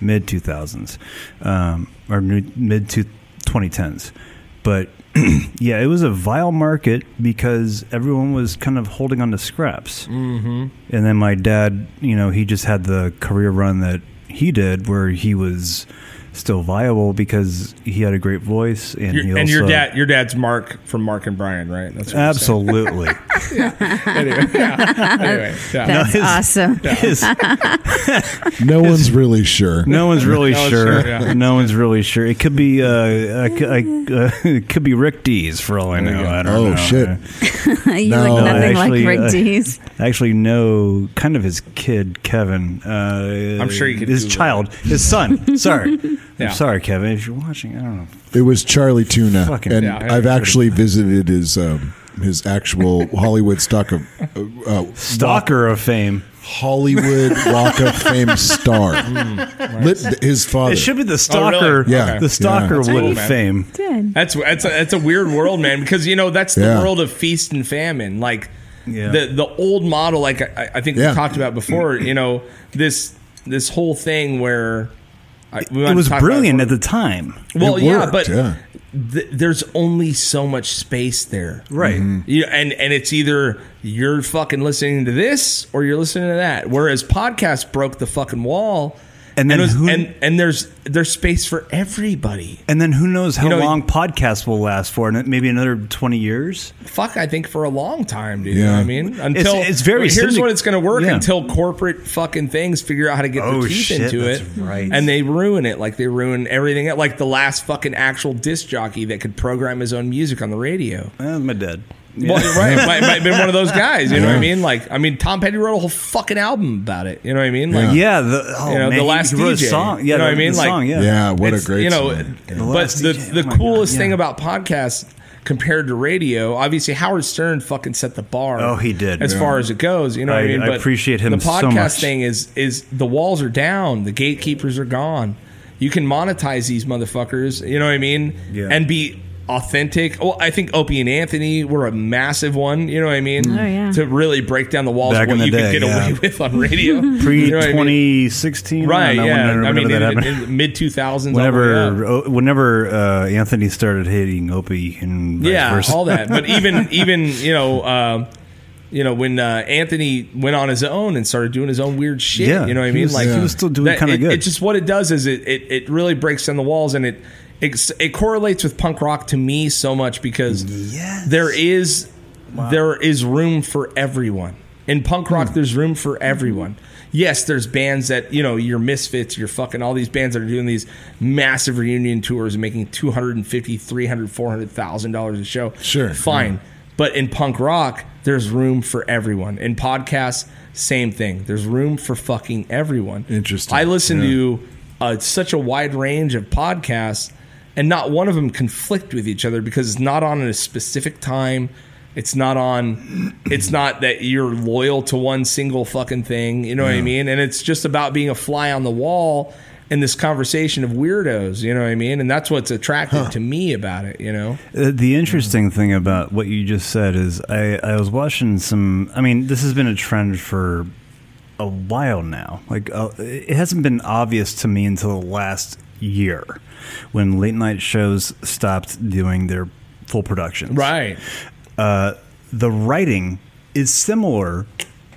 mid 2000s um, or mid to 2010s but yeah it was a vile market because everyone was kind of holding on to scraps Mm-hmm. and then my dad, you know, he just had the career run that he did where he was still viable because he had a great voice and Your, he also and your dad, your dad's Mark from Mark and Brian, right? That's what you're saying. Absolutely. anyway, yeah. anyway, yeah. That's his- awesome. His- No one's really sure. no one's really No one's sure. sure, yeah. No one's really sure. It could be uh, I, c- I- uh, it could be Rick Dees for all I There you know. go. I don't Oh know. shit! you No, look nothing actually, like Rick uh, Dees. I actually know kind of his kid, Kevin. Uh, I'm sure you could his Google child, his son. Sorry, Yeah. I'm sorry, Kevin. If you're watching, I don't know. It was Charlie Tuna, Fucking- and Yeah, I- I've actually visited his um, his actual Hollywood stock of uh, uh, Stalker of fame. Hollywood Walk of Fame star. Hmm, Lit- His father. It should be the Oh, really? stalker. Yeah, the yeah. stalker That's would cool, of man. fame. Good. That's that's a, that's a weird world, man. Because you know that's the Yeah. world of feast and famine. Like Yeah. the the old model, like I, I think Yeah. we talked about before. You know this this whole thing where I, we It was talked about brilliant before. at the time. well, It yeah, worked, but yeah. Th- there's only so much space there, Right. Mm-hmm. Mhm. You, and and it's either you're fucking listening to this or you're listening to that. Whereas podcasts broke the fucking wall. And then and, it was- who- and, and there's there's space for everybody. And then who knows how You know, long podcasts will last for? And Maybe another twenty years. Fuck, I think for a long time, dude. You Yeah. know what I mean? Until it's very here's syndic- what it's going to work Yeah. until corporate fucking things figure out how to get Oh, their teeth shit, into that's it, right. And they ruin it, like they ruin everything. else. Like the last fucking actual disc jockey that could program his own music on the radio. Eh, my dad. Well, right, might, might have been one of those guys. You know what I Yeah. mean? Like, I mean, Tom Petty wrote a whole fucking album about it. You know what I mean? Like, Yeah, the oh, You know, man, the he last wrote a DJ. song. Yeah, You know the, what I mean? the Like- song, yeah. Yeah, what a It's- great you know. song. The But last the DJ, the oh my coolest God, thing yeah. about podcasts compared to radio, obviously Howard Stern fucking set the bar. Oh, he did. As Yeah. far as it goes, you know what I- I mean. I appreciate him The so podcast much. thing is is the walls are down, the gatekeepers are gone. You can monetize these motherfuckers. You know what I mean? Yeah. And be authentic. Well, I think Opie and Anthony were a massive one. You know what I mean? Oh, yeah. To really break down the walls Back of in what the you day, could get yeah. away with on radio. Pre You know what I mean? twenty sixteen, Right, yeah. I mean, that in, happened. in mid 2000s. all the way whenever up. oh, whenever uh, Anthony started hating Opie and vice yeah, versa. all that. But even even you know, uh, you know when uh, Anthony went on his own and started doing his own weird shit. Yeah, you know what I he mean? was- like he was still doing that- kinda it- good. It's just what it does is it it, it really breaks down the walls and it. It, it correlates with punk rock to me so much because Yes. there is there is room for everyone in punk rock there's room for everyone yes there's bands that you know your misfits your fucking all these bands that are doing these massive reunion tours and making 250 300 400000 dollars a show Sure, fine but in punk rock there's room for everyone in podcasts same thing there's room for fucking everyone Interesting. i listen Yeah. to uh, such a wide range of podcasts, and not one of them conflict with each other because it's not on at a specific time. It's not on. It's not that you're loyal to one single fucking thing. You know what I mean? And it's just about being a fly on the wall in this conversation of weirdos. You know what I mean? And that's what's attractive to me about it. You know? Uh, The interesting thing about what you just said is I, I was watching some. I mean, this has been a trend for a while now. Like, uh, it hasn't been obvious to me until the last year when late night shows stopped doing their full productions. Right. Uh, the writing is similar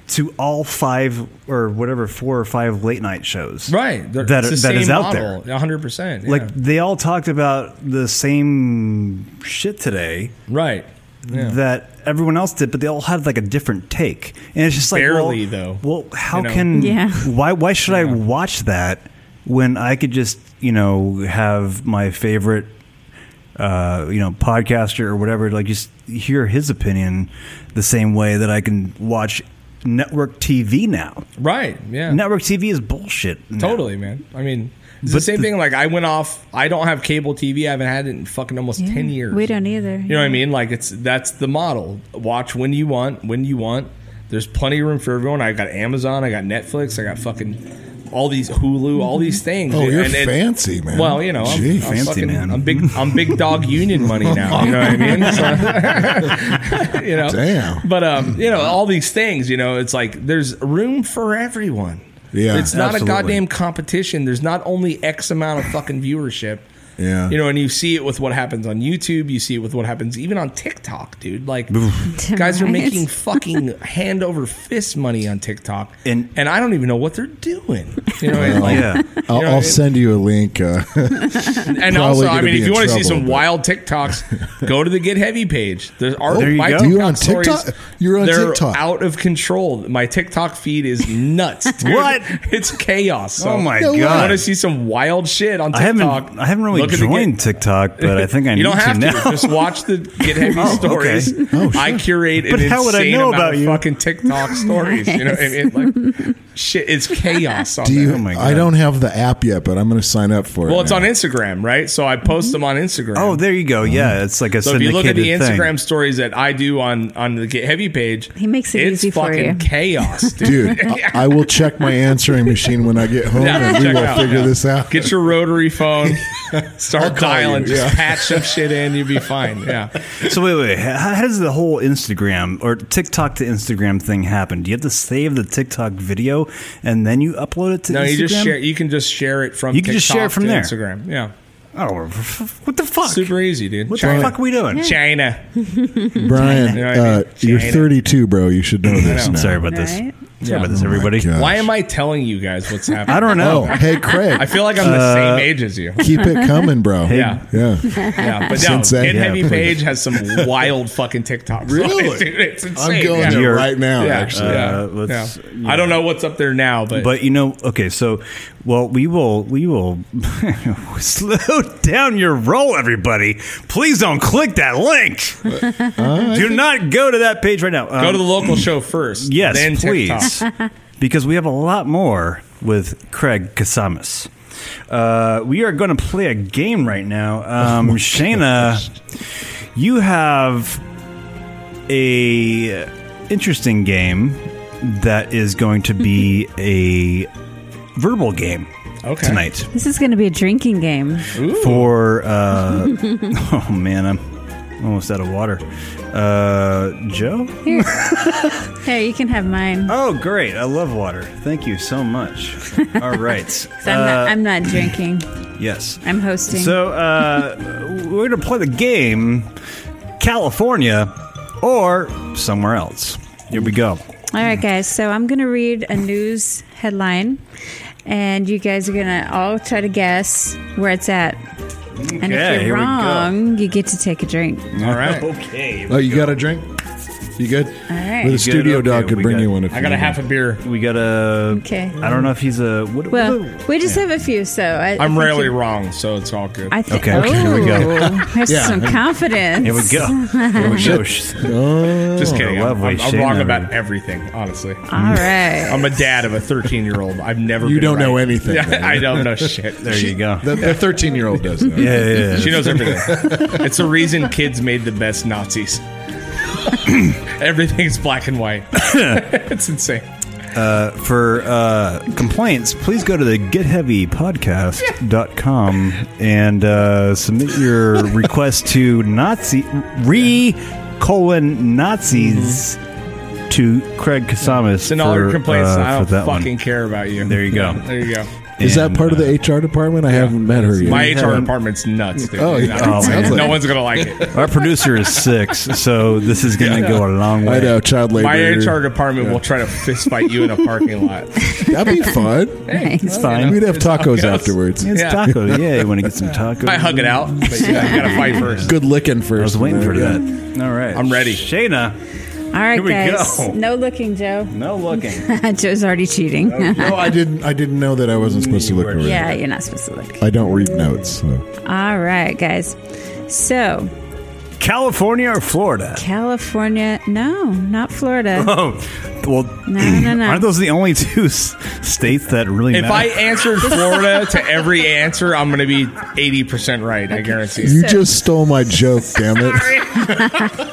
to all five or whatever, four or five late night shows. Right. They're- That, it's the that is same out there. model, 100%. yeah. Like, they all talked about the same shit today right. Yeah. that everyone else did, but they all had like a different take, and it's just like Barely, well, though, Well, how you know? can Yeah. why why should I watch that when I could just you know have my favorite uh, you know podcaster or whatever like just hear his opinion the same way that I can watch network TV now. Right. Yeah. Network TV is bullshit. now. Totally, man. I mean, it's the But same the- thing. Like, I went off. I don't have cable TV. I haven't had it in fucking almost Yeah. ten years. We don't either. You know what I mean? Like, it's that's the model. Watch when you want, when you want. There's plenty of room for everyone. I got Amazon. I got Netflix. I got fucking all these Hulu. All these Mm-hmm. things. Oh, dude. you're And- and- fancy, man. Well, you know, I'm, Gee, I'm fancy, fucking, man. I'm big. I'm big dog union money now. You know what I mean? So, you know, Damn. But um, you know, all these things. You know, it's like there's room for everyone. Yeah. it's not Absolutely. a goddamn competition. There's not only X amount of fucking viewership. Yeah. You know, and you see it with what happens on YouTube. You see it with what happens even on TikTok, dude. Like, guys are Right. making fucking hand over fist money on TikTok, And- and and I don't even know what they're doing. You know, and like, Yeah. I'll, You know, I'll it- Oh send you a link. Uh, and Probably also, I gonna mean, be if in you want to see trouble, some but- wild TikToks, go to the Get Heavy page. There's our There you my go. TikTok You on stories, TikTok? You're on they're TikTok. out of control. My TikTok feed is nuts. dude. What? It's chaos. So oh my No way. I god! want to see some wild shit on I TikTok. haven't I haven't really Look at the joined Get- TikTok, but I think I you need don't have to to. now. Just watch the Get Heavy Oh, okay. stories. I curate But an how would I insane know amount about of you? fucking TikTok stories. You know what I mean? Like, shit, it's chaos on do there. you, Oh my I God. don't have the app yet, but I'm going to sign up for it. Well, it's now. on Instagram, right? So I post them on Instagram. Mm-hmm. Oh, there you go. Yeah, it's like a So if you syndicated look at the thing. Instagram stories that I do on on the Get Heavy page, He makes it it's easy for fucking you. chaos, dude. Dude, I, I will check my answering machine when I get home Yeah, and we check it will out, figure yeah. this out. Get your rotary phone, start call dialing, you, just yeah. patch some shit in, you'll be fine. Yeah. So wait, wait. How, how does the whole Instagram or TikTok to Instagram thing happen? Do you have to save the TikTok video and then you upload it to No, Instagram? you just share. You can just share it from. You can just TikTok share it from to there. Instagram. Yeah, Oh, f- f- what the fuck? super easy, dude. what China. the fuck are we doing? China. Brian, You know what I mean? uh, you're China. 32, bro. You should know I this know. now. Sorry about this. Right? Yeah. Sorry about this, Oh my everybody. God. Why am I telling you guys what's happening? I don't know. Uh, Oh, hey Craig, I feel like I'm the same age as you. keep it coming, bro. Yeah. yeah. Yeah, but no, Since then, Get yeah, Heavy please. Page has some wild fucking TikToks. Really? Dude, it's insane. I'm going yeah. there You're- right now. Yeah, Actually, yeah, Uh, let's- yeah. I don't know what's up there now, but, But you know, okay, so well, we will, we will slow down your roll, everybody. Please don't click that link. Do not go to that page right now. go Um, to the local show first. yes, then TikTok. please, because we have a lot more with Craig Kasamis. Uh, we are going to play a game right now, um, Shayna. You have a interesting game that is going to be a verbal game Okay. tonight This is going to be a drinking game. for uh, oh man i'm almost out of water uh, joe Here. Here, you can have mine. oh great i love water thank you so much all right 'Cause I'm, not, I'm not drinking. yes I'm hosting. uh, so uh, we're gonna play the game california or somewhere else here we go All right, guys. So I'm going to read a news headline, and you guys are going to all try to guess where it's at. And Okay, if here you're we go. wrong, you get to take a drink. All right. okay Oh, you got a drink? You good? All Well, the right. You good? studio Okay, dog could we bring got- you one if I got you a half a beer. we got a Okay. i don't know if he's a what, Well, what- we just have a few, so I, I I'm think rarely you- wrong, so it's all good. I think. Okay, okay, here we go. Ooh, There's Yeah. some confidence. here we go here we go Oh, Just kidding. I'm, lovely I'm, I'm Shayna. wrong about everything, honestly. All right. I'm a dad of a 13 year old. I've never. You been don't right. know anything, man. Yeah, I don't know shit. there you go the, the 13 year old does that. yeah, yeah, yeah. She knows everything. it's the reason kids made the best Nazis. Everything's black and white. it's insane. for uh, complaints, please go to the getheavypodcast.com and uh, submit your request to Nazi re colon Nazis to Craig Kasamis. Send all for, your complaints. uh, I for don't that fucking one. care about you. There you go. There you go. Is that And, part of uh, the HR department? I haven't met her yet. My HR haven't- department's nuts, dude. Oh, yeah. No, Oh, man. no one's gonna like it. uh, Our producer is six, so this is going to go a long way. I know child labor. My HR department will try to fist fight you in a parking lot. That'd be fun. It's fine. We'd have It's tacos tacos. afterwards. It's Yeah. taco. Yeah, you want to get some tacos? I hug it out, but yeah, you gotta fight first. Good licking first. I was waiting for that. All right. I'm ready. Shayna, All right, Here we guys. go. No looking, Joe. no looking. Joe's already cheating. No, I didn't. I didn't know that I wasn't supposed to look over. yeah, you're not supposed to look. I don't read notes. So. All right, guys. So California or Florida? California, no, not Florida. Oh, well, No, no, no. aren't those the only two s- states that really If I matter? answered Florida to every answer, I'm gonna be 80% right. I guarantee it. You So- just stole my joke, damn it!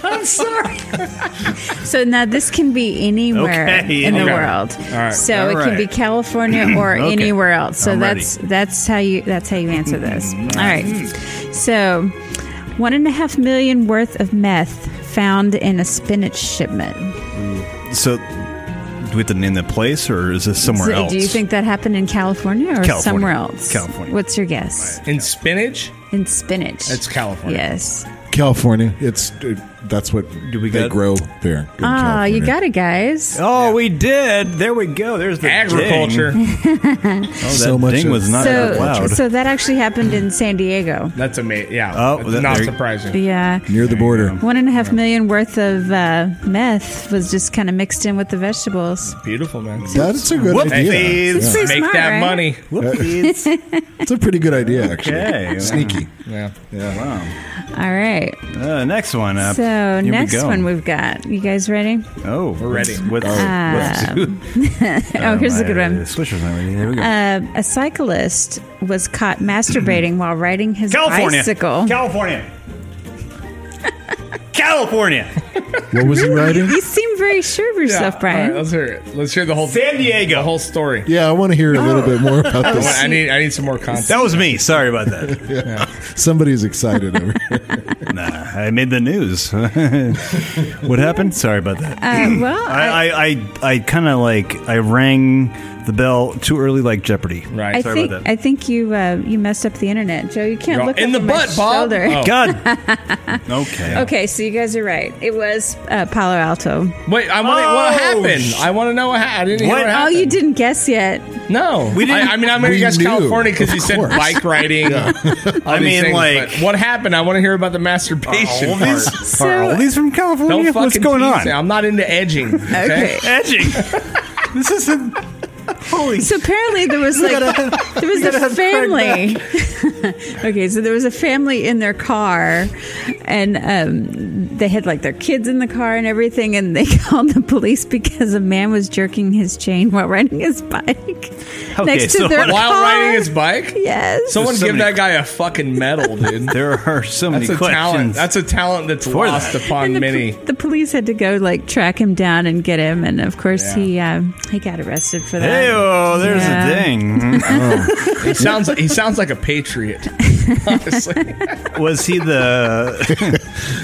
So now this can be anywhere Okay, in the okay. world. All right. So All it can right. be California or Okay. anywhere else. So I'm Mm-hmm. that's that's how you that's how you answer this. All right. So one and a half million worth of meth found in a spinach shipment. so, do we have to name the place, or is this somewhere So else? Do you think that happened in California or California. somewhere else? California. What's your guess? In spinach, In spinach. it's California. Yes. California, it's it, that's what Do we they got- grow there. in Ah, California. you got it, guys. Oh, we did. There we go. There's the Agriculture. Ding. Oh, that So much ding of- was not out so, loud. so that actually happened in San Diego. That's amazing. Yeah. Oh, That's that- not there- surprising. Yeah. near the border. One and a half million worth of uh, meth was just kind of mixed in with the vegetables. Beautiful, man. That's a good Whoopsies. idea. It's Make pretty smart, that right? money. Whoopsies. It's a pretty good idea, actually. okay. Sneaky. Yeah. All right. Uh, next one up. So Here next we go. one we've got. You guys ready? oh, we're ready. What's, what's, oh, Uh, here's a good my, uh, one. Swisher's not ready. There we go. Uh, a cyclist was caught masturbating while riding his California. bicycle. California. California. What was he writing? you seem very sure of Yeah. yourself, All Brian. right, let's hear it. Let's hear the whole San Diego. The whole story. Yeah, I want to hear a little bit more about I, want- this. I need I need some more content. That was me. Sorry about that. Somebody's excited. Over here. nah, I made the news. what happened? Sorry about that. Uh, well, I, I, I, I, I kind of like I rang the bell too early, like Jeopardy. Right. I sorry think about that. I think you uh, you messed up the internet, Joe. You can't You're look in up the on my butt, Bob. shoulder. Oh. God. okay. Okay, so you guys are right. It was uh, Palo Alto. Wait, I want to. what Oh, happened? sh- I want to know what happened. I didn't What? hear what Oh, happened. you didn't guess yet. No, We didn't- I, I mean, I'm going to We guess knew, California because of you said course. bike riding. I mean, like- what happened? I want to hear about the masturbation All part. these, are all these from Don't California? fucking What's going tease on? me. I'm not into edging. Okay. Edging. this is a holy. So apparently there was like there was a family. okay, so there was a family in their car, and um, they had like their kids in the car and everything, and they called the police because a man was jerking his chain while riding his bike next to so their what- While car. riding his bike, yes. someone There's so give many- that guy a fucking medal, dude. There are so many That's a questions. talent. That's a talent that's For lost that. upon the, many. the police had to go like track him down and get him, and of course Yeah. he um, he got arrested for that. Hey, oh, there's Yeah. a thing. He sounds. He sounds like a patriot. Honestly, Was he the?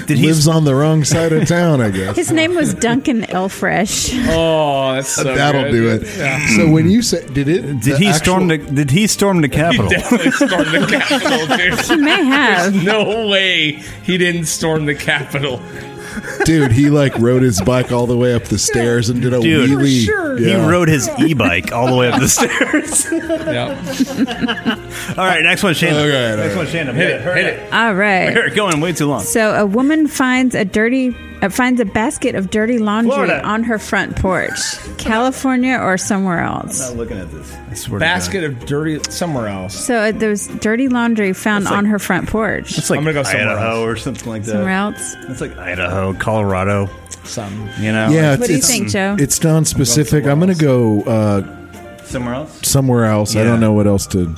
did he? Lives on the wrong side of town, I guess. His name was Duncan Elfresh. oh, that's so That'll good. do it. So when you said, did it? Did he storm the? Did he storm the Capitol? Definitely stormed the Capitol, dude. He may have. No way he didn't storm the Capitol. dude? He like rode his bike all the way up the stairs and did a Dude. For wheelie. sure. He Yeah. rode his e-bike all the way up the stairs. Yep. All right, next one, Shane. Okay, next one, Shane. Hit it. Hit it. All right. We're going way too long. So a woman finds a dirty uh, finds a basket of dirty laundry Florida. on her front porch, California or somewhere else. looking at this. I swear Basket of dirty somewhere else. So uh, there's dirty laundry found That's like- on her front porch. It's like I'm gonna go somewhere Idaho else. or something like that. Somewhere else. It's like Idaho, Colorado. Some. You know, Yeah, What do you think, Joe? It's non-specific. I'm gonna go uh, somewhere else. somewhere else. I Yeah. don't know what else to.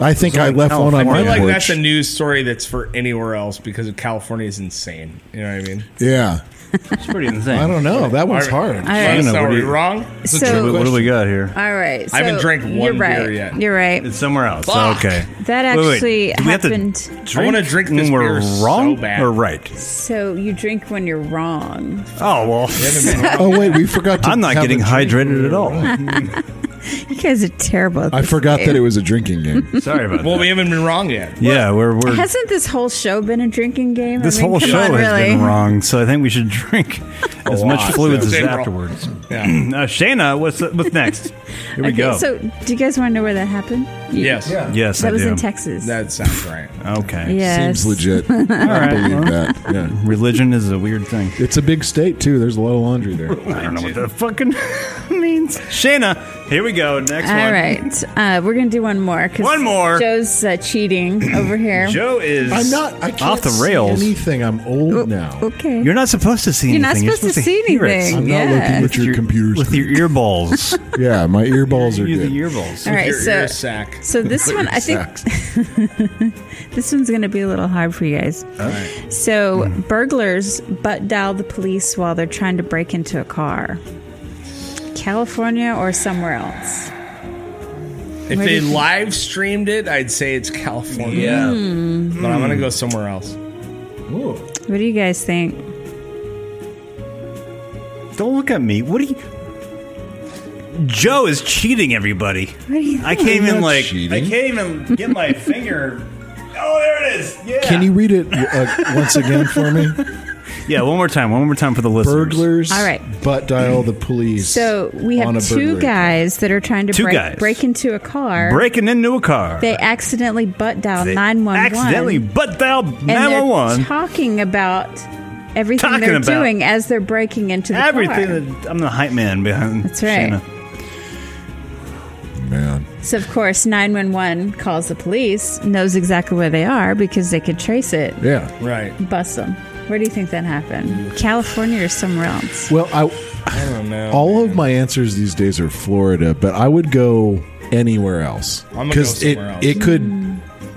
I think I left one California. on my I feel like porch. that's a news story that's for anywhere else because California is insane. You know what I mean? yeah, It's pretty insane. I don't know. That one's Are- hard. All right. don't know, So what are do we you- wrong? What, So what do we got here? all right. So I haven't drank one you're right. beer yet. You're right. It's somewhere else. Fuck. Okay. That Wait, wait. actually Do we have to happened. I wanna drink this when we're beer so wrong bad. or right. So you drink when you're wrong. Oh well, Oh wait, we forgot. To I'm not have getting a drink. hydrated at all. You guys are terrible. at I this forgot game. that it was a drinking game. Sorry about Well, that. we haven't been wrong yet. yeah, we're we're Hasn't this whole show been a drinking game? I this mean, whole come show on, has really. been wrong, so I think we should drink as much lot, fluids so- as Same wrong. afterwards. Yeah. Uh, Shayna, what's what's next? Here we Okay, go. So do you guys want to know where that happened? You- Yes. yes, I That was do. in Texas. That sounds right. okay. yes. Seems legit. I believe that. Yeah. Religion is a weird thing. It's a big state too. There's a lot of laundry there. I don't know what that fucking means. Shayna, here we go. Next All one. right, uh, we're gonna do one more. 'cause One more. Joe's uh, cheating over here. Joe is I'm not. I can't off the see rails. anything. I'm O- old now. Okay. You're not supposed to see You're not anything. supposed to see hear it. anything. I'm not Yeah. looking at your, computers. With your earballs. yeah, my earballs are Use good. the earballs. All right, Your so ear sack. so this one I think this one's gonna be a little hard for you guys. So Hmm. burglars butt dial the police while they're trying to break into a car. California or somewhere else. If they live streamed it, I'd say it's California. Hmm. But I'm gonna go somewhere else. What do you guys think? Don't look at me. What are you? Joe is cheating, everybody. What do you think? I can't even not like. cheating. I can't even get my finger. Oh, there it is. Yeah. Can you read it uh, once again for me? Yeah, one more time. One more time for the listeners. Burglars. All right. Butt dial the police. So we on a have two burglary. guys that are trying to Two break, guys. break into a car. Breaking into a car. They accidentally butt dial They nine one one. Accidentally, but dial and nine they're one one. talking about everything Talking they're about- doing as they're breaking into the Everything. car. That, I'm the hype man behind. That's right. Shayna. Man, So of course, nine one one calls the police, knows exactly where they are because they could trace it, yeah. Right. bust them. Where do you think that happened? California or somewhere else? Well, I I don't know. all of my answers these days are Florida, but I would go anywhere else I'm gonna go it somewhere else. it could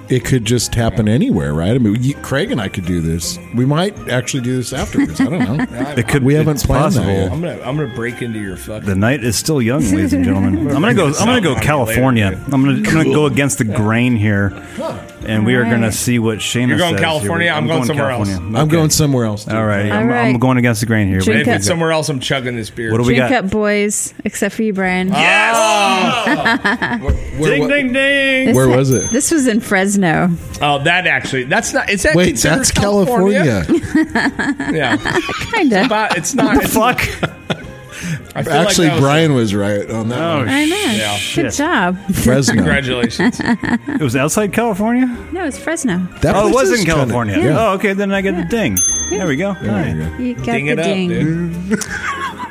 it could just happen anywhere, right? I mean, you, Craig and I could do this. We might actually do this afterwards. I don't know. It could. We haven't it's planned that possible. yet. I'm gonna I'm gonna break into your fucking. The night is still young, ladies and gentlemen. I'm gonna go. I'm gonna go California. I'm gonna, I'm gonna go against the grain here, and we are gonna Alright. see what Shana You're going says. California, I'm going somewhere else. California. I'm Okay. going somewhere else. Too. All right, I'm, Alright. I'm going against the grain here. Drink if up. it's somewhere else, I'm chugging this beer. What do we Drink got? up, boys, except for you, Brian. Yes. Oh! Where, wa- ding! This where ha- was it? This was in Fresno. Oh, that actually. That's not. Is that Wait, considered that's California. Yeah. Kinda. But it's not. It's, Fuck! I feel like Actually, that was- Brian was right on that. Oh, one. I know. Yeah. Good job. Fresno. Congratulations. It was outside California? No, it's Fresno. That oh, it place was is in kinda- California. yeah. Oh, okay. Then I get the ding. There we go. There you Hi. go. You got Ding the it up, ding. Mm. dude.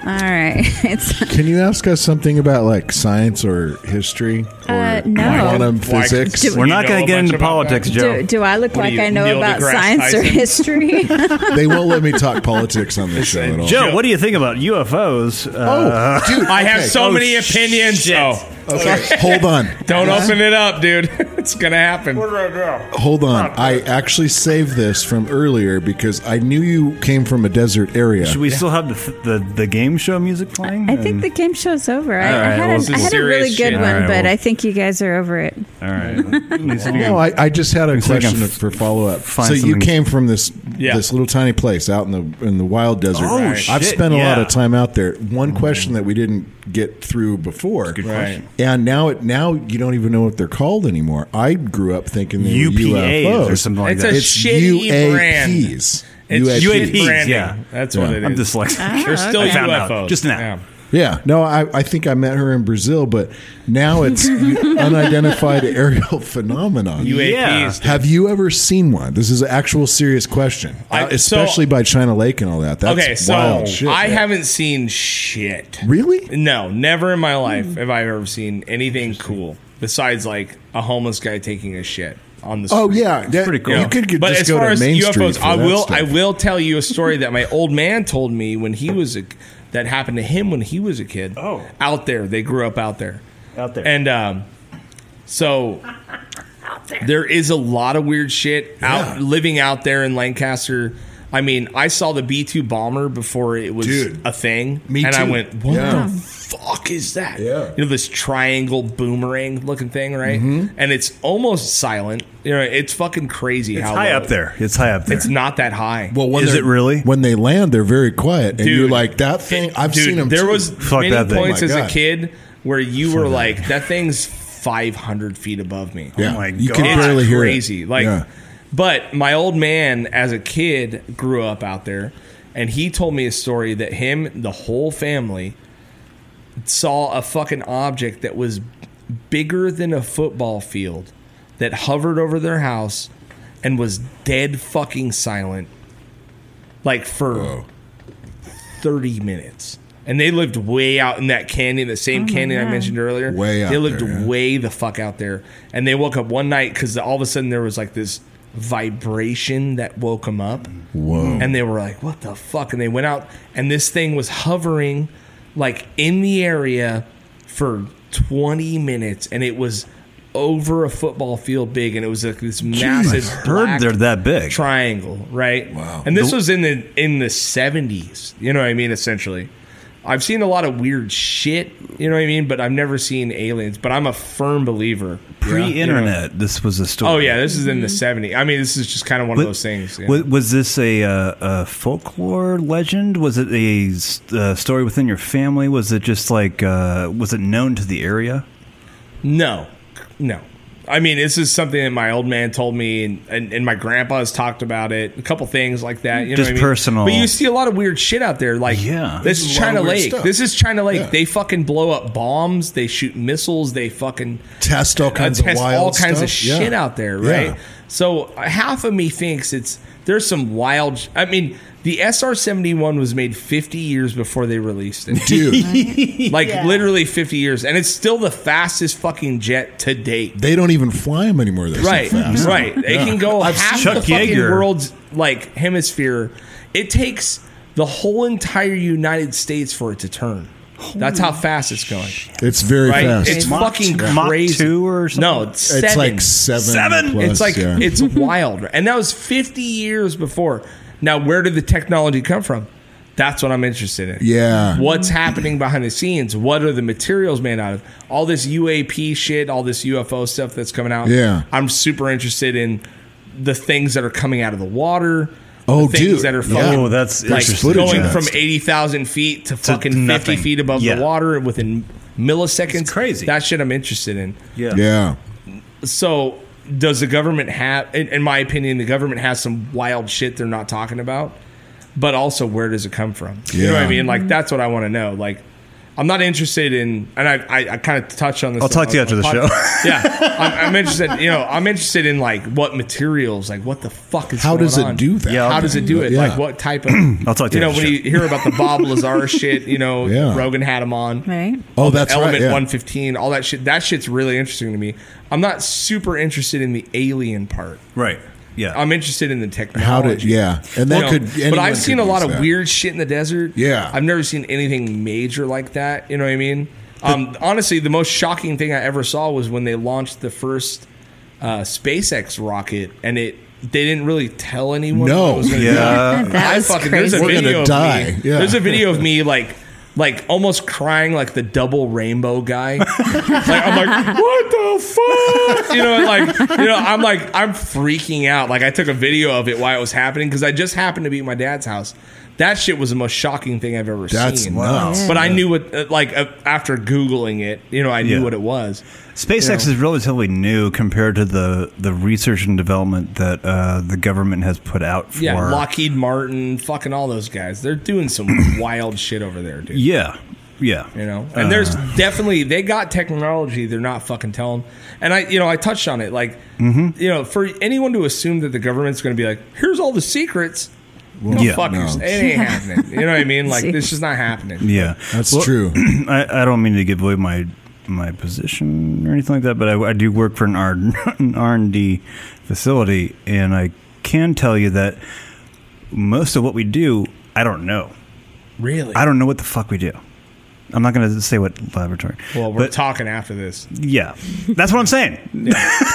All right. It's Can you ask us something about like science or history or Uh, no. quantum Why- physics? Do- We're You not know going to a get bunch into about politics, that? Joe. do, do I look What are like you, I know Neil about deGrasse science or Tyson? history? they won't let me talk politics on this show at all. Joe, what do you think about UFOs? Oh, dude, uh, I have okay. so Oh, many shit. opinions. Oh, Okay, hold on, don't open it up, dude. it's gonna happen. hold on. I actually saved this from earlier because I knew you came from a desert area. Should we still have the, th- the the game show music playing? I think And- the game show's over. I, All I right, had, well, a, this I is had a really serious good shit. one, All right, but well- I think you guys are over it. All right. Let's see if you No, can- Oh, I, I just had a Let's see if I question can for follow up. find So you something- came from this Yeah. this little tiny place out in the in the wild desert. Oh, I've shit, spent a lot yeah. of time out there. One question that we didn't get through before, Mm-hmm. good Right. question. and now it now you don't even know what they're called anymore. I grew up thinking they UPAs were UFOs or something like It's that. a It's shitty brand. UAPs. It's UAPs. shit UAPs, branding. yeah. That's Yeah. what it is. I'm dyslexic. Ah. They're still I found out. UFOs. Just now. Yeah. Yeah, no, I, I think I met her in Brazil, but now it's unidentified aerial phenomenon. UAPs. Yeah. Have you ever seen one? This is an actual serious question, I- Uh, especially so- by China Lake and all that. That's okay, so wild shit. I man. haven't seen shit. really. No, never in my life Hmm. have I ever seen anything cool besides like a homeless guy taking a shit on the. Street. Oh yeah, that, pretty cool. You could get, but just as go far to as Main Street. UFOs, for I that will stuff. I will tell you a story that my old man told me when he was a that happened to him when he was a kid. Oh. out there they grew up out there, Out there. and um, so there is a lot of weird shit out living out there in Lancaster. I mean, I saw the B two bomber before it was Dude. a thing, Me and I too. went, "What Yeah. the fuck is that?" Yeah. you know this triangle boomerang looking thing, right? Mm-hmm. And it's almost silent. You know, it's fucking crazy It's how high low- up there. It's high up there. It's not that high. Well, when Is they're- it really? When they land, they're very quiet, and Dude. you're like that thing. I've Dude, seen them. There too. was Fuck many that thing. points Oh as my a God. kid where you were like, that thing's 500 feet above me. Yeah, Oh my you God. could It's barely hear it. crazy. Like, Yeah. but my old man as a kid grew up out there, and he told me a story that him, the whole family, saw a fucking object that was bigger than a football field that hovered over their house and was dead fucking silent, like for. 30 minutes. And they lived way out in that canyon, the same Oh my canyon I God. mentioned earlier. Way out They lived there, yeah. way the fuck out there. And they woke up one night because all of a sudden there was like this vibration that woke them up. whoa. And they were like, what the fuck? And they went out, and this thing was hovering like in the area for 20 minutes. And it was over a football field big. And it was like this massive. heard black they're that big. triangle, right? Wow. And this was in the in the seventies. You know what I mean? Essentially, I've seen a lot of weird shit. You know what I mean? But I've never seen aliens. But I'm a firm believer. Pre-internet, this was a story. Oh yeah, this is in the seventies. I mean, this is just kind of one Wa- of those things. you wa- Was, know? this a, uh, a folklore legend? Was it a s- uh, story within your family? Was it just like uh, was it known to the area? No, no. I mean, this is something that my old man told me, and, and, and my grandpa has talked about it. A couple things like that. You Just know what I mean? personal. But you see a lot of weird shit out there. Like, Yeah. This this is is a lot China of weird Lake. stuff. This is China Lake. Yeah. They fucking blow up bombs. They shoot missiles. They fucking test all kinds of uh, test wild all kinds of stuff. Yeah. shit out there, Yeah. right? So uh, half of me thinks it's there's some wild. sh- I mean, the SR seventy one was made fifty years before they released it, Dude, like literally fifty years, and it's still the fastest fucking jet to date. they don't even fly them anymore. They're so Right, fast. right. It can go I've half seen- the Chuck fucking Yeager. world's like hemisphere. It takes the whole entire United States for it to turn. That's how fast it's going. It's very Right? fast. It's Mach- fucking Mach crazy. two or something? No, it's, It's seven. like seven. Seven? plus, it's like yeah. it's wild, and that was fifty years before. Now, where did the technology come from? That's what I'm interested in. Yeah. what's happening behind the scenes? What are the materials made out of? All this UAP shit, all this UFO stuff that's coming out. Yeah. I'm super interested in the things that are coming out of the water. Oh, the things dude. that are Yeah. fucking Oh, that's like interesting. going Yeah. from eighty thousand feet to fucking fifty nothing. feet above Yeah. the water within milliseconds. It's crazy. That shit I'm interested in yeah. so does the government have in, in my opinion the government has some wild shit they're not talking about but also where does it come from you know what i Yeah. mean like that's what i want to know like I'm not interested in, and I, I, I kind of touched on this. I'll talk to you on- after on the pod- show. yeah, I'm, I'm interested. You know, I'm interested in like what materials, like what the fuck is. How going does it on? do that? Yeah, How does it do it? Yeah. Like what type of? I'll talk to you know, after when the you hear about the Bob Lazar shit, you know, Yeah. Rogan had him on. right? Oh, that's Element right. Yeah. 115, all that shit. That shit's really interesting to me. I'm not super interested in the alien part. right. Yeah. I'm interested in the technology. How did? Yeah, and that Well, could. but anyone I've seen could a lot use of that. weird shit in the desert. Yeah. I've never seen anything major like that. You know what I mean? Um, honestly, the most shocking thing I ever saw was when they launched the first uh, SpaceX rocket, and it they didn't really tell anyone. No. what it was gonna Yeah. do. Uh, that I was fucking crazy. there's a We're gonna video of die. me. Yeah. There's a video of me like like almost crying like the double rainbow guy. like I'm like, what the fuck? You know, and, like you know, I'm like I'm freaking out. Like I took a video of it while it was happening because I just happened to be at my dad's house. That shit was the most shocking thing I've ever That's Oh. seen. nuts. But I knew what, uh, like, uh, after googling it, you know, I knew Yeah. what it was. SpaceX is relatively new compared to the, the research and development that uh, the government has put out for. Yeah, Lockheed Martin, fucking all those guys. They're doing some wild shit over there, dude. Yeah. Yeah. Uh, you know and there's definitely they got technology they're not fucking telling and i you know i touched on it like Mm-hmm. you know for anyone to assume that the government's going to be like here's all the secrets no yeah, fuckers no. it ain't happening you know what i mean like See. this is not happening Yeah. That's Well, true. I, I don't mean to give away my my position or anything like that, but I, I do work for an R an R and D facility, and I can tell you that most of what we do, I don't know. really I don't know what the fuck we do. I'm not going to say what laboratory. well we're but talking after this yeah, that's what I'm saying.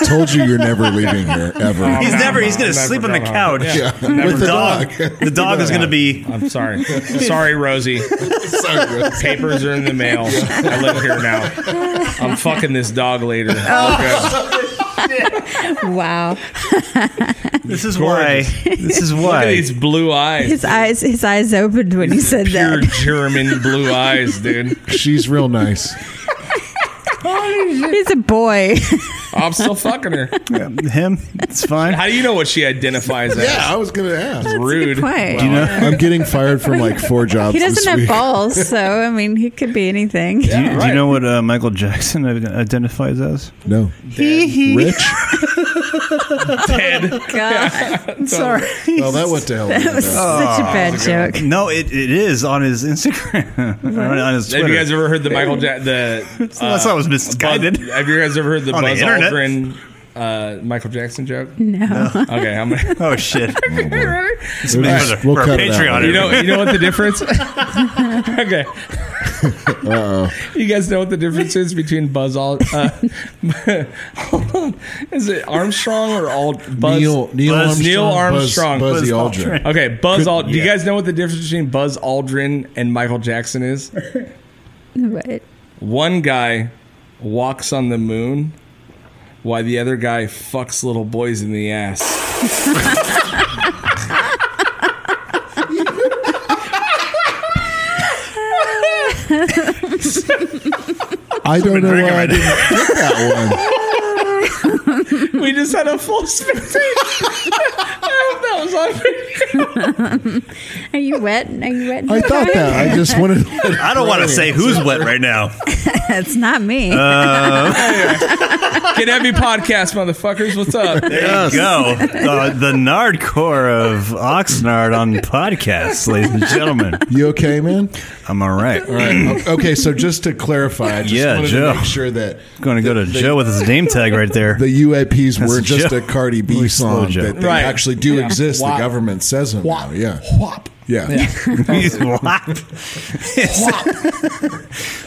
Told you you're never leaving here ever. Um, He's no, never. He's no, going to never, sleep on the never. couch Yeah. with the dog. The dog is going to be. Uh, i'm sorry sorry rosie Sorry. papers are in the mail i live here now i'm fucking this dog Oh. later Okay. Wow, This is why. This is look at why. these blue eyes his eyes his eyes opened when he said pure that. german blue eyes dude She's real nice. He's a boy. i'm still fucking her Him. It's fine. How do you know what she identifies as? Yeah, I was gonna ask. That's Rude. a good point. Well, You know? I'm getting fired from like four jobs. he doesn't this have week. balls, so I mean, he could be anything. Do you, do right. you know what uh, Michael Jackson identifies as? No, He he. rich. Ted. God, Sorry. Well, that went to hell. of a was day. such a bad joke. No, it, it is on his Instagram. on, on his Twitter. Have you guys ever heard the Michael Jack the? Uh, Unless I was Buzz, misguided. have you guys ever heard the On the Buzz internet. Aldrin uh, Michael Jackson joke? No. Okay, I'm gonna. oh shit! It's We'll made just- for the- we'll for a cut it out. Patreon. You know, you know what the difference? okay. You guys know what the difference is between Buzz Al? Uh, hold on, is it Armstrong or Ald? Buzz Neil, Neil Buzz- Armstrong. Neil Armstrong. Buzz, Buzzy Buzz Aldrin. Okay, Buzz Aldrin. Do you yeah. guys know what the difference between Buzz Aldrin and Michael Jackson is? What? one guy walks on the moon while the other guy fucks little boys in the ass. I don't know drinking why I right didn't get that one. We just had a full spectator. I hope that was on video. Are you wet? Are you wet? I thought that. I just wanted. To I don't want to say who's wet right now. That's not me. Uh, Get heavy podcast, motherfuckers. What's up? There you go. Uh, the Nardcore of Oxnard on podcasts, ladies and gentlemen. you okay, man? I'm all right. All right. o- Okay, so just to clarify, I just Yeah, wanted Joe. to make sure that Going to go to Joe with his name tag right there. the UAPs were Joe. just a Cardi B Really slow, song Joe. that they Right. actually do Yeah. exist. Wop. The government says them now. Yeah. Whop. Yeah. He's whop.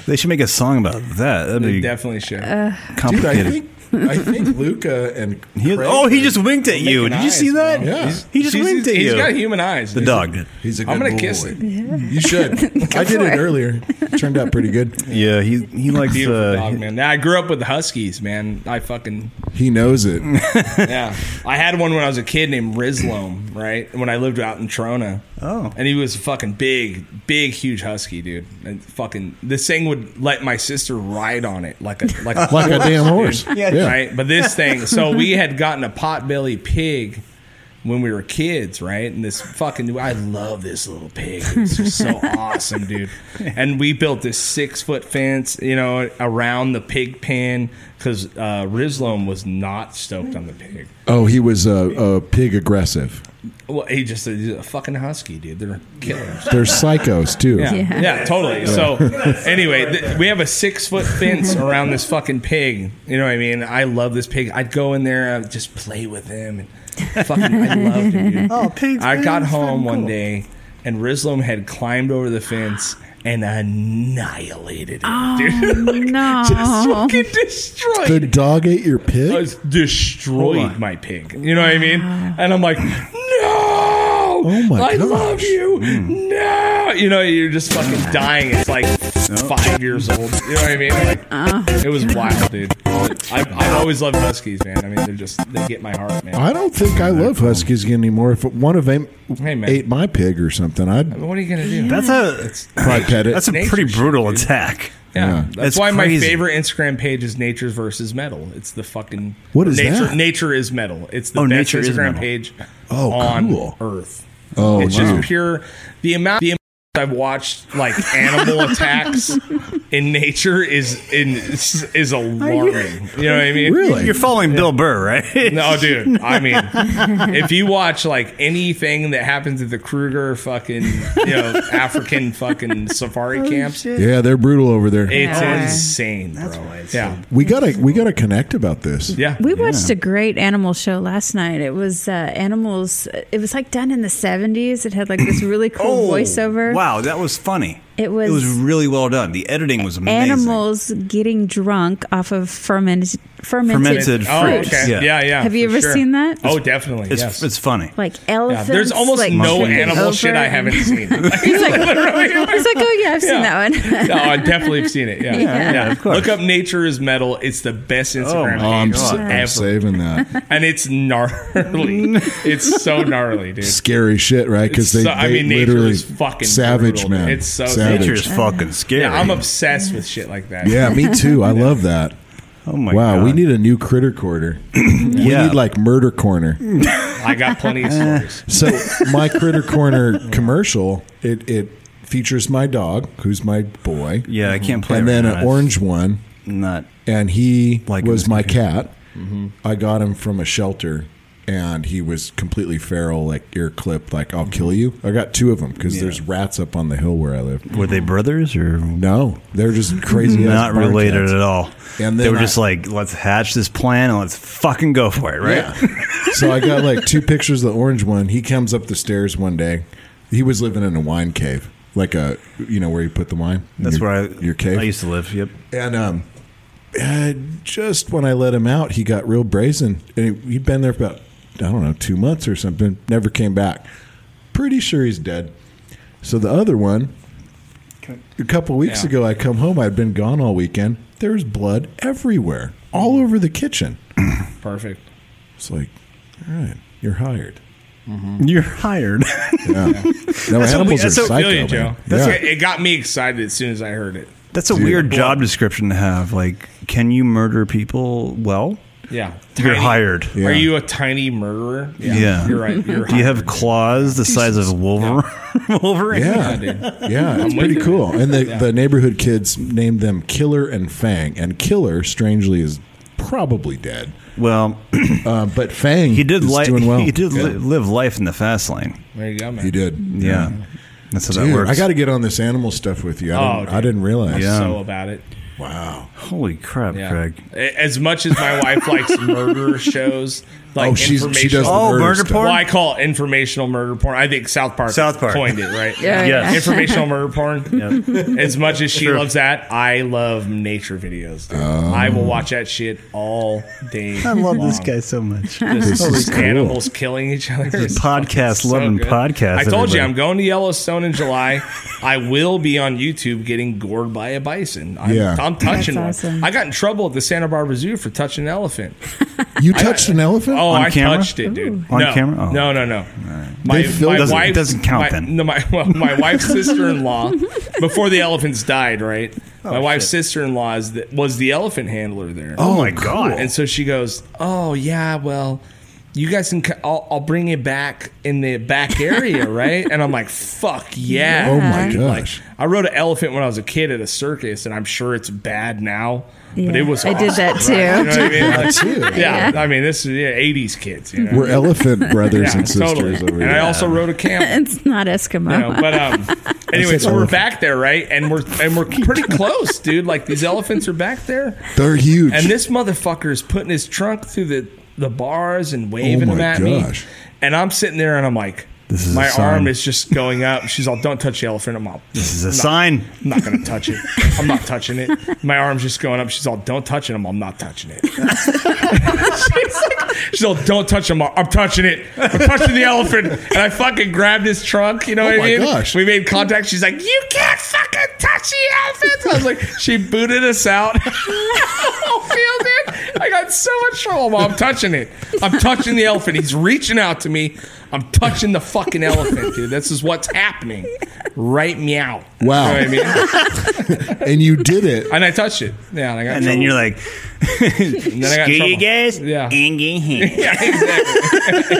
they should make a song about that. That'd They be definitely should. Dude, I complicated. think I think Luca and He- Craig oh, he are- just winked at you. Did Making you see eyes, that? bro. Yeah. He's- He just He's- winked at He's you. got human eyes. The dude. dog did. He's a good I'm gonna boy. kiss it. You should. I did for it it. earlier. It turned out pretty good. Yeah, he he likes. Beautiful Uh, dog, man. Now, I grew up with the Huskies, man. I fucking He knows it. yeah. I had one when I was a kid named Rislom, right? When I lived out in Trona. Oh. And he was a fucking big, big, huge husky, dude. And fucking this thing would let my sister ride on it like a like a, Like a damn horse. Yeah. right? But this thing, so we had gotten a potbelly pig when we were kids, right? And this fucking, I love this little pig. It's just so awesome, dude. And we built this six foot fence, you know, around the pig pen because uh, Rizlom was not stoked on the pig. Oh, he was a, a pig aggressive. Well, he just he's a fucking husky, dude. They're killers. They're psychos too. Yeah, yeah, Yeah. totally. So, anyway, th- we have a six foot fence around this fucking pig. You know what I mean? I love this pig. I'd go in there, I'd just play with him, and fucking, I loved him. Dude. Oh, pigs! I got home one day, and Rizlom had climbed over the fence and annihilated him, dude. Oh, no. Just fucking The destroyed. dog ate your I pig. was destroyed my pig. You know what I mean? And I'm like, no. Oh my I gosh. love you. No. You know, you're just fucking dying. It's like five years old. You know what I mean? Like, it was wild, dude. I, I've always loved huskies, man. I mean, they're just they get my heart, man. I don't think I love huskies anymore. If one of them Hey, man. ate my pig or something, I'd What are you gonna do? That's a probably pet it. that's a Nature pretty shit, brutal dude. attack. Yeah, Yeah. that's It's why my crazy. favorite Instagram page is Nature's versus Metal. It's the fucking What is nature? that? Nature is metal. It's the Oh, best Nature is Instagram Metal. page Oh, on cool. Earth. oh, it's wow. just pure the amount the amount I've watched like animal attacks in nature is in is alarming. You know what I mean? really. You're following Bill Burr, right? No, dude. I mean, if you watch like anything that happens at the Kruger fucking, you know, African fucking safari camps, it's yeah, they're brutal over there. Oh, Yeah. insane, bro. yeah, We gotta we gotta connect about this. yeah. We watched a great animal show last night. It was uh, animals. It was like done in the seventies. It had like this really cool Oh, voiceover. Oh, Wow, that was funny. It was- It was really well done. The editing was amazing. Animals getting drunk off of fermented fermented, Fermented Oh, fruit. okay. Yeah, Yeah. yeah. Have you for ever sure. seen that? Oh, definitely. It's yes. it's funny. Like yeah. elephants. There's almost like, no tripping animal over shit I and- haven't seen. Like, He's like, he's like, oh yeah, I've seen yeah. that one. no, I definitely have seen it. Yeah, yeah. of course. Look up "Nature Is Metal." It's the best Instagram my page s- ever, saving that. and it's gnarly. it's so gnarly, dude. Scary shit, right? Because they, So- they I mean, nature literally is fucking savage, brutal, man. dude. It's so- savage. Nature is fucking scary. Yeah, I'm obsessed with shit like that. Yeah, me too. I love that. oh my wow, God. we need a new critter corner. yeah. Mm. We need like murder corner. I got plenty of stories. So my critter corner commercial it it features my dog, who's my boy, yeah, I can't play. and right then now. an orange one, Not and he Like was Mr. my cat. I got him from a shelter, and he was completely feral, like ear clipped, like I'll kill you. I got two of them because there's rats up on the hill where I live. were they brothers or No, they're just Mm-hmm. crazy. not related at at all. all? And they then were I- just like, let's hatch this plan and let's fucking go for it, right? Yeah. so I got like two pictures of the orange one. He comes up the stairs one day. He was living in a wine cave, like a you know where you put the wine. That's your, where I your cave. I used to live. Yep. and um, uh, just when I let him out, he got real brazen, and he, he'd been there for about I don't know two months or something. Never came back. Pretty sure he's dead. So the other one, a couple weeks Yeah. ago, I come home. I'd been gone all weekend. There was blood everywhere, all over the kitchen. Perfect. It's like, all right, you're hired. You're hired. No, That's what animals we- that's are what- I psycho. feel you, man. Joe. Yeah. That's- It got me excited as soon as I heard it. That's a weird job description to have. Like, can you murder people well? Yeah, You're Tiny- hired. Yeah. Are you a tiny murderer? Yeah. you're right. You're Do you hired. have claws the size of Wolverine? Wolverine? yeah, yeah, it's pretty you. cool. And the, the neighborhood kids named them Killer and Fang, and Killer, strangely, is probably dead. Well, Uh, but Fang, he did is like doing well. he did li- Yeah. live life in the fast lane. There you go, man. he did. Yeah. That's how Dude, that works. I got to get on this animal stuff with you. I, Oh, didn't, dude. I didn't realize. Yeah. So about it. Wow. Holy crap, Yeah. Craig. A- As much as my wife likes murder shows, like oh, she's, she does. informational. The Oh, murder murder stuff. porn? well, I call it informational murder porn. I think South Park, South Park. coined it, right? Yeah, Yes. yeah. Informational murder porn. As much as she Sure. loves that, I love nature videos. dude. I Oh. will watch that shit all day. long. so much. This This is is cool. animals killing each other. It's podcast fucking loving podcast, I told everybody. you I'm going to Yellowstone in July. I will be on YouTube getting gored by a bison. I'm, Yeah. I'm touching That's one. awesome. I got in trouble at the Santa Barbara Zoo for touching an elephant. You touched an elephant? Oh, On I camera? touched it, dude. On no, camera? Oh. No, no, no. They filmed- Doesn't- wife's- doesn't count my- then. No, my, well, my wife's sister-in-law, before the elephants died, right? Oh, my wife's sister-in-law is the, was the elephant handler there. Oh my god. And so she goes, "Oh yeah, well, you guys can, c- I'll, I'll bring you back in the back area, right? And I'm like, fuck yeah. Oh my dude. Like, gosh. I rode an elephant when I was a kid at a circus, and I'm sure it's bad now, but Yeah. it was I did that awesome, right? too. You know what I mean? Like, too. yeah, I mean, this is yeah, 80s kids. You know? We're elephant brothers yeah, and sisters totally. over And here. I also rode a camel. It's not Eskimo. You know, but um, anyway, said so we're elephant. back there, right? And we're and we're pretty close, dude. Like these elephants are back there, They're huge. and this motherfucker is putting his trunk through the the bars and waving Oh them my at gosh. me. And I'm sitting there, and I'm like, This is a my sign. arm is just going up. She's all, "Don't touch the elephant." I'm all, This is a sign. I'm not gonna touch it. I'm not touching it. My arm's just going up. She's all, don't touch it. I'm, all, I'm not touching it. she's, like, she's all, don't touch it. I'm, all, I'm touching it. I'm touching the elephant. And I fucking grabbed his trunk. You know what Oh my I mean? gosh. We made contact. She's like, you can't fucking touch the elephant. I was like, she booted us out. I feel it. I got so much trouble. I'm, all, I'm touching it. I'm touching the elephant. He's reaching out to me. I'm touching the fucking elephant, dude. This is what's happening. Right meow. Wow. You know what I mean? and you did it. And I touched it. Yeah, and I got. And then you're like, then I got "Screw you trouble." guys, Yeah. Angie Hank." yeah, exactly.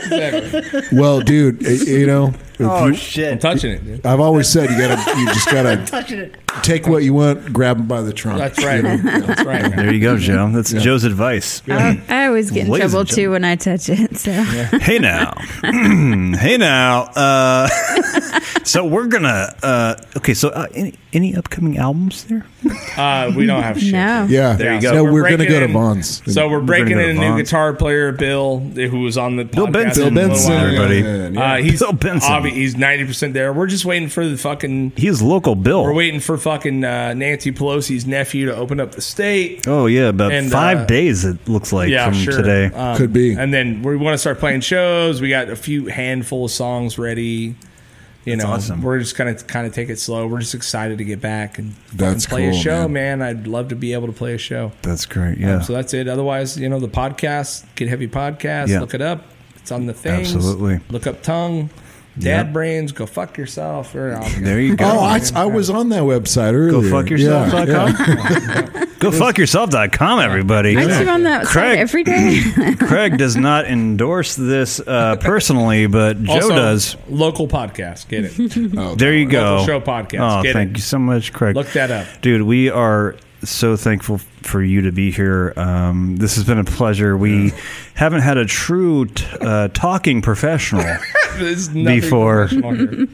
exactly. Well, dude, i- you know, if Oh you- I'm shit! touching it. Dude. I've always said you gotta, you just gotta take what you want, grab them by the trunk. That's right. That's right. man. There you go, Joe. That's Joe's advice. I, I always get in Ladies and trouble gentlemen. too when I touch it. So hey now hey now uh so we're gonna uh okay so uh, any, any upcoming albums there Uh, we don't have shit. no, Yeah, There you go. No, So we're, gonna breaking go to in- Vons. So we're breaking gonna in a go to new Vons. guy player, Bill, who was on the podcast Benson. a Bill little Benson, while ago. everybody. Uh, he's Bill Benson. obvi- he's ninety percent there. We're just waiting for the fucking. he's local bill We're waiting for fucking uh, Nancy Pelosi's nephew to open up the state. oh yeah about And, five uh, days it looks like yeah, from sure. today Um, Could be. And then we want to start playing shows. We got a few handful of songs ready. You know, awesome. we're just gonna kind of take it slow. We're just excited to get back and fucking That's play cool, a show, man. man. I'd love to be able to play a show. that's great yeah So that's it. Otherwise, you know, the podcast, get heavy podcast. Yeah. Look it up. It's on the things. Absolutely. Look up tongue, dad Yep. brains. Go fuck yourself. Or um, there you go Oh, I, I was on that website earlier. go fuck yourself Yeah, dot yeah. com. go fuck yourself dot com, everybody aren't you on that Craig. site every day? craig does not endorse this uh personally but joe Also, does Local podcast. Get it. there you go Local show podcast. oh Get thank it. you so much craig Look that up. dude we are so thankful for you to be here um, this has been a pleasure we haven't had a true t- uh, talking professional There's nothing Before- professional here.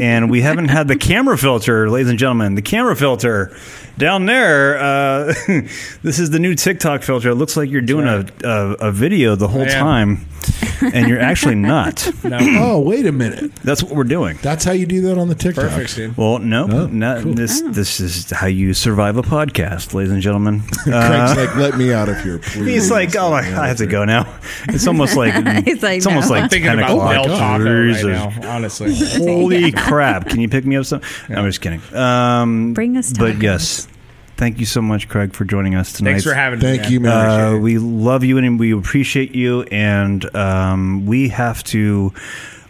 and we haven't had the camera filter ladies and gentlemen the camera filter down there uh, this is the new tiktok filter it looks like you're doing a, a, a video the whole I am. time and you're actually not No. Oh, wait a minute. that's what we're doing That's how you do that on the TikTok. Perfect, dude. well, nope. Oh, not, This this is how you survive a podcast, ladies and gentlemen. Uh, Craig's like, let me out of here, please. He's like, oh, I I have to go now. It's almost like He's like, it's almost no. like I'm thinking 10 about o'clock. Del Taco right Jesus. now, honestly. Holy crap! Can you pick me up some? No, I'm just kidding. Um, Bring us but tacos. yes, thank you so much, Craig, for joining us tonight. Thanks for having me. Thank man. you, man. Uh, we love you and we appreciate you, and um, we have to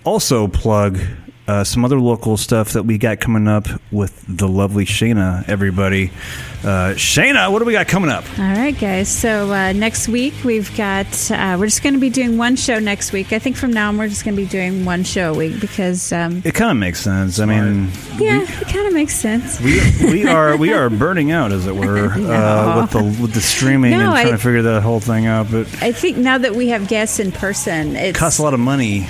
also plug. Uh, some other local stuff that we got coming up with the lovely Shayna, everybody. Uh, Shayna, what do we got coming up? All right, guys. So uh, next week we've got uh, we're just going to be doing one show next week. I think from now on we're just going to be doing one show a week because um, It kind of makes sense. I mean, yeah, it kind of makes sense. we we are we are burning out, as it were, uh, with the with the streaming No, and trying I- to figure that whole thing out. But it I think now that we have guests in person, it's costs a lot uh, of money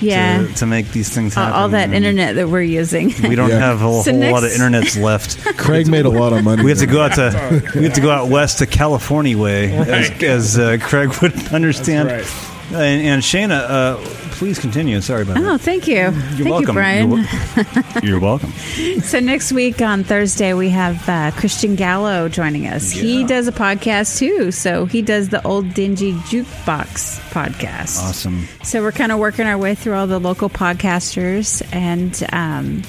yeah, to, to make these things all, happen. all that internet that we're using. We don't Yeah. have a whole So lot of next- internets left. Craig made a lot of money. We have to go out to we have to go out west to California way, Right. as, as uh, Craig would understand. right. And, and Shana, uh, please continue. Sorry about Oh, thank you, that. thank you, Brian. Mm-hmm. You're, wel- you're welcome. So next week on Thursday we have uh, Christian Gallo joining us. He does a podcast too, so he does the Old Dingy Jukebox podcast. Awesome. So we're kind of working our way through all the local podcasters, and um,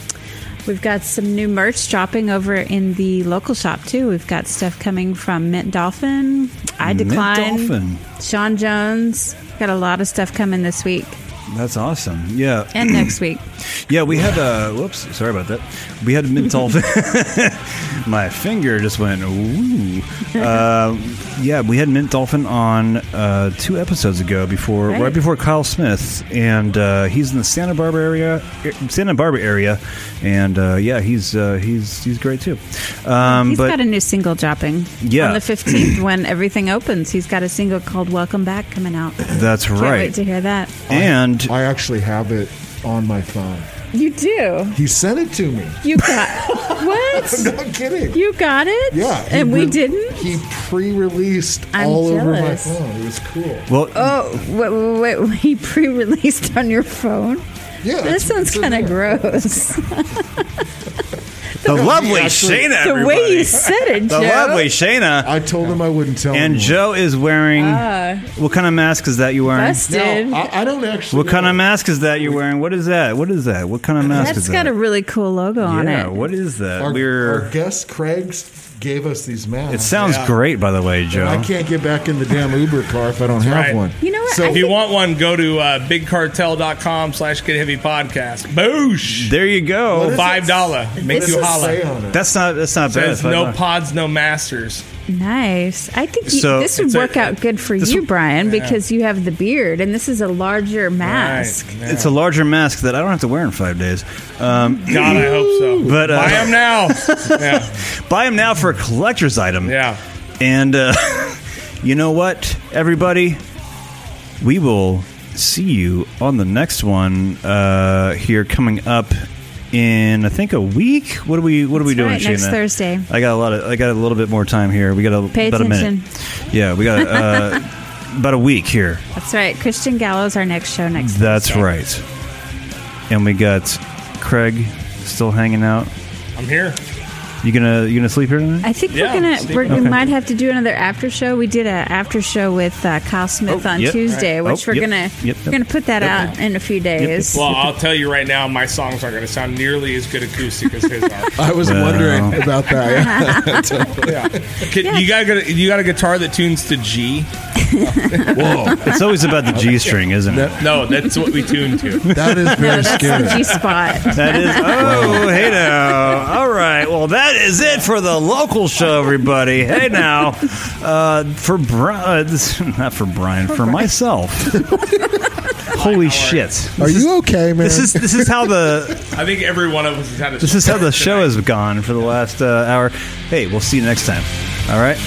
we've got some new merch dropping over in the local shop too. We've got stuff coming from Mint Dolphin, I Mint Decline, Dolphin. Sean Jones. Got a lot of stuff coming this week. That's awesome. Yeah. And next week. Yeah, we had uh whoops, sorry about that. We had menthol My finger just went ooh. Uh, yeah, we had Mint Dolphin on uh, two episodes ago before right, Right. before Kyle Smith and uh, he's in the Santa Barbara area er, Santa Barbara area and uh, yeah, he's uh, he's he's great too. Um He's but got a new single dropping Yeah. on the 15th when everything opens. He's got a single called Welcome Back coming out. that's Can't wait right. to hear that. And I actually have it on my phone. You do. He sent it to me. You got what? I'm not kidding. You got it? Yeah. he And we re- didn't? He pre-released I'm all over my jealous. phone. It was cool. well Oh, wait, wait, wait. He pre released on your phone? Yeah. That it's- sounds it's in kind of there. gross. the lovely actually- Shayna the way everybody. you said it, the Joe. lovely Shayna I told him I wouldn't tell and him. Joe is wearing Ah. what kind of mask is that you wearing? Busted. No, I, I don't actually. What kind know. of mask is that you're wearing? What is that? What is that? What kind of mask is That's that? got a really cool logo on yeah, it. what is that? Our, our We're. guest Craig's gave us these masks. It sounds Yeah. great, by the way, Joe. And I can't get back in the damn Uber car if I don't have right. one. You know what? So I If you want one, go to uh, bigcartel.com slash get heavy podcast. Boosh! There you What go. is- Five dollar. Make what you does it say holla. on it? That's not. That's not bad. Says Five no bucks. pods, no masters. Nice. I think you, So- this would It's a- work out good for this you, would- Brian, because you have the beard, and this is a larger mask. Right. it's a larger mask that I don't have to wear in five days. Um, God, I hope so. But, uh, buy them now. yeah, buy them now for a collector's item. yeah. And uh, you know what, everybody? We will see you on the next one uh, here coming up in I think a week. What are we What are we That's doing, right, next Shayna? Thursday. I got a lot of I got a little bit more time here. We got a Pay about a attention. minute. Yeah, we got uh, about a week here. That's right. Christian Gallo's our next show next. That's Thursday. right. And we got Craig still hanging out. I'm here. You gonna you gonna sleep here tonight? I think Yeah, we're gonna Steve. we're, Okay. we might have to do another after show. We did a after show with uh, Kyle Smith Oh, on yep. Tuesday, Right. which Oh, we're yep. gonna Yep, we're yep. gonna put that out in a few days. Well, I'll tell you right now, my songs aren't going to sound nearly as good acoustic as his are. I was wondering about that. Could, You got a, you got a guitar that tunes to G? Whoa, It's always about the G string, isn't it? No, that's what we tune to. that is No, very that's scary. the G spot. That is. Oh, hey now. All right. Well, that is it for the local show, everybody. Hey now. Uh, for Brian, not for Brian, for myself. Holy shit! Are you okay, man? This is this is how the I think every one of us has had a. this is how the show has gone for the last uh, hour. Hey, we'll see you next time. All right.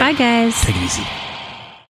Bye, guys. Take it easy.